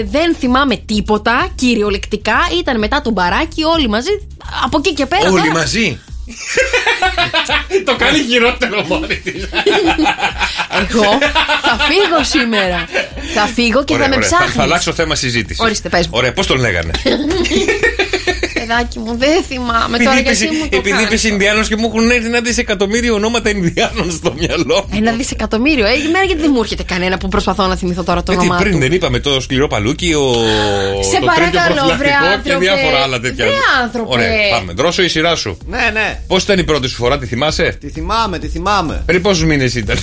ε, δεν θυμάμαι τίποτα κυριολεκτικά. Ήταν μετά τον μπαράκι, όλοι μαζί. Από εκεί και πέρα.
Όλοι
τώρα-
μαζί. Το κάνει χειρότερο μόνη της.
Εγώ θα φύγω σήμερα. θα φύγω και θα με
θα, θα
ψάχνεις.
αλλάξω θέμα συζήτησης.
Ορίστε, πες μου.
Ωραία, πώς τον λέγανε.
Παιδάκι μου, δεν θυμάμαι τώρα
Επειδή
γιατί
είπες-
μου το
Επειδή
κάνεις.
είπες Ινδιάνος και μου έχουν έρθει ένα δισεκατομμύριο ονόματα Ινδιάνων στο μυαλό.
Ένα δισεκατομμύριο. Ε, εμένα γιατί δεν μου έρχεται κανένα που προσπαθώ να θυμηθώ τώρα το
Γιατί
όνομά
Ε, πριν
του.
δεν είπαμε το σκληρό παλούκι, ο.
Σε
το
παρακαλώ,
τρίτο
βρε
προφυλακτικό και
άνθρωπε.
διάφορα άλλα τέτοια.
Βρε άνθρωπε.
Ωραία, πάμε. Δρόσο η σειρά σου.
Ναι, ναι.
Πώς ήταν η πρώτη σου φορά, τη θυμάσαι?
Τη θυμάμαι, τη θυμάμαι.
Πριν πόσους μήνες ήταν.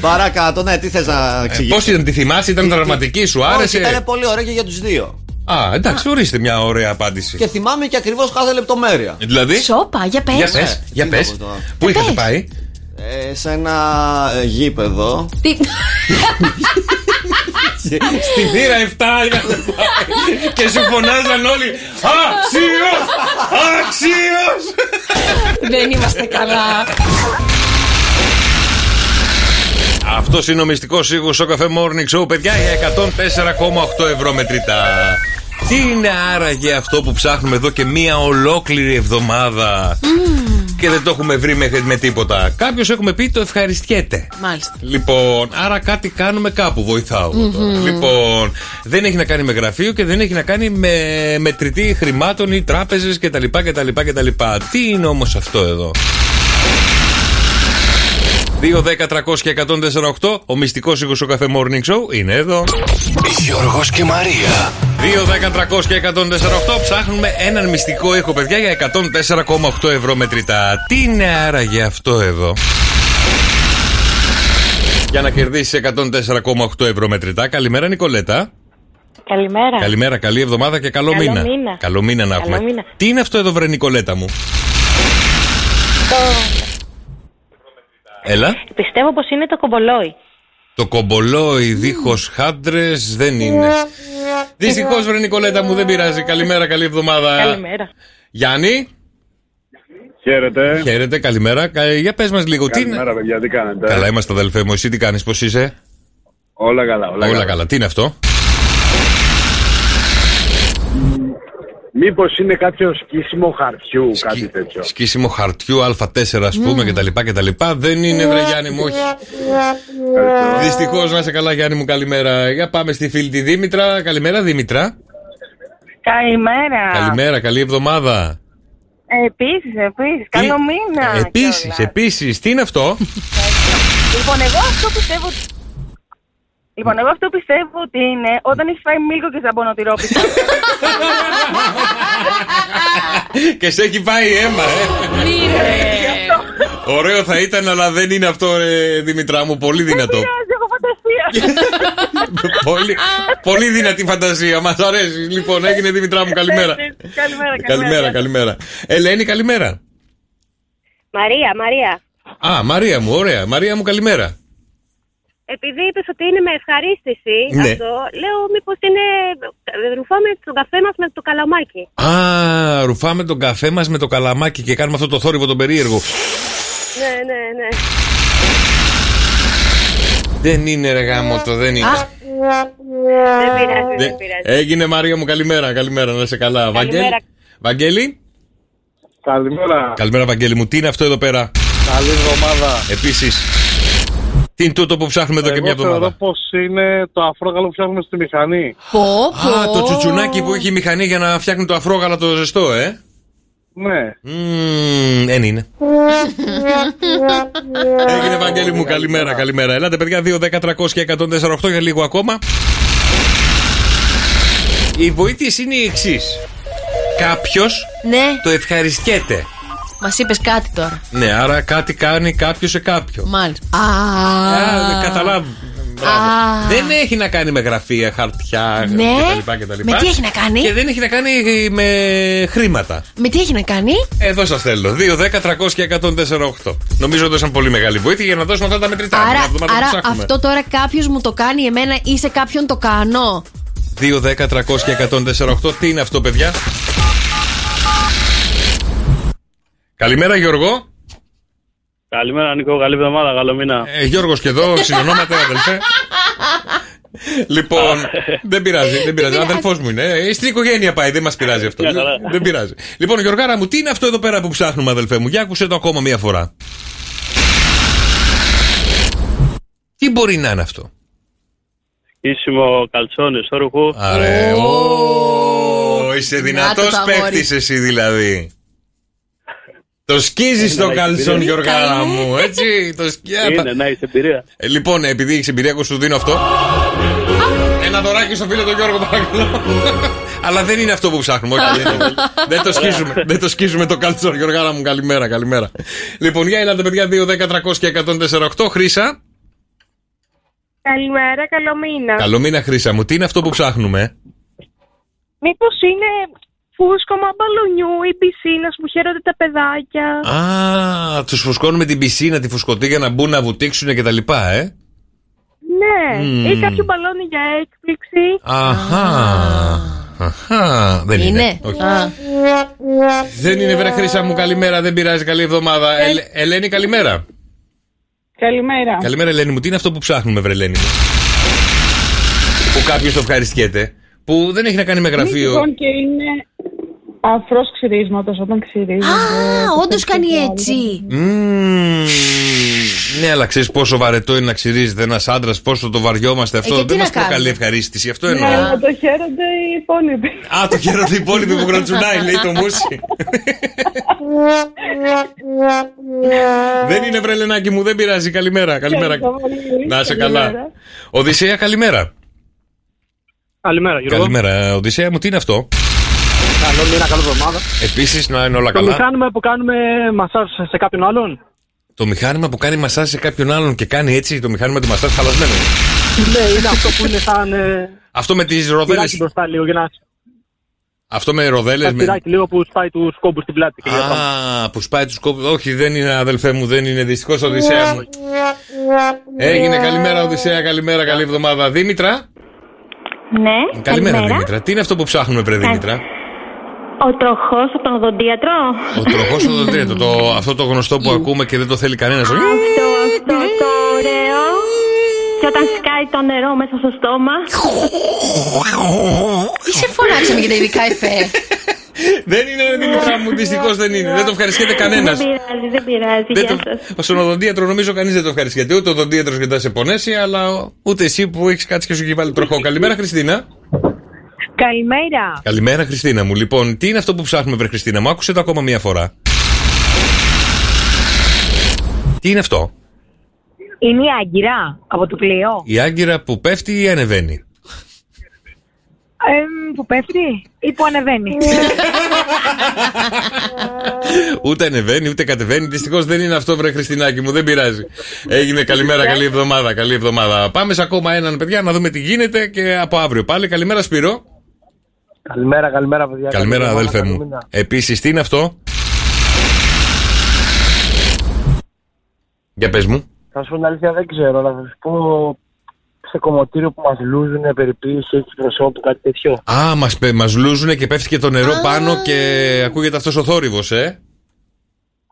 Παρακάτω, ναι, τι θες να εξηγήσω.
Πώς ήταν, τη θυμάσαι, ήταν δραματική, σου άρεσε.
Όχι, ήταν πολύ ωραία και για τους δύο.
Α, εντάξει, ορίστε μια ωραία απάντηση.
Και θυμάμαι και ακριβώς κάθε λεπτομέρεια.
Δηλαδή.
Σόπα, για πες.
Για πες, για πες. Πού είχατε πάει.
Ε, σε ένα ε, γήπεδο.
Τι-
Στην θύρα 7 είχατε πάει. και σου φωνάζαν όλοι. Αξίω! Αξίω!
Δεν είμαστε καλά.
Αυτός είναι ο μυστικός σίγουρο στο καφέ Morning Show, παιδιά, για 104,8 ευρώ μετρητά. Τι είναι άραγε αυτό που ψάχνουμε εδώ και μία ολόκληρη εβδομάδα και δεν το έχουμε βρει μέχρι με τίποτα. Κάποιος έχουμε πει το ευχαριστιέται.
Μάλιστα.
Λοιπόν, άρα κάτι κάνουμε κάπου, βοηθάω. εγώ τώρα.
Μμμ.
Λοιπόν, δεν έχει να κάνει με γραφείο και δεν έχει να κάνει με μετρητή χρημάτων ή τράπεζες κτλ, κτλ, κτλ. Τι είναι όμως αυτό εδώ. 2, 10, 300 και 148. Ο μυστικός οίκο ο κάθε morning show είναι εδώ.
Γιώργος και Μαρία.
2, 10, 300 και 148. Ψάχνουμε έναν μυστικό ήχο, παιδιά, για 104,8 ευρώ μετρητά. Τι είναι άραγε αυτό εδώ. Για να κερδίσεις 104,8 ευρώ μετρητά. Καλημέρα, Νικολέτα.
Καλημέρα.
Καλημέρα, καλή εβδομάδα και καλό,
Ναι. Καλό
μήνα.
μήνα.
Καλό μήνα να
Καλό
έχουμε.
μήνα.
Τι είναι αυτό εδώ, βρε Νικολέτα μου. Έλα.
Το... Πιστεύω πως είναι το κομπολόι.
Το κομπολόι δίχως χάντρες δεν
Ναι.
είναι. Δυστυχώ, βρε Νικολέτα μου, δεν πειράζει. Καλημέρα, καλή εβδομάδα.
Καλημέρα.
Γιάννη.
Χαίρετε.
Χαίρετε, καλημέρα. Κα- Για πες μας λίγο, τι είναι.
Καλημέρα, παιδιά, τι κάνετε.
Καλά είμαστε, αδελφέ μου. Εσύ τι κάνεις, πώς είσαι.
Όλα καλά, όλα,
Όλα
καλά.
καλά. Τι είναι αυτό.
Μήπως είναι κάποιο σκίσιμο χαρτιού, κάτι τέτοιο.
Σκίσιμο χαρτιού Α4, ας πούμε, κτλ. κτλ. Δεν είναι, βρε Γιάννη μου, όχι. Δυστυχώς, να είσαι καλά, Γιάννη μου, καλημέρα. Για πάμε στη φίλη τη Δήμητρα. Καλημέρα, Δήμητρα.
Καλημέρα.
Καλημέρα, καλή εβδομάδα.
Επίσης, επίσης. Καλό μήνα.
Ε, Επίσης, επίσης, τι είναι αυτό.
Λοιπόν, εγώ αυτό πιστεύω. Λοιπόν, εγώ αυτό πιστεύω ότι είναι όταν έχεις φάει μίλκο και ζαμπονοτυρόπιτα.
Και σε έχει πάει αίμα, ε. Ωραίο θα ήταν, αλλά δεν είναι αυτό, ρε, Δημητρά μου. Πολύ δυνατό.
Πειράζει, έχω φαντασία.
πολύ, πολύ δυνατή φαντασία. Μας αρέσει. Λοιπόν, έγινε Δημητρά μου, καλημέρα.
Επίσης, Καλημέρα,
καλημέρα, καλημέρα. Ελένη, καλημέρα.
Μαρία, Μαρία.
Α, Μαρία μου, ωραία. Μαρία μου, καλημέρα.
Επειδή είπες ότι είναι με ευχαρίστηση
Ναι.
αυτό, λέω μήπως είναι. Ρουφάμε τον καφέ μας με το καλαμάκι.
Α, ρουφάμε τον καφέ μας με το καλαμάκι και κάνουμε αυτό το θόρυβο τον περίεργο.
Ναι, ναι, ναι.
Δεν είναι, ρε γάμο, το δεν είναι.
Δεν πειράζει,
Ναι.
δεν πειράζει.
Έγινε Μαρία μου, καλημέρα, καλημέρα, να είσαι καλά. Βαγγέλη. Βαγγέλη.
Καλημέρα.
Καλημέρα, Βαγγέλη μου. Τι είναι αυτό εδώ πέρα.
Καλή εβδομάδα.
Επίσης. Τι είναι τούτο που ψάχνουμε εδώ και μια
Εγώ θεωρώ
εβδομάδα.
πως είναι το αφρόγαλο που φτιάχνουμε στη μηχανή.
Πω,
Α, το τσουτσουνάκι που έχει η μηχανή για να φτιάχνει το αφρόγαλα το ζεστό, ε.
Ναι.
Μμμ, δεν είναι. Έγινε Βαγγέλη μου, καλημέρα, καλημέρα. Ελάτε, παιδιά, 2, 10, 300 και 148 για λίγο ακόμα. Οι βοήθειε είναι οι εξής. κάποιος
Ναι.
το ευχαριστιέται.
Μας είπες κάτι τώρα.
Ναι, άρα κάτι κάνει κάποιος σε κάποιο.
Μάλιστα.
Α,
Α,
δεν καταλάβω. Μπράβο.
Α.
Δεν έχει να κάνει με γραφεία, χαρτιά
Ναι.
κτλ. κτλ.
Με τι έχει να κάνει?
Και δεν έχει να κάνει με χρήματα.
Με τι έχει να κάνει.
Εδώ σας θέλω. 2, 10, 300 και 148. Νομίζω ότι ήταν πολύ μεγάλη βοήθεια για να δώσουμε αυτά τα μετρητά.
Άρα,
Μια εβδομάδα
άρα
που ψάχνουμε.
αυτό τώρα κάποιος μου το κάνει εμένα ή σε κάποιον το κάνω.
2, 10, 300 και 148. Τι είναι αυτό, παιδιά. Καλημέρα, Γιώργο.
Καλημέρα, Νίκο. Καλή εβδομάδα, καλό μήνα.
Ε, Γιώργος και εδώ, συνονόματα, αδελφέ. λοιπόν, δεν πειράζει, δεν πειράζει. Αδελφός μου είναι. Ε, Στην οικογένεια πάει, δεν μας πειράζει αυτό.
Μια χαρά.
δεν πειράζει. Λοιπόν, Γιωργάρα μου, τι είναι αυτό εδώ πέρα που ψάχνουμε, αδελφέ μου. Για άκουσε το ακόμα μία φορά. Τι μπορεί να είναι αυτό.
Ίσιμο καλτσόνι, όρουχου.
Αρέ, ω, είσαι δυνατό
το αγόρι.
παίκτης εσύ δηλαδή. Το σκίζει
Είναι
το
nice
καλσόν,
εμπειρία.
Γιωργάρα
Καλέ.
μου, έτσι. Το σκιά-
Είναι να είσαι εμπειρία.
Ε, λοιπόν, επειδή έχεις εμπειρία, εγώ σου δίνω αυτό. Ένα δωράκι στο φίλο του Γιώργο, παρακαλώ. Αλλά δεν είναι αυτό που ψάχνουμε. όχι, δεν, είναι. δεν το σκίζουμε. δεν το σκίζουμε το καλτσόν, Γιωργάρα μου. Καλημέρα, καλημέρα. λοιπόν, για έλατε, παιδιά, 2, 10, 300 και 148. Χρήσα.
Καλημέρα, καλό μήνα.
Καλό μήνα, Χρήσα μου. Τι είναι αυτό που ψάχνουμε. ε?
Μήπως είναι φούσκωμα μπαλονιού ή πισίνα που χαίρονται τα παιδάκια.
Α, τους φουσκώνουμε την πισίνα, τη φουσκωτή για να μπουν να βουτήξουν και τα λοιπά, ε.
Ναι,
Μμμ.
ή κάποιο μπαλόνι για έκπληξη.
Αχα. Αχα. Δεν είναι. Όχι. Δεν είναι βρε Χρύσα μου, καλημέρα, δεν πειράζει, καλή εβδομάδα. Ε, Ελένη, καλημέρα.
Καλημέρα.
Καλημέρα, Ελένη μου. Τι είναι αυτό που ψάχνουμε, βρε Ελένη μου. που κάποιος το ευχαριστιέται. Που δεν έχει να κάνει με γραφείο.
Λοιπόν και είναι αφρός ξυρίσματος όταν ξυρίζει.
Α, όντως κάνει έτσι.
Μμμ. Ναι, αλλά ξέρεις πόσο βαρετό είναι να ξυρίζεται ένας άντρας, πόσο το βαριόμαστε αυτό.
Ε, και τι
δεν
να
μας προκαλεί
κάνουμε.
ευχαρίστηση, αυτό
Ναι,
εννοώ.
αλλά το χαίρονται οι υπόλοιποι.
Α, το χαίρονται οι υπόλοιποι που γρατσουνάει, λέει το μουσι. δεν είναι βρε Ελενάκη μου, δεν πειράζει. Καλημέρα, καλημέρα. Να είσαι καλά. Οδυσσέα, καλημέρα.
Καλημέρα, Γιώργο.
Καλημέρα, Οδυσσέα μου, τι είναι αυτό.
Καλό μήνα, καλή εβδομάδα.
Επίσης, να είναι όλα
Το
καλά.
μηχάνημα που κάνουμε μασάζ σε κάποιον άλλον.
Το μηχάνημα που κάνει μασάζ σε κάποιον άλλον και κάνει έτσι το μηχάνημα του μασάζ χαλασμένο.
ναι, είναι αυτό που είναι σαν. ε,
Αυτό με τις ροδέλες.
Πυράκι μπροστά λίγο για να.
Αυτό με ροδέλες.
Σαν πυράκι λίγο που σπάει τους κόμπους στην πλάτη. και τέτοια.
Α, που σπάει τους κόπου. Όχι, δεν είναι αδελφέ μου, δεν είναι δυστυχώς Οδυσσέα μου. Έγινε, καλημέρα Οδυσσέα, καλημέρα, καλή εβδομάδα. Δήμητρα.
Ναι,
Καλημέρα, Δήμητρα. Τι είναι αυτό που ψάχνουμε, Πρε Δήμητρα.
Ο τροχός από τον οδοντίατρο.
Ο τροχός οδοντρέτο. Το, αυτό το γνωστό που ακούμε και δεν το θέλει κανένας.
Αυτό, αυτό το ωραίο. Και όταν σκάει το νερό μέσα στο στόμα.
Τι σε φωνάξαμε για τα ειδικά εφέ.
δεν είναι, ρε Δήμητρα μου, δυστυχώ δεν είναι. Δεν το ευχαριστιέται κανένα.
Δεν πειράζει, δεν πειράζει.
Δεν
Γεια
το-
σας.
Στον οδοντίατρο νομίζω κανείς δεν το ευχαριστιέται. Ούτε ο οδοντίατρος γιατί θα σε πονέσει, αλλά ο- ούτε εσύ που έχεις κάτσει και σου έχει βάλει τροχό. Καλημέρα, Χριστίνα.
Καλημέρα.
Καλημέρα, Χριστίνα μου. Λοιπόν, τι είναι αυτό που ψάχνουμε, βρε Χριστίνα μου. Άκουσε το ακόμα μία φορά. Τι είναι αυτό,
Είναι η Άγκυρα από το πλοίο.
Η άγκυρα που πέφτει ή ανεβαίνει.
Ε, που πέφτει ή που ανεβαίνει.
Ναι.
Ούτε ανεβαίνει, ούτε κατεβαίνει. Δυστυχώς δεν είναι αυτό, βρε Χριστινάκη μου. Δεν πειράζει. Έγινε καλημέρα, καλή εβδομάδα. Καλή εβδομάδα. Πάμε σε ακόμα έναν, παιδιά, να δούμε τι γίνεται και από αύριο πάλι. Καλημέρα, Σπύρο.
Καλημέρα, καλημέρα, παιδιά.
Καλημέρα,
Καλή
αδέλφε
εβδομάδα,
μου.
καλή μήνα.
Επίσης, τι είναι αυτό. Για πες μου.
Θα σου πω την αλήθεια, δεν ξέρω, αλλά θα σου πω σε κομμωτήριο που μας λούζουν περιποίηση έτσι προσώπου, κάτι τέτοιο.
Α, μας μας λούζουνε και πέφτει και το νερό πάνω και ακούγεται αυτός ο θόρυβος, ε.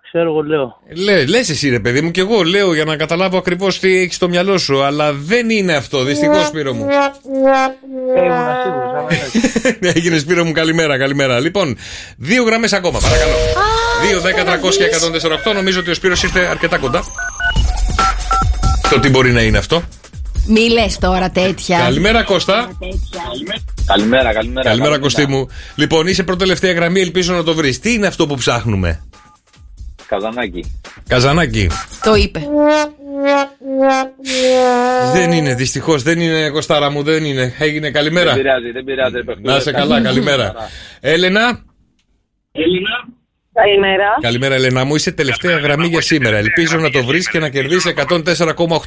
Ξέρω, εγώ λέω.
Λε λες εσύ, ρε παιδί μου, και εγώ λέω για να καταλάβω ακριβώς τι έχεις στο μυαλό σου. Αλλά δεν είναι αυτό, δυστυχώς, Σπύρο μου.
Ε,
Ναι, Έγινε Σπύρο μου, καλημέρα, καλημέρα. Λοιπόν, δύο γραμμές ακόμα, παρακαλώ. 2, 10, 300 και 148. Νομίζω ότι ο Σπύρος ήρθε αρκετά κοντά. Το τι μπορεί να είναι αυτό.
Μη λες τώρα τέτοια.
Καλημέρα, Κώστα.
Καλημέρα, καλημέρα.
Καλημέρα, Κωστή μου. Λοιπόν, είσαι πρώτη-τελευταία γραμμή, ελπίζω να το βρεις. Τι είναι αυτό που ψάχνουμε,
Καζανάκι.
Καζανάκι.
Το είπε.
Δεν είναι, δυστυχώς δεν είναι, Κωστάρα μου, δεν είναι. Έγινε, καλημέρα.
Δεν πειράζει, δεν πειράζει. ρε,
Να
παιχτούλες.
σε καλά,
Καλημέρα.
καλημέρα. Έλενα,
Έλληνα.
Καλημέρα.
Καλημέρα, Ελένα μου. Είσαι τελευταία γραμμή για σήμερα. Ελπίζω να το βρεις και να κερδίσεις 104,8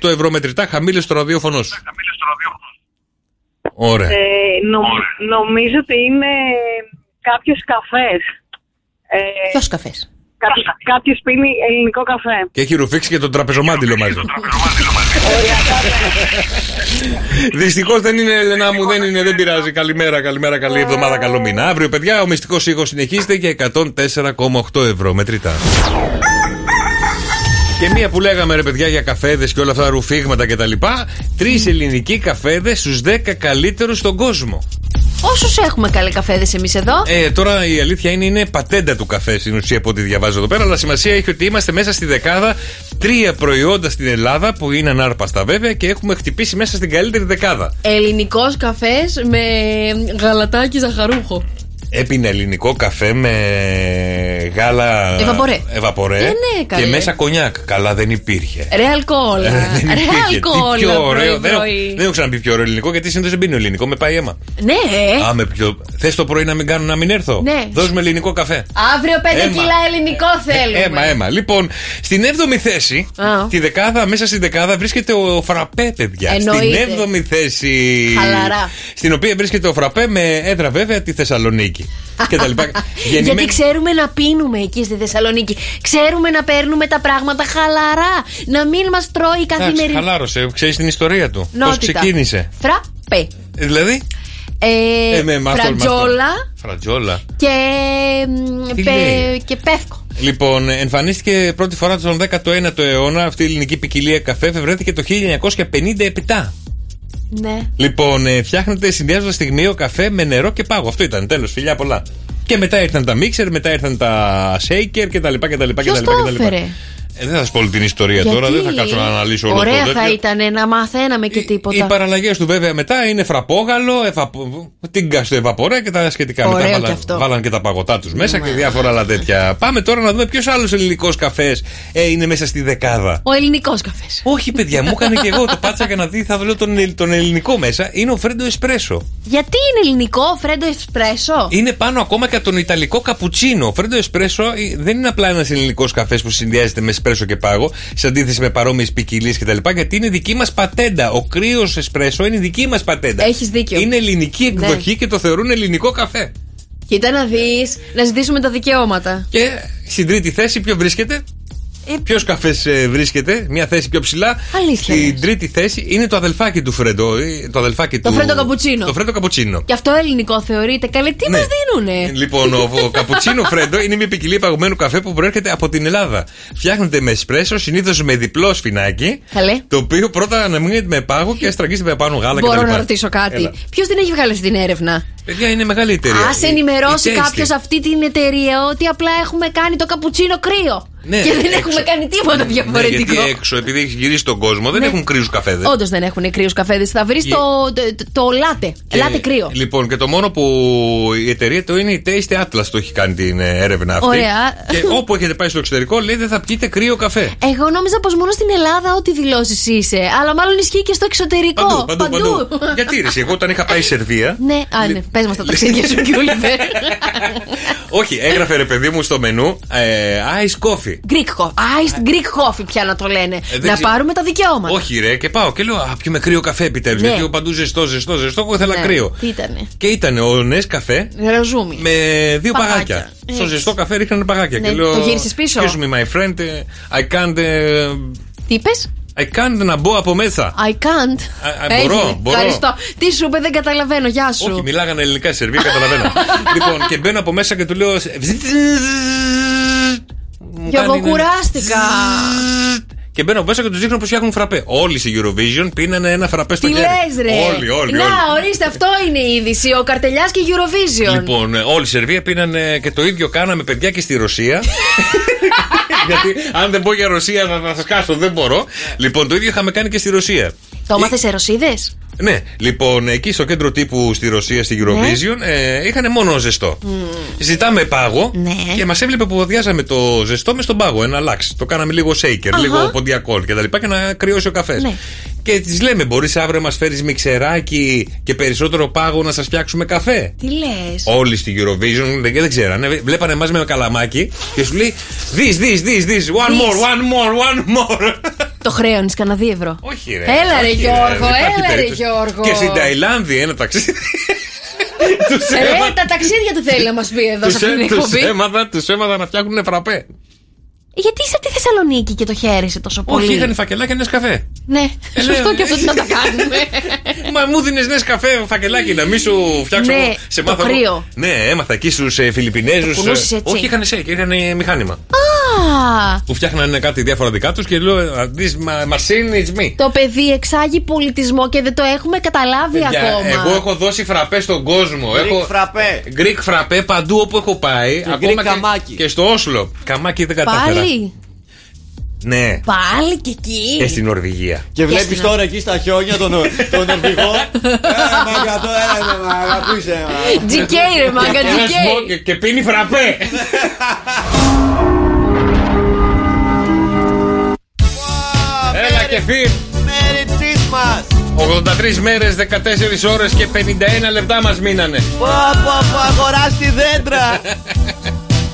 ευρώ μετρητά. Χαμήλε το ραδιόφωνο σου. Ωραία.
Ε, νο- νομίζω ότι είναι κάποιος καφές. Ε,
Ποιος καφές.
Κάποιος πίνει ελληνικό καφέ.
Και έχει ρουφήξει και τον τραπεζομάντιλο μαζί. Δυστυχώς δεν είναι, Ελένα μου, δεν είναι, δεν πειράζει. Καλημέρα, καλημέρα, καλή εβδομάδα, καλό μήνα. Αύριο, παιδιά, ο μυστικός ήχος συνεχίζεται για 104,8 ευρώ μετρητά. Και μία που λέγαμε ρε παιδιά για καφέδες και όλα αυτά ρουφήγματα κτλ. Τρεις ελληνικοί καφέδες στους 10 καλύτερους στον κόσμο.
Όσους έχουμε καλέ καφέδες εμείς εδώ.
Ε, τώρα η αλήθεια είναι είναι πατέντα του καφέ στην ουσία από ό,τι διαβάζω εδώ πέρα. Αλλά σημασία έχει ότι είμαστε μέσα στη δεκάδα. Τρία προϊόντα στην Ελλάδα που είναι ανάρπαστα βέβαια και έχουμε χτυπήσει μέσα στην καλύτερη δεκάδα.
Ελληνικός καφές με γαλατάκι ζαχαρούχο.
Έπινε ελληνικό καφέ με γάλα.
Εβαπορέ.
Εβαπορέ.
Ε, ναι, καλέ.
και μέσα κονιάκ. Καλά δεν υπήρχε.
Ρε αλκοόλ.
Ε, δεν
Ρε
υπήρχε.
αλκοόλ.
Τι πιο ωραίο. Δεν, έχω-
πρωί-πρωί.
δεν έχω ξαναπεί πιο ωραίο ελληνικό γιατί συνήθως δεν πίνει ελληνικό. Με πάει αίμα.
Ναι.
Α, με πιο. Θες το πρωί να μην κάνω να μην έρθω.
Ναι.
Δώσ' με ελληνικό καφέ.
Αύριο 5
Έμα. Ε,
κιλά ελληνικό θέλουμε.
Έμα, έμα. Λοιπόν, στην 7η θέση,
Α.
τη δεκάδα, μέσα στην δεκάδα βρίσκεται ο Φραπέ, παιδιά.
Εννοείται.
Στην 7η θέση.
Χαλαρά.
Στην οποία βρίσκεται ο Φραπέ με έδρα βέβαια τη Θεσσαλονίκη. Και τα λοιπά. Γεννημένη-
Γιατί ξέρουμε να πίνουμε εκεί στη Θεσσαλονίκη. Ξέρουμε να παίρνουμε τα πράγματα χαλαρά. Να μην μας τρώει η
Εντάξει,
καθημερινή.
χαλάρωσε. Ξέρεις την ιστορία του. Πώς
νότητα.
ξεκίνησε.
Φραπέ.
Ε, Δηλαδή.
Ε,
ε, με εμάς το- εμάς το-
φρατζόλα
Φρατζόλα.
και, μ,
Τι
πε-
λέει?
και πεύκο.
Λοιπόν, εμφανίστηκε πρώτη φορά τον 19ο αιώνα αυτή η ελληνική ποικιλία καφέ. Βρέθηκε το 1957.
Ναι.
Λοιπόν, ε, φτιάχνεται συνδυάζοντα στιγμίο καφέ με νερό και πάγο. Αυτό ήταν, τέλος, φιλιά πολλά. Και μετά ήρθαν τα μίξερ, μετά ήρθαν τα shaker κτλ. κτλ,
Ποιο
κτλ,
το
κτλ.
έφερε.
Ε, δεν θα σα πω όλη την ιστορία τώρα, δεν θα κάτσω να αναλύσω όλο
Ωραία
το
θα
τέτοιο. Ε,
ήταν να μαθαίναμε και τίποτα.
Οι παραλλαγές του βέβαια μετά είναι φραπόγαλο, ευαπο... τίγκα στο ευαπορέ και τα σχετικά.
Ωραίο Ναι.
μετά
και
βάλαν, βάλαν και τα παγωτά τους μέσα και διάφορα άλλα τέτοια. Πάμε τώρα να δούμε ποιος άλλος ελληνικός καφές ε, είναι μέσα στη δεκάδα.
Ο ελληνικός καφές.
Όχι, παιδιά, μου έκανε και εγώ το πάτσα να δει, θα βρω τον, ελ- τον ελληνικό μέσα. Είναι ο Φρέντο Εσπρέσο.
Γιατί είναι ελληνικό φρέντο εσπρέσο.
Είναι πάνω ακόμα και από τον Ιταλικό καπουτσίνο. Ο Φρέντο Εσπρέσο ε, δεν είναι απλά ένας ελληνικός καφές που συνδυάζεται με εσπρέσο και πάγο, σε αντίθεση με παρόμοιες ποικιλίες κτλ. Γιατί είναι δική μας πατέντα. Ο κρύος εσπρέσο είναι δική μας πατέντα.
Έχεις δίκιο. Ναι.
Είναι ελληνική εκδοχή και το θεωρούν ελληνικό καφέ.
Κοίτα να δεις, να ζητήσουμε τα δικαιώματα.
Και στην τρίτη θέση ποιο βρίσκεται. Ποιος καφές βρίσκεται, μια θέση πιο ψηλά.
Ε, Αλήθεια
Στην τρίτη θέση είναι το αδελφάκι του Φρέντο. ε, Το αδελφάκι
Το
του.
Φρέντο Καπουτσίνο.
Το Φρέντο Καπουτσίνο.
Και αυτό ελληνικό θεωρείται. Καλέ, τι
Ναι.
μας δίνουνε.
Λοιπόν, ο, ο καπουτσίνο φρέντο είναι μια ποικιλία παγωμένου καφέ που προέρχεται από την Ελλάδα. Φτιάχνεται με εσπρέσο, συνήθως με διπλό σφινάκι.
Καλέ.
Το οποίο πρώτα αναμείνεται με πάγο και στραγγίζεται με πάνω γάλα
Μπορώ
κτλ.
να ρωτήσω κάτι.
Έλα.
Ποιος την έχει βγάλει αυτή την έρευνα.
Παιδιά, είναι μεγάλη εταιρεία.
Ας
Η-
ενημερώσει
η Tasty.
κάποιος αυτή την εταιρεία ότι απλά έχουμε κάνει το καπουτσίνο κρύο.
Ναι,
και δεν
έξω.
έχουμε κάνει τίποτα
Ναι,
διαφορετικό.
γιατί έξω, επειδή έχει γυρίσει τον κόσμο, δεν
Ναι.
έχουν κρύους καφέδες.
Όντως δεν έχουν κρύους καφέδες. Θα βρεις
Και-
το, το, το, λάτε. Λάτε κρύο.
Λοιπόν, και το μόνο που η εταιρεία του είναι η Taste Atlas το έχει κάνει την ε, έρευνα αυτή.
Ωραία.
Και όπου έχετε πάει στο εξωτερικό, λέει δεν θα πιείτε κρύο καφέ.
Εγώ νόμιζα πως μόνο στην Ελλάδα ό,τι δηλώσεις είσαι. Αλλά μάλλον ισχύει και στο εξωτερικό.
Παντού, παντού, παντού. Γιατί ρε, εσύ, εγώ όταν είχα πάει Σερβία.
Ναι, α, ναι. Πες μας τα ταξίδια σου, Κιούλιβερ.
Όχι, έγραφε ρε παιδί μου στο μενού ε, ice coffee.
Greek coffee. Iced Greek coffee πια να το λένε.
δεν
να
ξέρω.
πάρουμε τα δικαιώματα.
Όχι, ρε, και πάω και λέω Α, πιούμε κρύο καφέ επιτέλους.
Ναι.
Γιατί εγώ παντού ζεστό, ζεστό, ζεστό. Εγώ ήθελα
Ναι.
κρύο.
Τι ήτανε.
Και ήταν ο νες καφέ
Ραζούμι.
με δύο
Παγάκια.
παγάκια. Στο
Έτσι.
ζεστό καφέ ρίχνανε παγάκια.
Ναι,
και λέω,
το γύρισες πίσω.
Excuse me, my friend, I can't. ε,
Τι είπες,
I can't να μπω από μέσα.
I can't.
α, μπορώ,
Έγινε.
μπορώ.
Ευχαριστώ. Τι σου είπε, δεν καταλαβαίνω. Γεια σου.
Όχι, μιλάγανε ελληνικά σε Σερβία, καταλαβαίνω. λοιπόν, και μπαίνω από μέσα και του λέω. Μου
Γιώργο,
κάνει ένα-
κουράστηκα.
Και μπαίνω μέσα και τους δείχνω πώ φτιάχνουν φραπέ. Όλοι στη Eurovision πίνανε ένα φραπέ στο
Τι
χέρι.
λες, ρε.
Όλοι, όλοι.
Να,
όλοι.
ορίστε, αυτό είναι η είδηση. Ο Καρτελιάς και η Eurovision.
Λοιπόν, ε, όλοι οι Σερβία πίνανε και το ίδιο κάναμε παιδιά και στη Ρωσία. Γιατί αν δεν πω
Ναι.
για Ρωσία θα, θα σα κάσω, δεν μπορώ. λοιπόν, το ίδιο είχαμε κάνει και στη Ρωσία.
Το μάθε ερωσίδε.
Ναι, λοιπόν, εκεί στο κέντρο τύπου στη Ρωσία, στην
Ναι.
Eurovision, ε, είχαν μόνο ζεστό. Ζητάμε πάγο
Ναι.
και μας έβλεπε που βοδιάζαμε το ζεστό μες στον πάγο. Ένα λάξ. Το κάναμε λίγο shaker,
Αχα.
λίγο ποντιακό και τα λοιπά και να κρυώσει ο καφές.
Ναι.
Και της λέμε, μπορείς αύριο να μας φέρεις μιξεράκι και περισσότερο πάγο να σας φτιάξουμε καφέ.
Τι λες.
Όλοι στην Eurovision δεν, δεν ξέρανε. Βλέπανε εμά με καλαμάκι και σου λέει This, this, this, this, one
This.
more, one more, one more.
Το χρέον κανένα δύο ευρώ.
Όχι, ρε.
Έλα ρε
όχι,
Γιώργο,
δεν υπάρχει
έλα ρε
περίπτωση.
Γιώργο.
Και στην Ταϊλάνδη ένα ταξίδι. Τους
Ρε,
έμαθα-
τα ταξίδια του θέλει Ε, να μας πει εδώ
τους
σε αυτή την
έ- τους
εκπομπή.
έμαθα, τους έμαθα να φτιάχνουν φραπέ.
Γιατί είσαι από τη Θεσσαλονίκη και το χαίρεσαι τόσο πολύ.
Όχι, είχαν φακελάκια νες καφέ.
Ναι,
Ε,
σωστό
λέω,
και αυτό τι να τα κάνουμε.
Μα μου δίνεις νες καφέ, φακελάκι, να μην σου φτιάξω.
Ε. Ναι,
σε
το
μάθα.
κρύο.
Ναι, έμαθα εκεί στους
Το
Φιλιππινέζου.
κουνούσες έτσι.
ε. Όχι, είχαν σέκ, είχαν μηχάνημα.
Α!
Που φτιάχνανε κάτι διάφορα δικά τους και λέω «Α, This ma- machine is me.
Το παιδί εξάγει πολιτισμό και δεν το έχουμε καταλάβει
Παιδιά,
ακόμα.
Εγώ έχω δώσει φραπές στον κόσμο.
Greek
έχω...
φραπέ.
Greek φραπέ παντού όπου έχω πάει. ακόμα
Greek καμάκι.
Και, και στο Όσλο. Καμάκι δεν κατάφερα.
Πάλι.
Ναι.
Πάλι και εκεί.
Και στην Νορβηγία.
Και βλέπει τώρα εκεί στα χιόνια τον, τον Ε, Νορβηγό. Έλα, μάγκα, τώρα, έλα, μάγκα, πού είσαι, μάγκα.
GK, ρε μάγκα,
Και ένας
GK.
μο- και- Και πίνει φραπέ. Έλα και φύγει.
Merry Christmas!
83 μέρες, 14 ώρες και 51 λεπτά μας μείνανε.
Πω, πω, πω, αγοράστη δέντρα!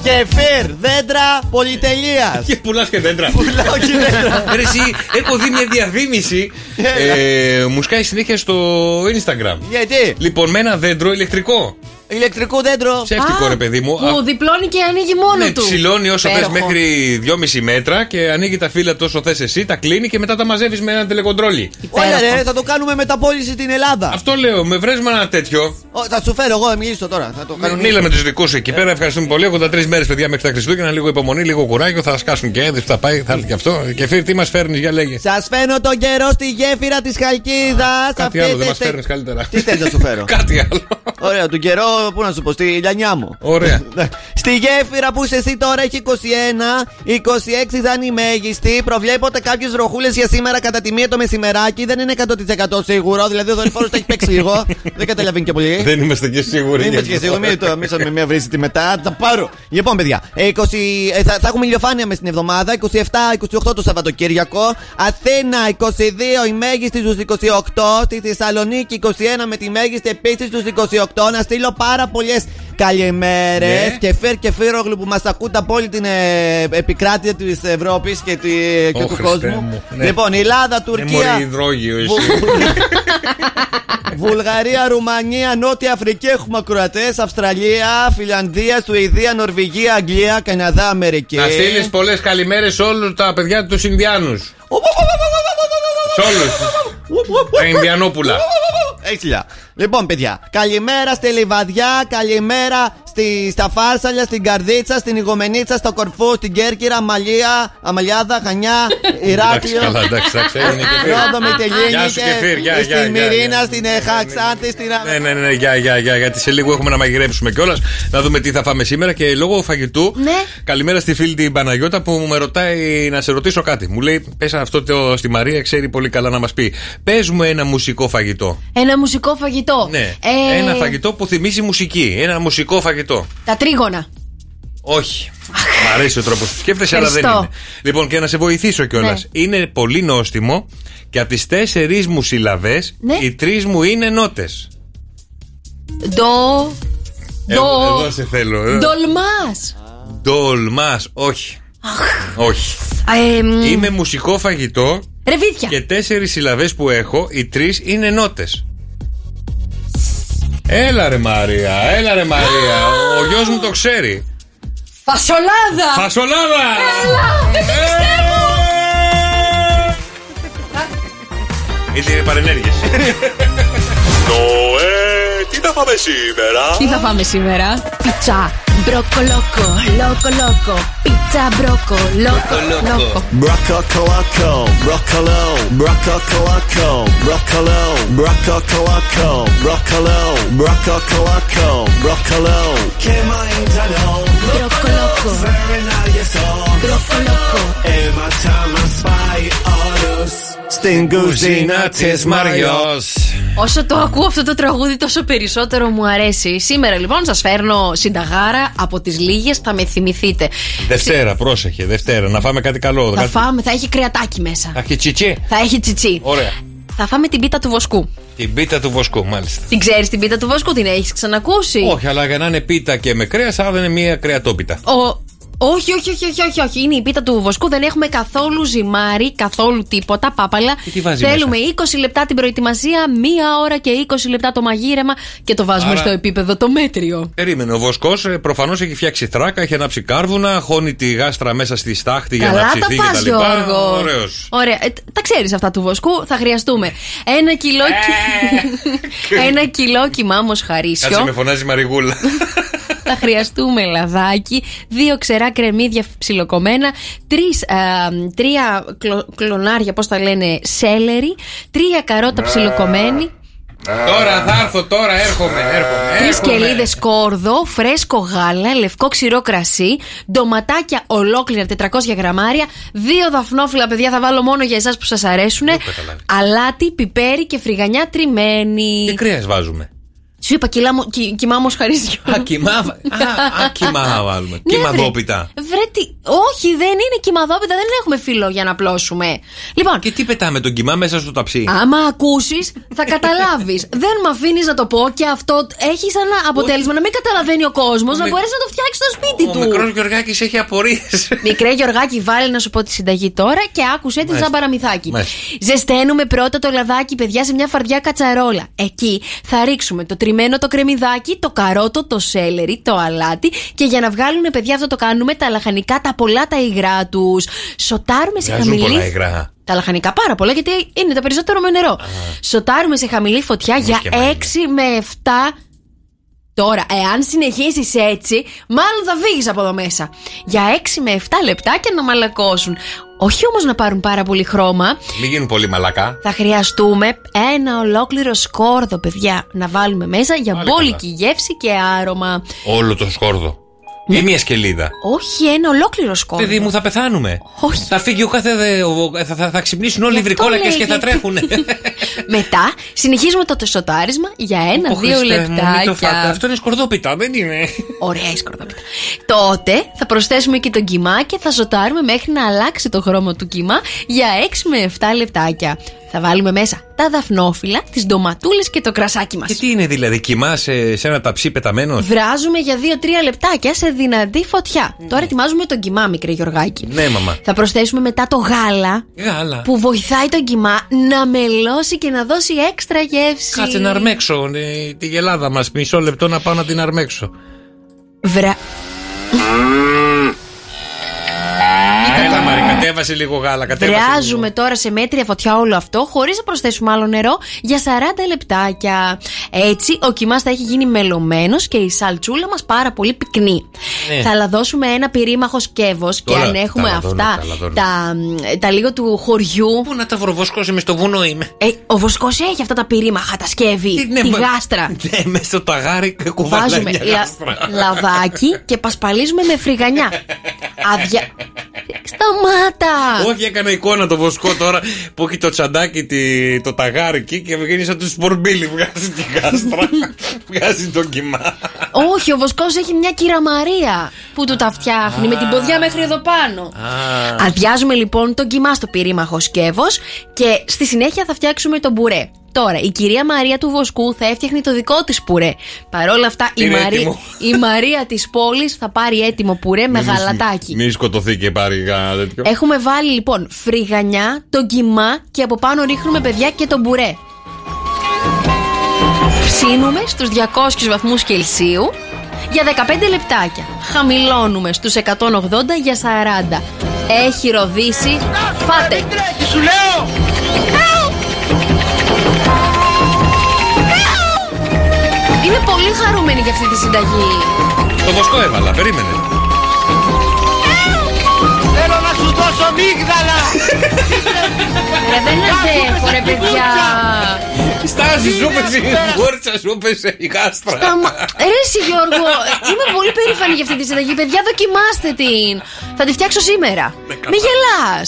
Και φίρ, δέντρα πολυτελείας.
Και πουλάς και δέντρα.
Πουλάω και δέντρα.
Ρε εσύ, έχω δει μια διαφήμιση ε, Μου σκάει συνέχεια στο Instagram
Γιατί?
Λοιπόν, με ένα δέντρο ηλεκτρικό
Ηλεκτρικό δέντρο.
Ψεύτικο ρε παιδί μου
Που
Α,
διπλώνει και ανοίγει μόνο
ναι,
του.
ψηλώνει όσο πες
Υπέροχο.
μέχρι 2,5 μέτρα και ανοίγει τα φύλλα του όσο θες εσύ, τα κλείνει και μετά τα μαζεύεις με ένα τηλεκοντρόλι.
Όλα ρε, θα το κάνουμε μεταπόληση στην Ελλάδα.
Αυτό λέω, με βρες με ένα τέτοιο.
Ω, Θα σου φέρω εγώ, μιλήσω τώρα. Θα το
Μι-
κανονίσω.
Μίλα με τους δικούς σου εκεί πέρα. Ευχαριστούμε πολύ. 83 μέρες, παιδιά, μέχρι τα Χριστούγεννα. Λίγο υπομονή, λίγο κουράγιο. Θα σκάσουν και έδειξε, θα πάει, θα έρθει και αυτό. Και φίλοι, τι μας φέρνεις, για λέγε.
Σας φαίνω τον καιρό στη γέφυρα της Χαλκίδας.
Κάτι άλλο δεν μα φέρνεις καλύτερα.
Τι θέλει να σου φέρω.
Κάτι άλλο.
Ωραία, τον καιρό, πού να σου πω, στη λιανιά μου. Ναι.
Ωραία.
Στη γέφυρα που είσαι εσύ τώρα έχει 21, 26 θα είναι η μέγιστη. Προβλέπονται κάποιες ροχούλε για σήμερα κατά τη μία το μεσημεράκι. Δεν είναι 100% σίγουρο, δηλαδή ο δορυφόρος τα έχει παίξει λίγο. Δεν καταλαβαίνει και πολύ.
Δεν είμαστε και σίγουροι.
Ε? Δεν είμαι
γι'
και
αυτό.
σίγουρη, μην το μίσαν με μια βρύση τη μετά. Τα πάρω. Λοιπόν, παιδιά, ε, 20, ε, θα, θα έχουμε ηλιοφάνεια μες στην εβδομάδα. 27-28 το Σαββατοκύριακο. Αθήνα 22 η μέγιστη στους 28. Στη Θεσσαλονίκη 21 με τη μέγιστη επίσης στους 28. Να στείλω πάρα πολλές καλημέρες.
Ναι.
Και φέρ και φύρογλου που μας ακούτε από όλη την ε, επικράτεια της Ευρώπης και, τη, ε, και
Ω,
του
Χριστέ
κόσμου.
μου, ναι.
Λοιπόν, Ελλάδα,
Ναι, μωρή,
Τουρκία.
υδρόγειο εσύ.
Βουλγαρία, Ρουμανία, Νότια Αφρική έχουμε ακροατές. Αυστραλία, Φιλανδία, Σουηδία, Νορβηγία, Αγγλία, Καναδά, Αμερική.
Να στείλεις πολλές καλημέρες σε όλους τα παιδιά τους Ινδιάνους. Σε όλου. Τα Ινδιανόπουλα.
Έχεις λιά. Λοιπόν, παιδιά, καλημέρα στη Λιβαδιά, καλημέρα στη, στα Φάρσαλια, στην Καρδίτσα, στην Ιγομενίτσα, στο Κορφού, στην Κέρκυρα, Αμαλία, Αμαλιάδα, Χανιά,
Εντάξει,
Ηράκλειο.
καλά, εντάξει, εντάξει, έγινε και φύρ.
Ρόδο με
Γεια σου και φύρ, γεια, γεια,
Στην
γεια,
Μυρίνα,
γεια.
στην Εχαξάντη, στην Α-
Ναι, ναι, ναι, για, για, για, γιατί σε λίγο έχουμε να μαγειρέψουμε κιόλας. Να δούμε τι θα φάμε σήμερα και λόγω φαγητού. Καλημέρα στη φίλη την Παναγιώτα που μου με ρωτάει να σε ρωτήσω κάτι. Μου λέει, πες αυτό το στη Μαρία, ξέρει πολύ καλά να μας πει. Πες μου ένα μουσικό φαγητό.
Ένα μουσικό φαγητό.
Ναι.
Ε,
Ένα φαγητό που θυμίζει μουσική. Ένα μουσικό φαγητό.
Τα τρίγωνα.
Όχι. Μ' αρέσει ο τρόπος που σκέφτεσαι, αλλά δεν
Ευχαριστώ. Ναι.
είναι. Λοιπόν, και να σε βοηθήσω κιόλας. Είναι πολύ νόστιμο και από τις τέσσερις μου συλλαβές,
Ναι.
οι τρεις μου είναι νότες.
Ντο.
Εγώ,
Ντο.
εγώ Ε, σε θέλω.
Ντολμάς.
Ντολμάς, όχι. όχι. Είμαι μουσικό φαγητό
Ε, Ρεβίδια.
και τέσσερις συλλαβές που έχω, οι τρεις είναι νότες. Έλα ρε Μαρία, έλα ρε Μαρία. Ο γιος μου το ξέρει.
Φασολάδα.
Φασολάδα!
Έλα, δεν το πιστεύω.
Είναι παρενέργειες.
Νοέ, τι θα πάμε σήμερα.
Τι θα φάμε σήμερα. Πίτσα. Μπρόκο λόκο. Λόκο λόκο. Πίτσα μπρόκο. Λόκο λόκο.
Broccoloco, broccolo, broccoloco, broccolo, broccoloco, broccolo, broccoloco, broccolo. Che mangiano? Broccoloco. Broccoloco. E ma time spy olus.
Στην κουζίνα
Της Μαριός
Όσο το ακούω αυτό το τραγούδι, τόσο περισσότερο μου αρέσει. Σήμερα λοιπόν σας φέρνω συνταγάρα από τις λίγες, θα με θυμηθείτε.
Δευτέρα, πρόσεχε, Δευτέρα. Να φάμε κάτι καλό.
Θα
κάτι-
φάμε, θα έχει κρεατάκι μέσα.
Θα έχει τσιτσί.
Θα έχει τσιτσί.
Ωραία.
Θα φάμε την πίτα του βοσκού.
Την πίτα του βοσκού, μάλιστα.
Την ξέρεις την πίτα του βοσκού, την έχεις ξανακούσει.
Όχι, αλλά για να είναι πίτα και με κρέας, άρα δεν είναι μια κρεατόπιτα.
Ο... Όχι, όχι, όχι, όχι, όχι, όχι. Είναι η πίτα του βοσκού. Δεν έχουμε καθόλου ζυμάρι, καθόλου τίποτα, πάπαλα.
Και τι βάζει
Θέλουμε 20 λεπτά την προετοιμασία, μία ώρα και 20 λεπτά το μαγείρεμα και το βάζουμε
Άρα-
στο επίπεδο το μέτριο.
Περίμενε. Ο βοσκός προφανώς έχει φτιάξει τράκα, έχει ανάψει κάρβουνα, χώνει τη γάστρα μέσα στη στάχτη για να
Καλά τα
ψηθεί
πα,
κτλ.
Γιώργο.
Ωραίος.
Ωραία. Ε, τα ξέρεις αυτά του βοσκού. Θα χρειαστούμε ένα κιλό,
Ε.
κι- ένα κιλό κοιμάμος χαρίσιο.
Κάτσε με φωνάζει η Μαριγούλα.
θα χρειαστούμε λαδάκι, δύο ξερά κρεμμύδια ψιλοκομμένα, τρεις, α, τρία κλο- κλονάρια, πώς τα λένε, σέλερι, τρία καρότα ψιλοκομμένη,
Τώρα θα έρθω, τώρα έρχομαι. έρχομαι,
τρεις
έρχομαι.
κελίδες κόρδο, φρέσκο γάλα, λευκό ξηρό κρασί, ντοματάκια ολόκληρα 400 γραμμάρια, δύο δαφνόφυλλα, παιδιά, θα βάλω μόνο για εσάς που σας αρέσουν, αλάτι, πιπέρι και φρυγανιά τριμμένη.
Τι κρέας βάζουμε.
Σου είπα, κοιμάμαι κι, κοιμάμαι ως χαρίσιο.
Α, κοιμά, α, α, κοιμά να βάλουμε.
Ναι, βρε.
Κοιμαδόπιτα.
Βρε, τι... Όχι, δεν είναι κοιμαδόπιτα, δεν έχουμε φύλλο για να πλώσουμε. Λοιπόν,
Και τι πετάμε τον κοιμά μέσα στο ταψί.
άμα ακούσεις, θα καταλάβεις. δεν με αφήνεις να το πω και αυτό έχει σαν αποτέλεσμα να μην καταλαβαίνει ο κόσμος, να
με-
μπορέσει να το φτιάξει στο σπίτι
Ο
του. Ναι,
μικρός Γεωργάκης έχει απορίες.
Μικρέ Γεωργάκη, βάλε να σου πω τη συνταγή τώρα και άκουσε τη
Μάλιστα.
σαν παραμυθάκι.
Μάλιστα.
Ζεσταίνουμε πρώτα το λαδάκι, παιδιά, σε μια φαρδιά κατσαρόλα. Εκεί θα ρίξουμε το τριμμένο το κρεμμυδάκι, το καρότο, το σέλερι, το αλάτι και για να βγάλουν, παιδιά, αυτό το κάνουμε τα λαχανικά, τα πολλά τα υγρά τους. Σοτάρουμε σε
Βγάζουν πολλά
χαμηλή.
υγρά.
Τα λαχανικά πάρα πολλά γιατί είναι τα περισσότερο με νερό. Σοτάρουμε σε χαμηλή φωτιά για
και
6
εμένα.
με 7 Τώρα, εάν συνεχίσεις έτσι, μάλλον θα φύγεις από εδώ μέσα. Για 6 με 7 λεπτά και να μαλακώσουν. Όχι όμως να πάρουν πάρα πολύ χρώμα.
Μην γίνουν πολύ μαλακά.
Θα χρειαστούμε ένα ολόκληρο σκόρδο, παιδιά, να βάλουμε μέσα για
Πάλι
μπόλικη γεύση και άρωμα.
Όλο το σκόρδο.
Ναι.
Ή μια σκελίδα.
Όχι, ένα ολόκληρο σκόρδο.
Παιδί μου, θα πεθάνουμε.
Όχι.
Θα φύγει ο κάθε. δε- ο- Θα, θα, θα ξυπνήσουν όλοι οι
Γι' αυτό
βρικόλακες και
λέγεται.
θα τρέχουν.
Μετά συνεχίζουμε το τεσοτάρισμα για
Ω, Χριστέ
ένα-δύο
μου, μην το φάτε.
λεπτάκια.
Αυτό είναι σκορδόπιτα, δεν είναι.
Ωραία η σκορδόπιτα. Τότε θα προσθέσουμε και τον κιμά και θα ζωτάρουμε μέχρι να αλλάξει το χρώμα του κιμά για 6 με 7 λεπτάκια. Θα βάλουμε μέσα τα δαφνόφυλλα, τις ντοματούλες και το κρασάκι μας.
Και τι είναι δηλαδή, κοιμά σε, σε ένα ταψί πεταμένος.
Βράζουμε για 2-3 λεπτάκια σε δυνατή φωτιά. Τώρα ετοιμάζουμε τον κιμά, μικρή Γεωργάκη.
Ναι, μαμά.
Θα προσθέσουμε μετά το γάλα
Γάλα.
που βοηθάει τον κιμά να μελώσει και να δώσει έξτρα γεύση.
Κάτσε να αρμέξω ε, τη γελάδα μας. Μισό λεπτό να πάω να την αρμέξω.
Βρα...
Έλα, Μαρή, κατέβασε λίγο γάλα. Κατέβασε λίγο.
Βράζουμε τώρα σε μέτρια φωτιά όλο αυτό, χωρίς να προσθέσουμε άλλο νερό, για 40 λεπτάκια. Έτσι, ο κοιμά θα έχει γίνει μελωμένος και η σαλτσούλα μας πάρα πολύ πυκνή.
Ναι.
Θα λαδώσουμε ένα πυρήμαχο σκεύος και
Τώρα
αν
τα
έχουμε
λαδώνω,
αυτά
τα λαδώνω.
τα, μ, τα λίγο του χωριού.
Πού να τα βρω, βοσκό, μες στο βουνό είμαι.
Ε, ο βοσκός έχει αυτά τα πυρήμαχα, τα σκεύη,
ναι,
τη
μα-
γάστρα.
Ναι, μέσα στο ταγάρι κουβαλάει
Βάζουμε
μια
λα-
γάστρα.
λαδάκι και πασπαλίζουμε με φρυγανιά. Αδια... Σταμάτα!
Όχι, έκανα εικόνα το βοσκό τώρα που έχει το τσαντάκι, τη- το ταγάρι εκεί και βγαίνει σαν τους σπορμπίλι. Βγάζει την κάστρα, βγάζει τον κοιμά.
Όχι, ο Βοσκός έχει μια κυραμαρία που του τα φτιάχνει με την ποδιά μέχρι εδώ πάνω. Αδειάζουμε λοιπόν τον κοιμά στο πυρήμαχο σκεύος και στη συνέχεια θα φτιάξουμε τον μπουρέ. Τώρα, η κυρία Μαρία του Βοσκού θα έφτιαχνε το δικό της πουρέ. Παρ' όλα αυτά, η,
Είναι
Μαρία,
έτοιμο.
η Μαρία της πόλης θα πάρει έτοιμο πουρέ με γαλατάκι.
Μη σκοτωθεί και πάρει κανένα τέτοιο.
Έχουμε βάλει λοιπόν φρυγανιά, τον κοιμά και από πάνω ρίχνουμε παιδιά και τον μπουρέ. Ψήνουμε στους 200 βαθμούς Κελσίου για 15 λεπτάκια. Χαμηλώνουμε στους 180 για 40. Έχει ροδίσει. Φάτε.
Σου λέω!
Είμαι πολύ χαρούμενη για αυτή τη συνταγή.
Το βοσκό έβαλα, περίμενε.
Θέλω να σου δώσω μίγδαλα!
Ρε, δεν αντέχω ρε παιδιά.
Στάζει,
Τι είναι
σούπε,
αυτά.
γόρτσα, σούπε, η γάστρα.
Σταμα... Ρε εσύ Γιώργο, είμαι πολύ περήφανη για αυτή τη συνταγή. Παιδιά, δοκιμάστε την. Θα τη φτιάξω σήμερα. Μη γελάς.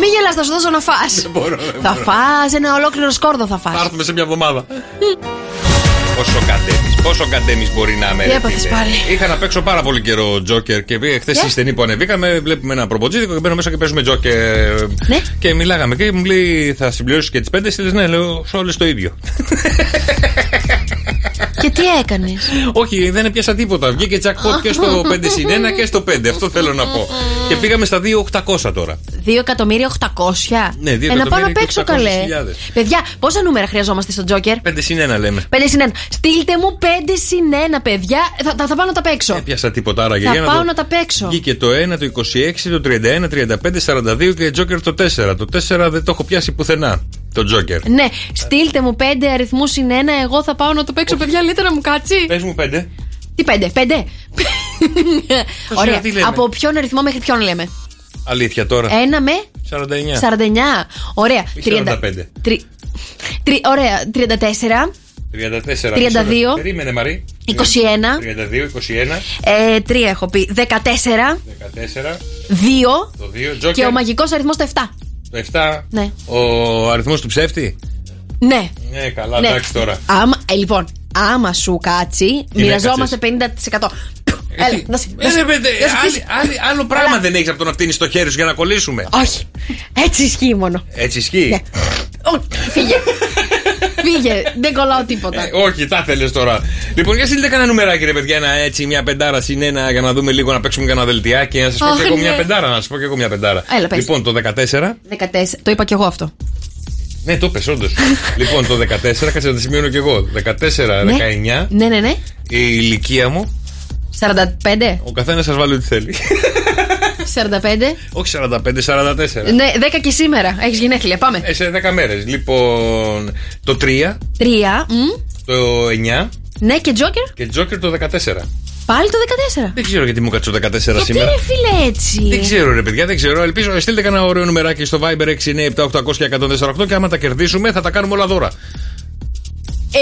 Μην γελά, θα σου δώσω να φά.
μπορώ, δεν
Θα
μπορώ.
φά ένα ολόκληρο σκόρδο θα
Θα
φά.
έρθουμε σε μια εβδομάδα. Πόσο κατέμι, πόσο κατέμι μπορεί να με.
Τι έπαθες πάλι.
Είχα να παίξω πάρα πολύ καιρό Τζόκερ και χθε
Ναι.
στη στενή που ανεβήκαμε, βλέπουμε ένα προποτζίδικο και μπαίνω μέσα και παίζουμε Τζόκερ.
Ναι.
Και μιλάγαμε και μου λέει θα συμπληρώσεις και τις πέντε. Τη ναι, λέω σε όλες το ίδιο.
Και τι έκανες.
Όχι, δεν έπιασα τίποτα. Βγήκε jackpot και στο 5 συν 1 και στο 5. Αυτό θέλω να πω. Και πήγαμε στα 2.800 τώρα.
2.800.000.
Ναι, δύο
Ε, να πάω να
εκατομμύρια και
παίξω καλέ.
800.000.
Παιδιά, πόσα νούμερα χρειαζόμαστε στο Τζόκερ.
5 συν 1 λέμε.
5 συν 1. Στείλτε μου 5 συν 1, παιδιά. Θα, θα, θα πάω να τα παίξω.
Έπιασα τίποτα άραγε.
Θα
Για
πάω
το-
να τα παίξω.
Βγήκε το 1, το 26, το 31, 35, 42 και Joker το 4. Το 4 δεν το έχω πιάσει πουθενά. Το Joker.
Ναι, στείλτε μου 5 αριθμούς συν 1. Εγώ θα πάω να το παίξω, παιδιά. Λέτε να μου κάτσει.
Πες μου 5.
Τι 5, 5. Ωραία.
τι λέμε.
Από ποιον αριθμό μέχρι ποιον λέμε.
Αλήθεια τώρα.
1 με
49.
49. Ωραία.
Ή
30.
45.
Τρι- τρι- Ωραία. 34.
34.
32.
Περίμενε Μαρή.
21.
32, 21,
Ε, 3 έχω πει. 14.
14,
2.
το 2, Joker,
Και ο μαγικός αριθμός το 7.
το 7,
Ναι.
ο αριθμός του ψεύτη.
Ναι.
Ναι, καλά,
Ναι.
εντάξει τώρα.
Άμα, ε, λοιπόν, άμα σου κάτσει,
Τι
μοιραζόμαστε 50%. Έλα, δώσε,
Ε,
δώσε,
ρε, παιδί,
δώσε,
άλλη-
δώσε.
άλλη- άλλο πράγμα δεν έχεις από το να φτύνεις το χέρι σου για να κολλήσουμε.
Όχι. Έτσι ισχύει μόνο.
Έτσι
Ναι.
ισχύει.
Ω, Φύγε. Φύγε. Δεν κολλάω τίποτα.
Ε, όχι, τα θέλεις τώρα. Λοιπόν, για στείλτε κανένα νούμεράκι, ρε παιδιά, ένα έτσι, μια πεντάρα συν ένα για να δούμε λίγο να παίξουμε κανένα δελτιάκι. Να σας πω
Αχ,
και εγώ μια
ναι.
πεντάρα. Να σας πω και εγώ μια πεντάρα.
Έλα, πες.
λοιπόν, το 14.
14. Το είπα κι εγώ αυτό.
Ναι, το πε, όντως. λοιπόν, το 14, κάτσε να τη σημειώνω κι εγώ. 14, 19,
Ναι, ναι, ναι.
η ηλικία μου.
45.
Ο καθένας σας βάλει ό,τι θέλει.
45.
όχι 45, 44.
Ναι, 10 και σήμερα. Έχεις γενέθλια. Πάμε.
Ε, σε 10 μέρες. Λοιπόν, το 3,
3. μμ.
το 9
Ναι, και Τζόκερ.
και Τζόκερ το 14.
Πάλι το 14.
Δεν ξέρω γιατί μου κάτσε το 14
Γιατί
σήμερα.
ρε φίλε έτσι.
Δεν ξέρω, ρε παιδιά, δεν ξέρω. Ελπίζω να στείλετε κανένα ωραίο νούμεράκι στο Viber 697-800 και 148 και άμα τα κερδίσουμε θα τα κάνουμε όλα δώρα.
Ε,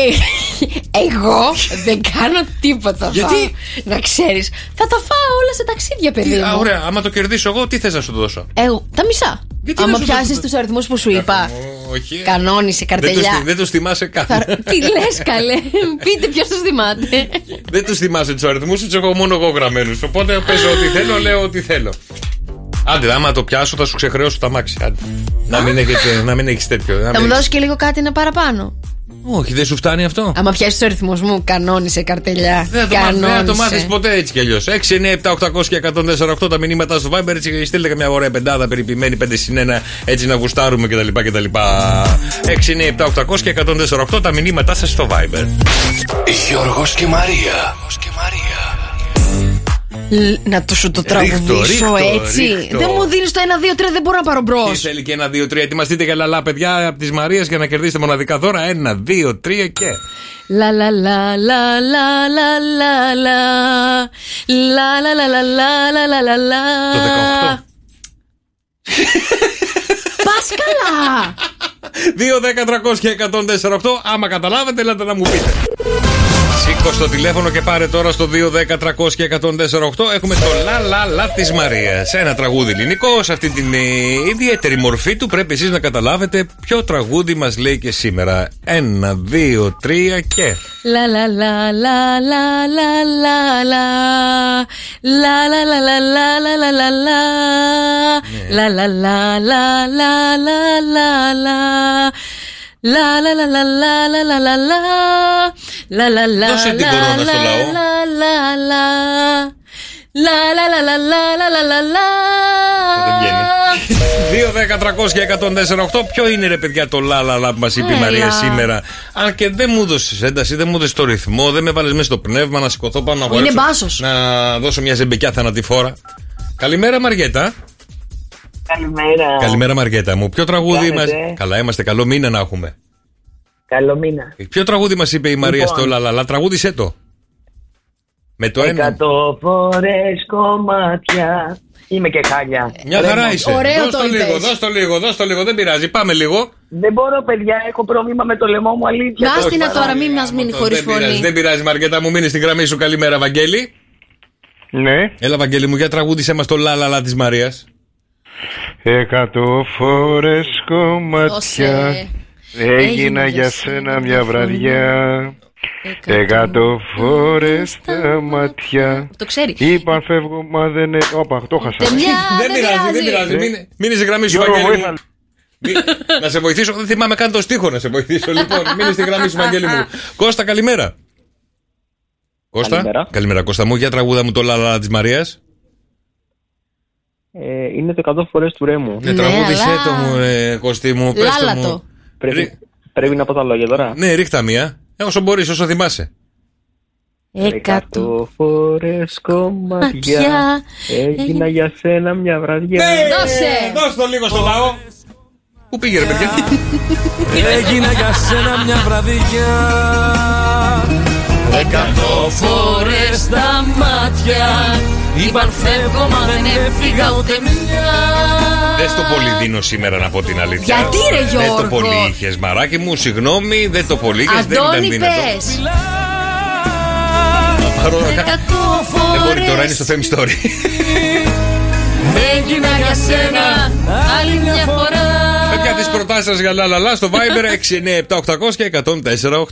εγώ δεν κάνω τίποτα.
Γιατί?
φάω. Να ξέρεις. Θα τα φάω όλα σε ταξίδια, παιδί
Α,
μου.
ωραία, άμα το κερδίσω εγώ, τι θες να σου δώσω.
Εγώ, τα μισά.
Γιατί να
Άμα
σου
πιάσεις
δώσω
τους αριθμούς που σου είπα.
Όχι.
Κανόνισε,
Δεν τους, θυ-
καρτελιά.
δεν τους θυμάσαι καν.
Τι λες, καλέ. Πείτε ποιος τους θυμάται.
δεν τους θυμάσαι τους αριθμούς, τους έχω μόνο εγώ γραμμένους. Οπότε παίζω ό,τι θέλω, λέω ό,τι θέλω. Άντε, άμα το πιάσω θα σου ξεχρεώσω τα μάξι. Άντε. Να μην, έχετε, να μην έχεις τέτοιο. να
Θα μου
μην-
δώσεις και λίγο κάτι να παραπάνω.
Όχι, δεν σου φτάνει αυτό.
Άμα πιάσεις του αριθμού μου, κανόνισε, καρτελιά.
Δεν θα Ναι, το μάθεις- δεν θα το μάθει ποτέ έτσι κι αλλιώς. 6, 9, 7, 800 και 148 τα μηνύματα στο Viber. Έτσι, στείλτε καμιά ωραία πεντάδα περιποιημένη 5 συν 1 έτσι να γουστάρουμε κτλ. κτλ. 6, 9, 7, 800 και 148 τα μηνύματά σας στο Viber.
Γιώργος και Μαρία.
Λ- Να το σου το
Ρίχτω,
τραγουδήσω
ρίχτω,
έτσι.
ρίχτω.
Δεν μου δίνεις το 1, 2, 3, δεν μπορώ να πάρω μπρος.
Τι θέλει και ένα, δύο, τρία. Ετοιμαστείτε για λαλά, παιδιά, από τη Μαρία για να κερδίσετε μοναδικά δώρα. Ένα, δύο, τρία και.
La la la la la la la la La la la la la la la la la
Το 18.
Πας καλά
2, 10, 300 και 148. Άμα καταλάβετε, έλατε να μου πείτε. Σήκω το τηλέφωνο και πάρε τώρα στο 2, 10, 300 και 148. Έχουμε το λα λα λα της Μαρίας. Ένα τραγούδι ελληνικό. Σε αυτή την ε, ιδιαίτερη μορφή του πρέπει εσείς να καταλάβετε ποιο τραγούδι μας λέει και σήμερα. Ένα, δύο, τρία και.
La la la la la la la la La la la la la la la la la La la la la la la la la La la la la la la la la la La la la
Δώσε την
la
κορώνα στο
la
λαό.
la la la La la la la la la la la la
2, 10, 300 και 148. Ποιο είναι ρε παιδιά το λα λα λα που μα είπε η
Έλα.
Μαρία σήμερα. Αν και δεν μου έδωσε ένταση, δεν μου έδωσε το ρυθμό, δεν με βάλε μέσα στο πνεύμα να σηκωθώ πάνω να
Είναι
χορέψω,
μπάσος.
Να δώσω μια ζεμπεκιά θανατηφόρα. Καλημέρα Μαριέτα.
Καλημέρα.
Καλημέρα Μαριέτα μου. Ποιο τραγούδι μα.
κάνετε?
Καλά είμαστε, καλό μήνα να έχουμε.
Καλό μήνα.
Ποιο τραγούδι μας είπε η Μαρία
Λοιπόν.
στο λα λα λα. Τραγούδισε το. Με το ένα.
Εκατό φορές
Ε,
κομμάτια. Είμαι και χάλια.
Μια
Ρε,
χαρά
μα-
είσαι. δώσ' το λίγο, δώσ' το λίγο, δώσ' το λίγο. Δεν πειράζει, πάμε λίγο.
Δεν μπορώ, παιδιά, έχω πρόβλημα με το λαιμό μου, αλήθεια.
Να στείλε τώρα, μην μας μείνει
Το
χωρίς
δεν πειράζει,
φωνή.
δεν πειράζει Μαριέτα μου, μείνει στην γραμμή σου. Καλημέρα, Βαγγέλη.
Ναι.
Έλα, Βαγγέλη μου, για τραγούδισε μας το λα λα λα της Μαρίας.
Εκατό φορές κομμάτια
Δώσε.
έγινα για σένα μια βραδιά. Εκατό φορές τα μάτια.
Το ξέρεις.
Είπα φεύγω, μα δεν. ε- Όπα, το χάσα.
Δεν πειράζει, δεν πειράζει. Μείνε- Μείνε σε γραμμής σου,
Γιώργο,
Βαγγέλη. μου.
βοήθα.
Μη- Να σε βοηθήσω, δεν θυμάμαι καν το στίχο να σε βοηθήσω. Λοιπόν, μείνε στη γραμμή σου, Βαγγέλη μου. Κώστα, καλημέρα. Κώστα, καλημέρα. Κώστα μου. Για τραγούδα μου το λαλά της Μαρίας.
Ε, είναι το 100 φορές του ρέμου.
Ναι, τραγούδισε το μου, ε, Κωστή μου. Πες το μου.
Πρέπει, πρέπει να πω τα λόγια τώρα.
Ναι, ρίχτα μία. Ε, Όσο μπορείς, όσο θυμάσαι.
Εκατό φορές κομμάτια
Ματιά.
E
έγινα για σένα μια βραδιά.
Δώσε.
Ναι. Δώσε το λίγο στο λαό. Πού πήγε ρε παιδιά.
Έγινα για σένα μια βραδιά Εκατό φορές τα μάτια Είπαν φεύγω μα δεν έφυγα ούτε μια
Δεν στο πολύ δίνω σήμερα να πω την αλήθεια.
Γιατί, ρε,
Δεν
Γιώργο?
το πολύ είχες, μαράκι μου, συγγνώμη, δεν το πολύ είχες, δεν ήταν
Αντώνη
δυνατό.
πες
Παρόλα-
Εκατό
Δεν μπορεί τώρα, είναι
φορές
στο Fame Story.
Έγινα για σένα άλλη μια φορά
Παιδιά, τις προτάσεις σας για λαλαλά στο Viber 697 800 και 104 Καλημέρα,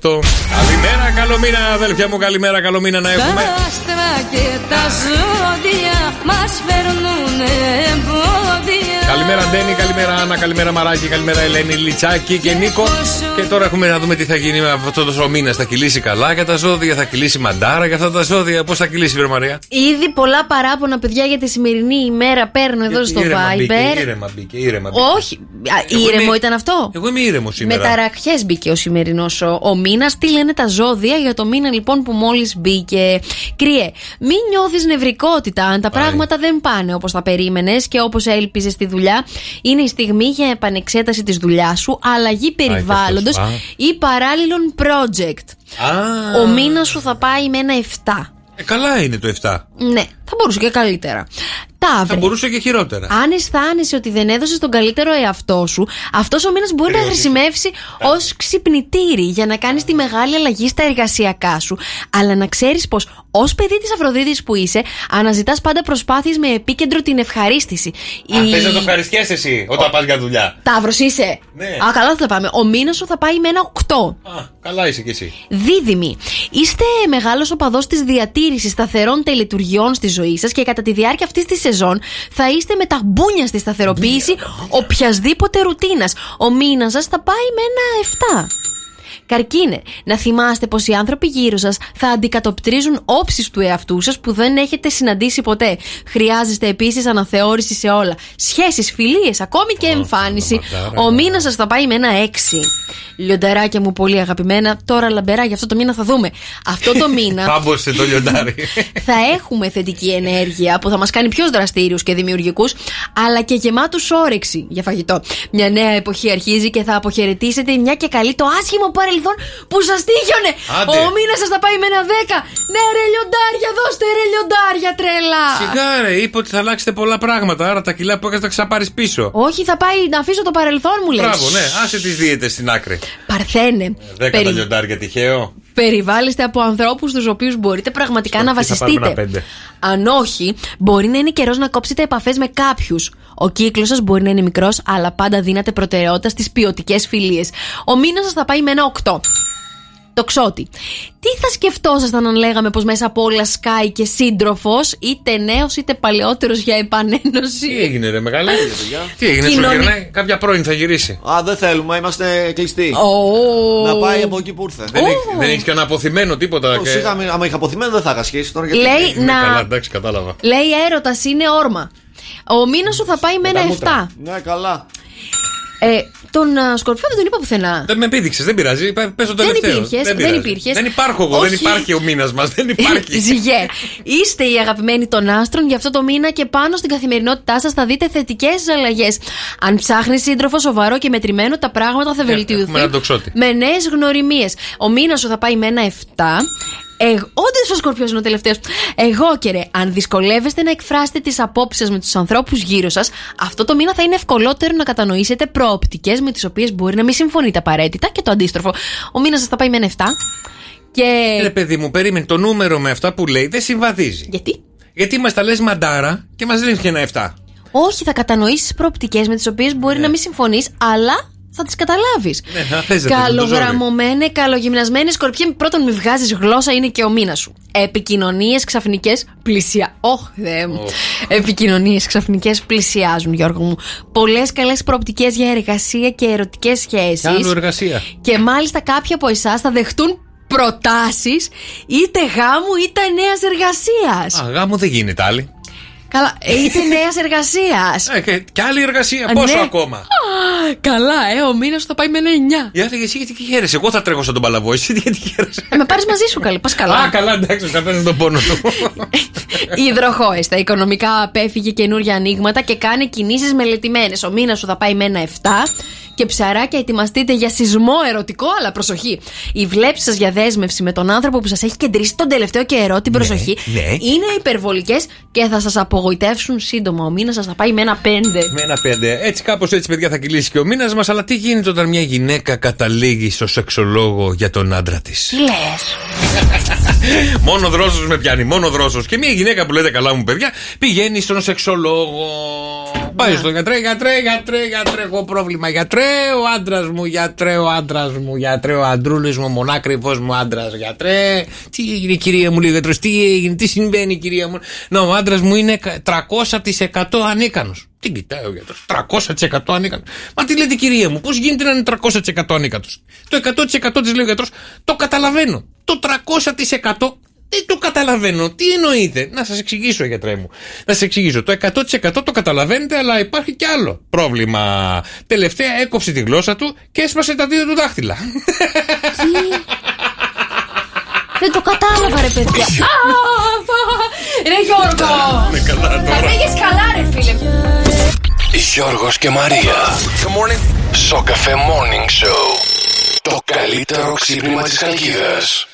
καλό μήνα, αδέλφια μου, καλημέρα, καλό μήνα να
Τα
έχουμε.
άστρα και τα ζώδια μας φέρνουν εμπόδια
Καλημέρα Ντένι, καλημέρα Άννα, καλημέρα Μαράκη, καλημέρα Ελένη, Λιτσάκη και Νίκο. Και τώρα έχουμε να δούμε τι θα γίνει με αυτό το μήνας. Θα κυλήσει καλά για τα ζώδια, θα κυλήσει μαντάρα για αυτά τα ζώδια. Πώς θα κυλήσει, Βρε Μαρία.
Ήδη πολλά παράπονα, παιδιά, για τη σημερινή ημέρα παίρνω εδώ στο
Ήρεμα μπήκε,
Viber.
ήρεμα μπήκε, ήρεμα μπήκε.
Όχι. Α,
Εγώ
Ήρεμο
είμαι-
ήταν αυτό.
Εγώ είμαι ήρεμο
Με
σήμερα.
ταραχιέ μπήκε ο σημερινός ο, ο μήνας. Τι λένε τα ζώδια για το μήνα λοιπόν που μόλις μπήκε. Κρύε, μην νιώθεις νευρικότητα αν τα πράγματα δεν πάνε όπως τα περίμενες και όπως έλπιζες στη δουλειά. Είναι η στιγμή για επανεξέταση της δουλειάς σου, αλλαγή περιβάλλοντο
Α.
ή παράλληλων project. Ο μήνας σου θα πάει με ένα 7.
Ε, καλά είναι το 7.
Ναι, θα μπορούσε και καλύτερα.
Θα
Ταύρε.
μπορούσε και χειρότερα.
Αν αισθάνεσαι ότι δεν έδωσε τον καλύτερο εαυτό σου, αυτός ο μήνας μπορεί να χρησιμεύσει ως ξυπνητήρι για να κάνεις τη μεγάλη αλλαγή στα εργασιακά σου. Αλλά να ξέρεις πως ως παιδί της Αφροδίτης που είσαι, αναζητάς πάντα προσπάθειες με επίκεντρο την ευχαρίστηση.
Αν
Η-
θες να το ευχαριστιέσαι εσύ όταν πας για δουλειά.
Ταύρος είσαι.
Ναι.
Α, καλά θα τα πάμε. Ο μήνας σου θα πάει με ένα 8.
Α, καλά είσαι κι εσύ.
Δίδυμοι, είστε μεγάλος οπαδός της διατήρησης σταθερών τελετουργιών στη ζωή σας και κατά τη διάρκεια αυτής της σεζόν θα είστε με τα μπούνια στη σταθεροποίηση οποιασδήποτε ρουτίνας. Ο μήνας σας θα πάει με ένα 7. Καρκίνε, να θυμάστε πως οι άνθρωποι γύρω σας θα αντικατοπτρίζουν όψεις του εαυτού σας που δεν έχετε συναντήσει ποτέ. Χρειάζεστε επίσης αναθεώρηση σε όλα. Σχέσεις, φιλίες, ακόμη και εμφάνιση.
μαντάρα.
Ο μήνας σας θα πάει με ένα 6. Λιονταράκια μου, πολύ αγαπημένα. Τώρα λαμπερά για αυτό το μήνα θα δούμε. Αυτό το μήνα
Πάμποσε το λιοντάρι.
θα έχουμε θετική ενέργεια που θα μας κάνει πιο δραστήριους και δημιουργικούς, αλλά και γεμάτους όρεξη για φαγητό. Μια νέα εποχή αρχίζει και θα αποχαιρετήσετε μια και καλή το άσχημο παρελθόν που σας τύχιονε.
Άντε.
Ο μήνας σας θα πάει με ένα 10. Ναι, ρε λιοντάρια, δώστε ρε λιοντάρια, τρελά.
Σιγά ρε, είπε ότι θα αλλάξετε πολλά πράγματα, άρα τα κιλά που έκανε θα ξαπάρεις πίσω.
Όχι, θα πάει να αφήσω το παρελθόν μου, λες.
Μπράβο, ναι, άσε τις δίαιτες στην άκρη.
Παρθένε.
Δέκα
περι-
τα λιοντάρια τυχαίο.
Περιβάλλεστε από ανθρώπους στου οποίους μπορείτε πραγματικά να
Τι θα πάρουμε ένα
βασιστείτε.
πέντε.
Αν όχι, μπορεί να είναι καιρός να κόψετε επαφές με κάποιους. Ο κύκλος σας μπορεί να είναι μικρός, αλλά πάντα δίνατε προτεραιότητα στις ποιοτικές φιλίες. Ο μήνας σας θα πάει με ένα 8. Το ξότι. Τι θα σκεφτόσασταν αν λέγαμε πως μέσα από όλα σκάει και σύντροφος, είτε νέος είτε παλαιότερος για επανένωση.
Τι έγινε, ρε, μεγάλη. Τι έγινε, σου
Κοινωνι-
γυρνάει. Κάποια πρώην θα γυρίσει.
Α, δεν θέλουμε, είμαστε κλειστοί. Ε,
Oh.
Να πάει από εκεί που ήρθε.
Δεν, έχει, δεν έχεις κανένα αποθυμένο τίποτα.
Πώς είχαμε- Άμα είχα αποθυμένο δεν θα είχα σχέση τώρα. γιατί-
Λέει
Ναι, καλά,
Ε, να.
εντάξει, κατάλαβα.
Λέει έρωτας είναι όρμα. Ο μήνας σου θα πάει με ένα 7.
Ναι, καλά.
Ε, τον α, Σκορπιό δεν τον είπα πουθενά.
Δεν με επίδειξες, δεν πειράζει. Πε πες το
Δεν
τελευταίο.
υπήρχες, δεν
πειράζει.
υπήρχες.
Δεν υπάρχω εγώ, δεν
Όχι. Ε,
υπάρχει ο μήνας μας. Δεν υπάρχει.
Ζυγέ, είστε οι αγαπημένοι των άστρων για αυτό το μήνα και πάνω στην καθημερινότητά σας θα δείτε θετικές αλλαγές. Αν ψάχνει σύντροφο σοβαρό και μετρημένο, τα πράγματα θα βελτιωθούν
Ε, έχουμε έναν τοξότη.
με νέες γνωριμίες. Ο μήνας σου θα πάει με ένα 7. Ε, Όντω ο Σκορπιός είναι ο τελευταίος. Εγώ και ρε, αν δυσκολεύεστε να εκφράσετε τις απόψεις με τους ανθρώπους γύρω σας, αυτό το μήνα θα είναι ευκολότερο να κατανοήσετε προοπτικές με τις οποίες μπορεί να μην συμφωνείτε απαραίτητα και το αντίστροφο. Ο μήνας σας θα πάει με ένα 7. Και
Ε, Ρε παιδί μου, περίμενε το νούμερο με αυτά που λέει δεν συμβαδίζει.
Γιατί?
Γιατί μας τα λες μαντάρα και μας λύνει και ένα 7.
Όχι, θα κατανοήσεις προοπτικές με τις οποίες μπορεί να μην συμφωνείς, αλλά θα τις καταλάβεις.
Ναι, αθέζεται,
Καλογραμμωμένε, καλογυμνασμένε σκορπιέ. Πρώτον, μη βγάζεις γλώσσα, είναι και ο μήνας σου. Επικοινωνίες ξαφνικές πλησια. Ωχ, Θεέ μου. Επικοινωνίες ξαφνικές πλησιάζουν, Γιώργο μου. Πολλές καλές προοπτικές για εργασία και ερωτικές σχέσεις.
Κάνω εργασία.
Και μάλιστα κάποιοι από εσάς θα δεχτούν προτάσεις είτε γάμου είτε νέας εργασίας.
Α, γάμο δεν γίνεται άλλη.
Καλά, ε, είτε νέας εργασίας.
Ε, και, και άλλη εργασία, πόσο
ναι.
ακόμα.
Καλά, ε, ο μήνας θα πάει με ένα εννιά.
Η άλλη λέει, εσύ γιατί χαίρεσαι. Εγώ θα τρέχω σαν τον παλαβό. Εσύ γιατί χαίρεσαι.
Ε, Με πάρεις μαζί σου, καλή. Πας
Α,
καλά.
καλά, εντάξει, ο καθένα τον πόνο του.
Υδροχόεστα. Οικονομικά απέφυγε καινούργια ανοίγματα και κάνε κινήσεις μελετημένες. Ο μήνας σου θα πάει με ένα 7. Και ψαράκια, ετοιμαστείτε για σεισμό ερωτικό, αλλά προσοχή. Η βλέψη σας για δέσμευση με τον άνθρωπο που σας έχει κεντρήσει τον τελευταίο καιρό, την προσοχή,
ναι.
είναι υπερβολικές και θα σας απογοητεύσουν σύντομα. Ο μήνας σας θα πάει με ένα 5.
Με ένα πέντε. Έτσι, κάπως έτσι, παιδιά, θα κυλήσει και ο μήνας μας. Αλλά τι γίνεται όταν μια γυναίκα καταλήγει στο σεξολόγο για τον άντρα της.
Τι λες.
μόνο δρόσος με πιάνει, μόνο δρόσος. Και μια γυναίκα που λέτε καλά μου, παιδιά, πηγαίνει στον σεξολόγο. Πάει στον γιατρέ, γιατρέ, γιατρέ, γιατρέ. Έχω πρόβλημα, γιατρέ. Ο άντρας μου, γιατρέ, ο άντρας μου, γιατρέ. Ο αντρούλης μου, μονάκριβος μου άντρα, γιατρέ. Τι έγινε, κυρία μου, λέει ο γιατρός, τι έγινε, τι συμβαίνει, κυρία μου. Να, ο άντρας μου είναι 300% ανίκανος. Τι κοιτάει ο γιατρός. 300% ανίκανος. Μα τι λέτε, κυρία μου, πώς γίνεται να είναι 300% ανίκανο. Το 100% της λέει ο γιατρός, το καταλαβαίνω. Το 300% δεν το καταλαβαίνω. Τι εννοείτε. Να σας εξηγήσω, γιατρέ μου. Να σας εξηγήσω. Το 100% το καταλαβαίνετε, αλλά υπάρχει κι άλλο πρόβλημα. Τελευταία έκοψε τη γλώσσα του και έσπασε τα δύο του δάχτυλα.
Δεν το κατάλαβα, ρε παιδιά. Α, Ρε Γιώργο!
Ναι, καλά
Τα πήγες καλά, ρε φίλε.
Γιώργος και Μαρία. Σοκαφέ Morning Show. Το καλύτερο ξύπνημα της Χαλκίδας.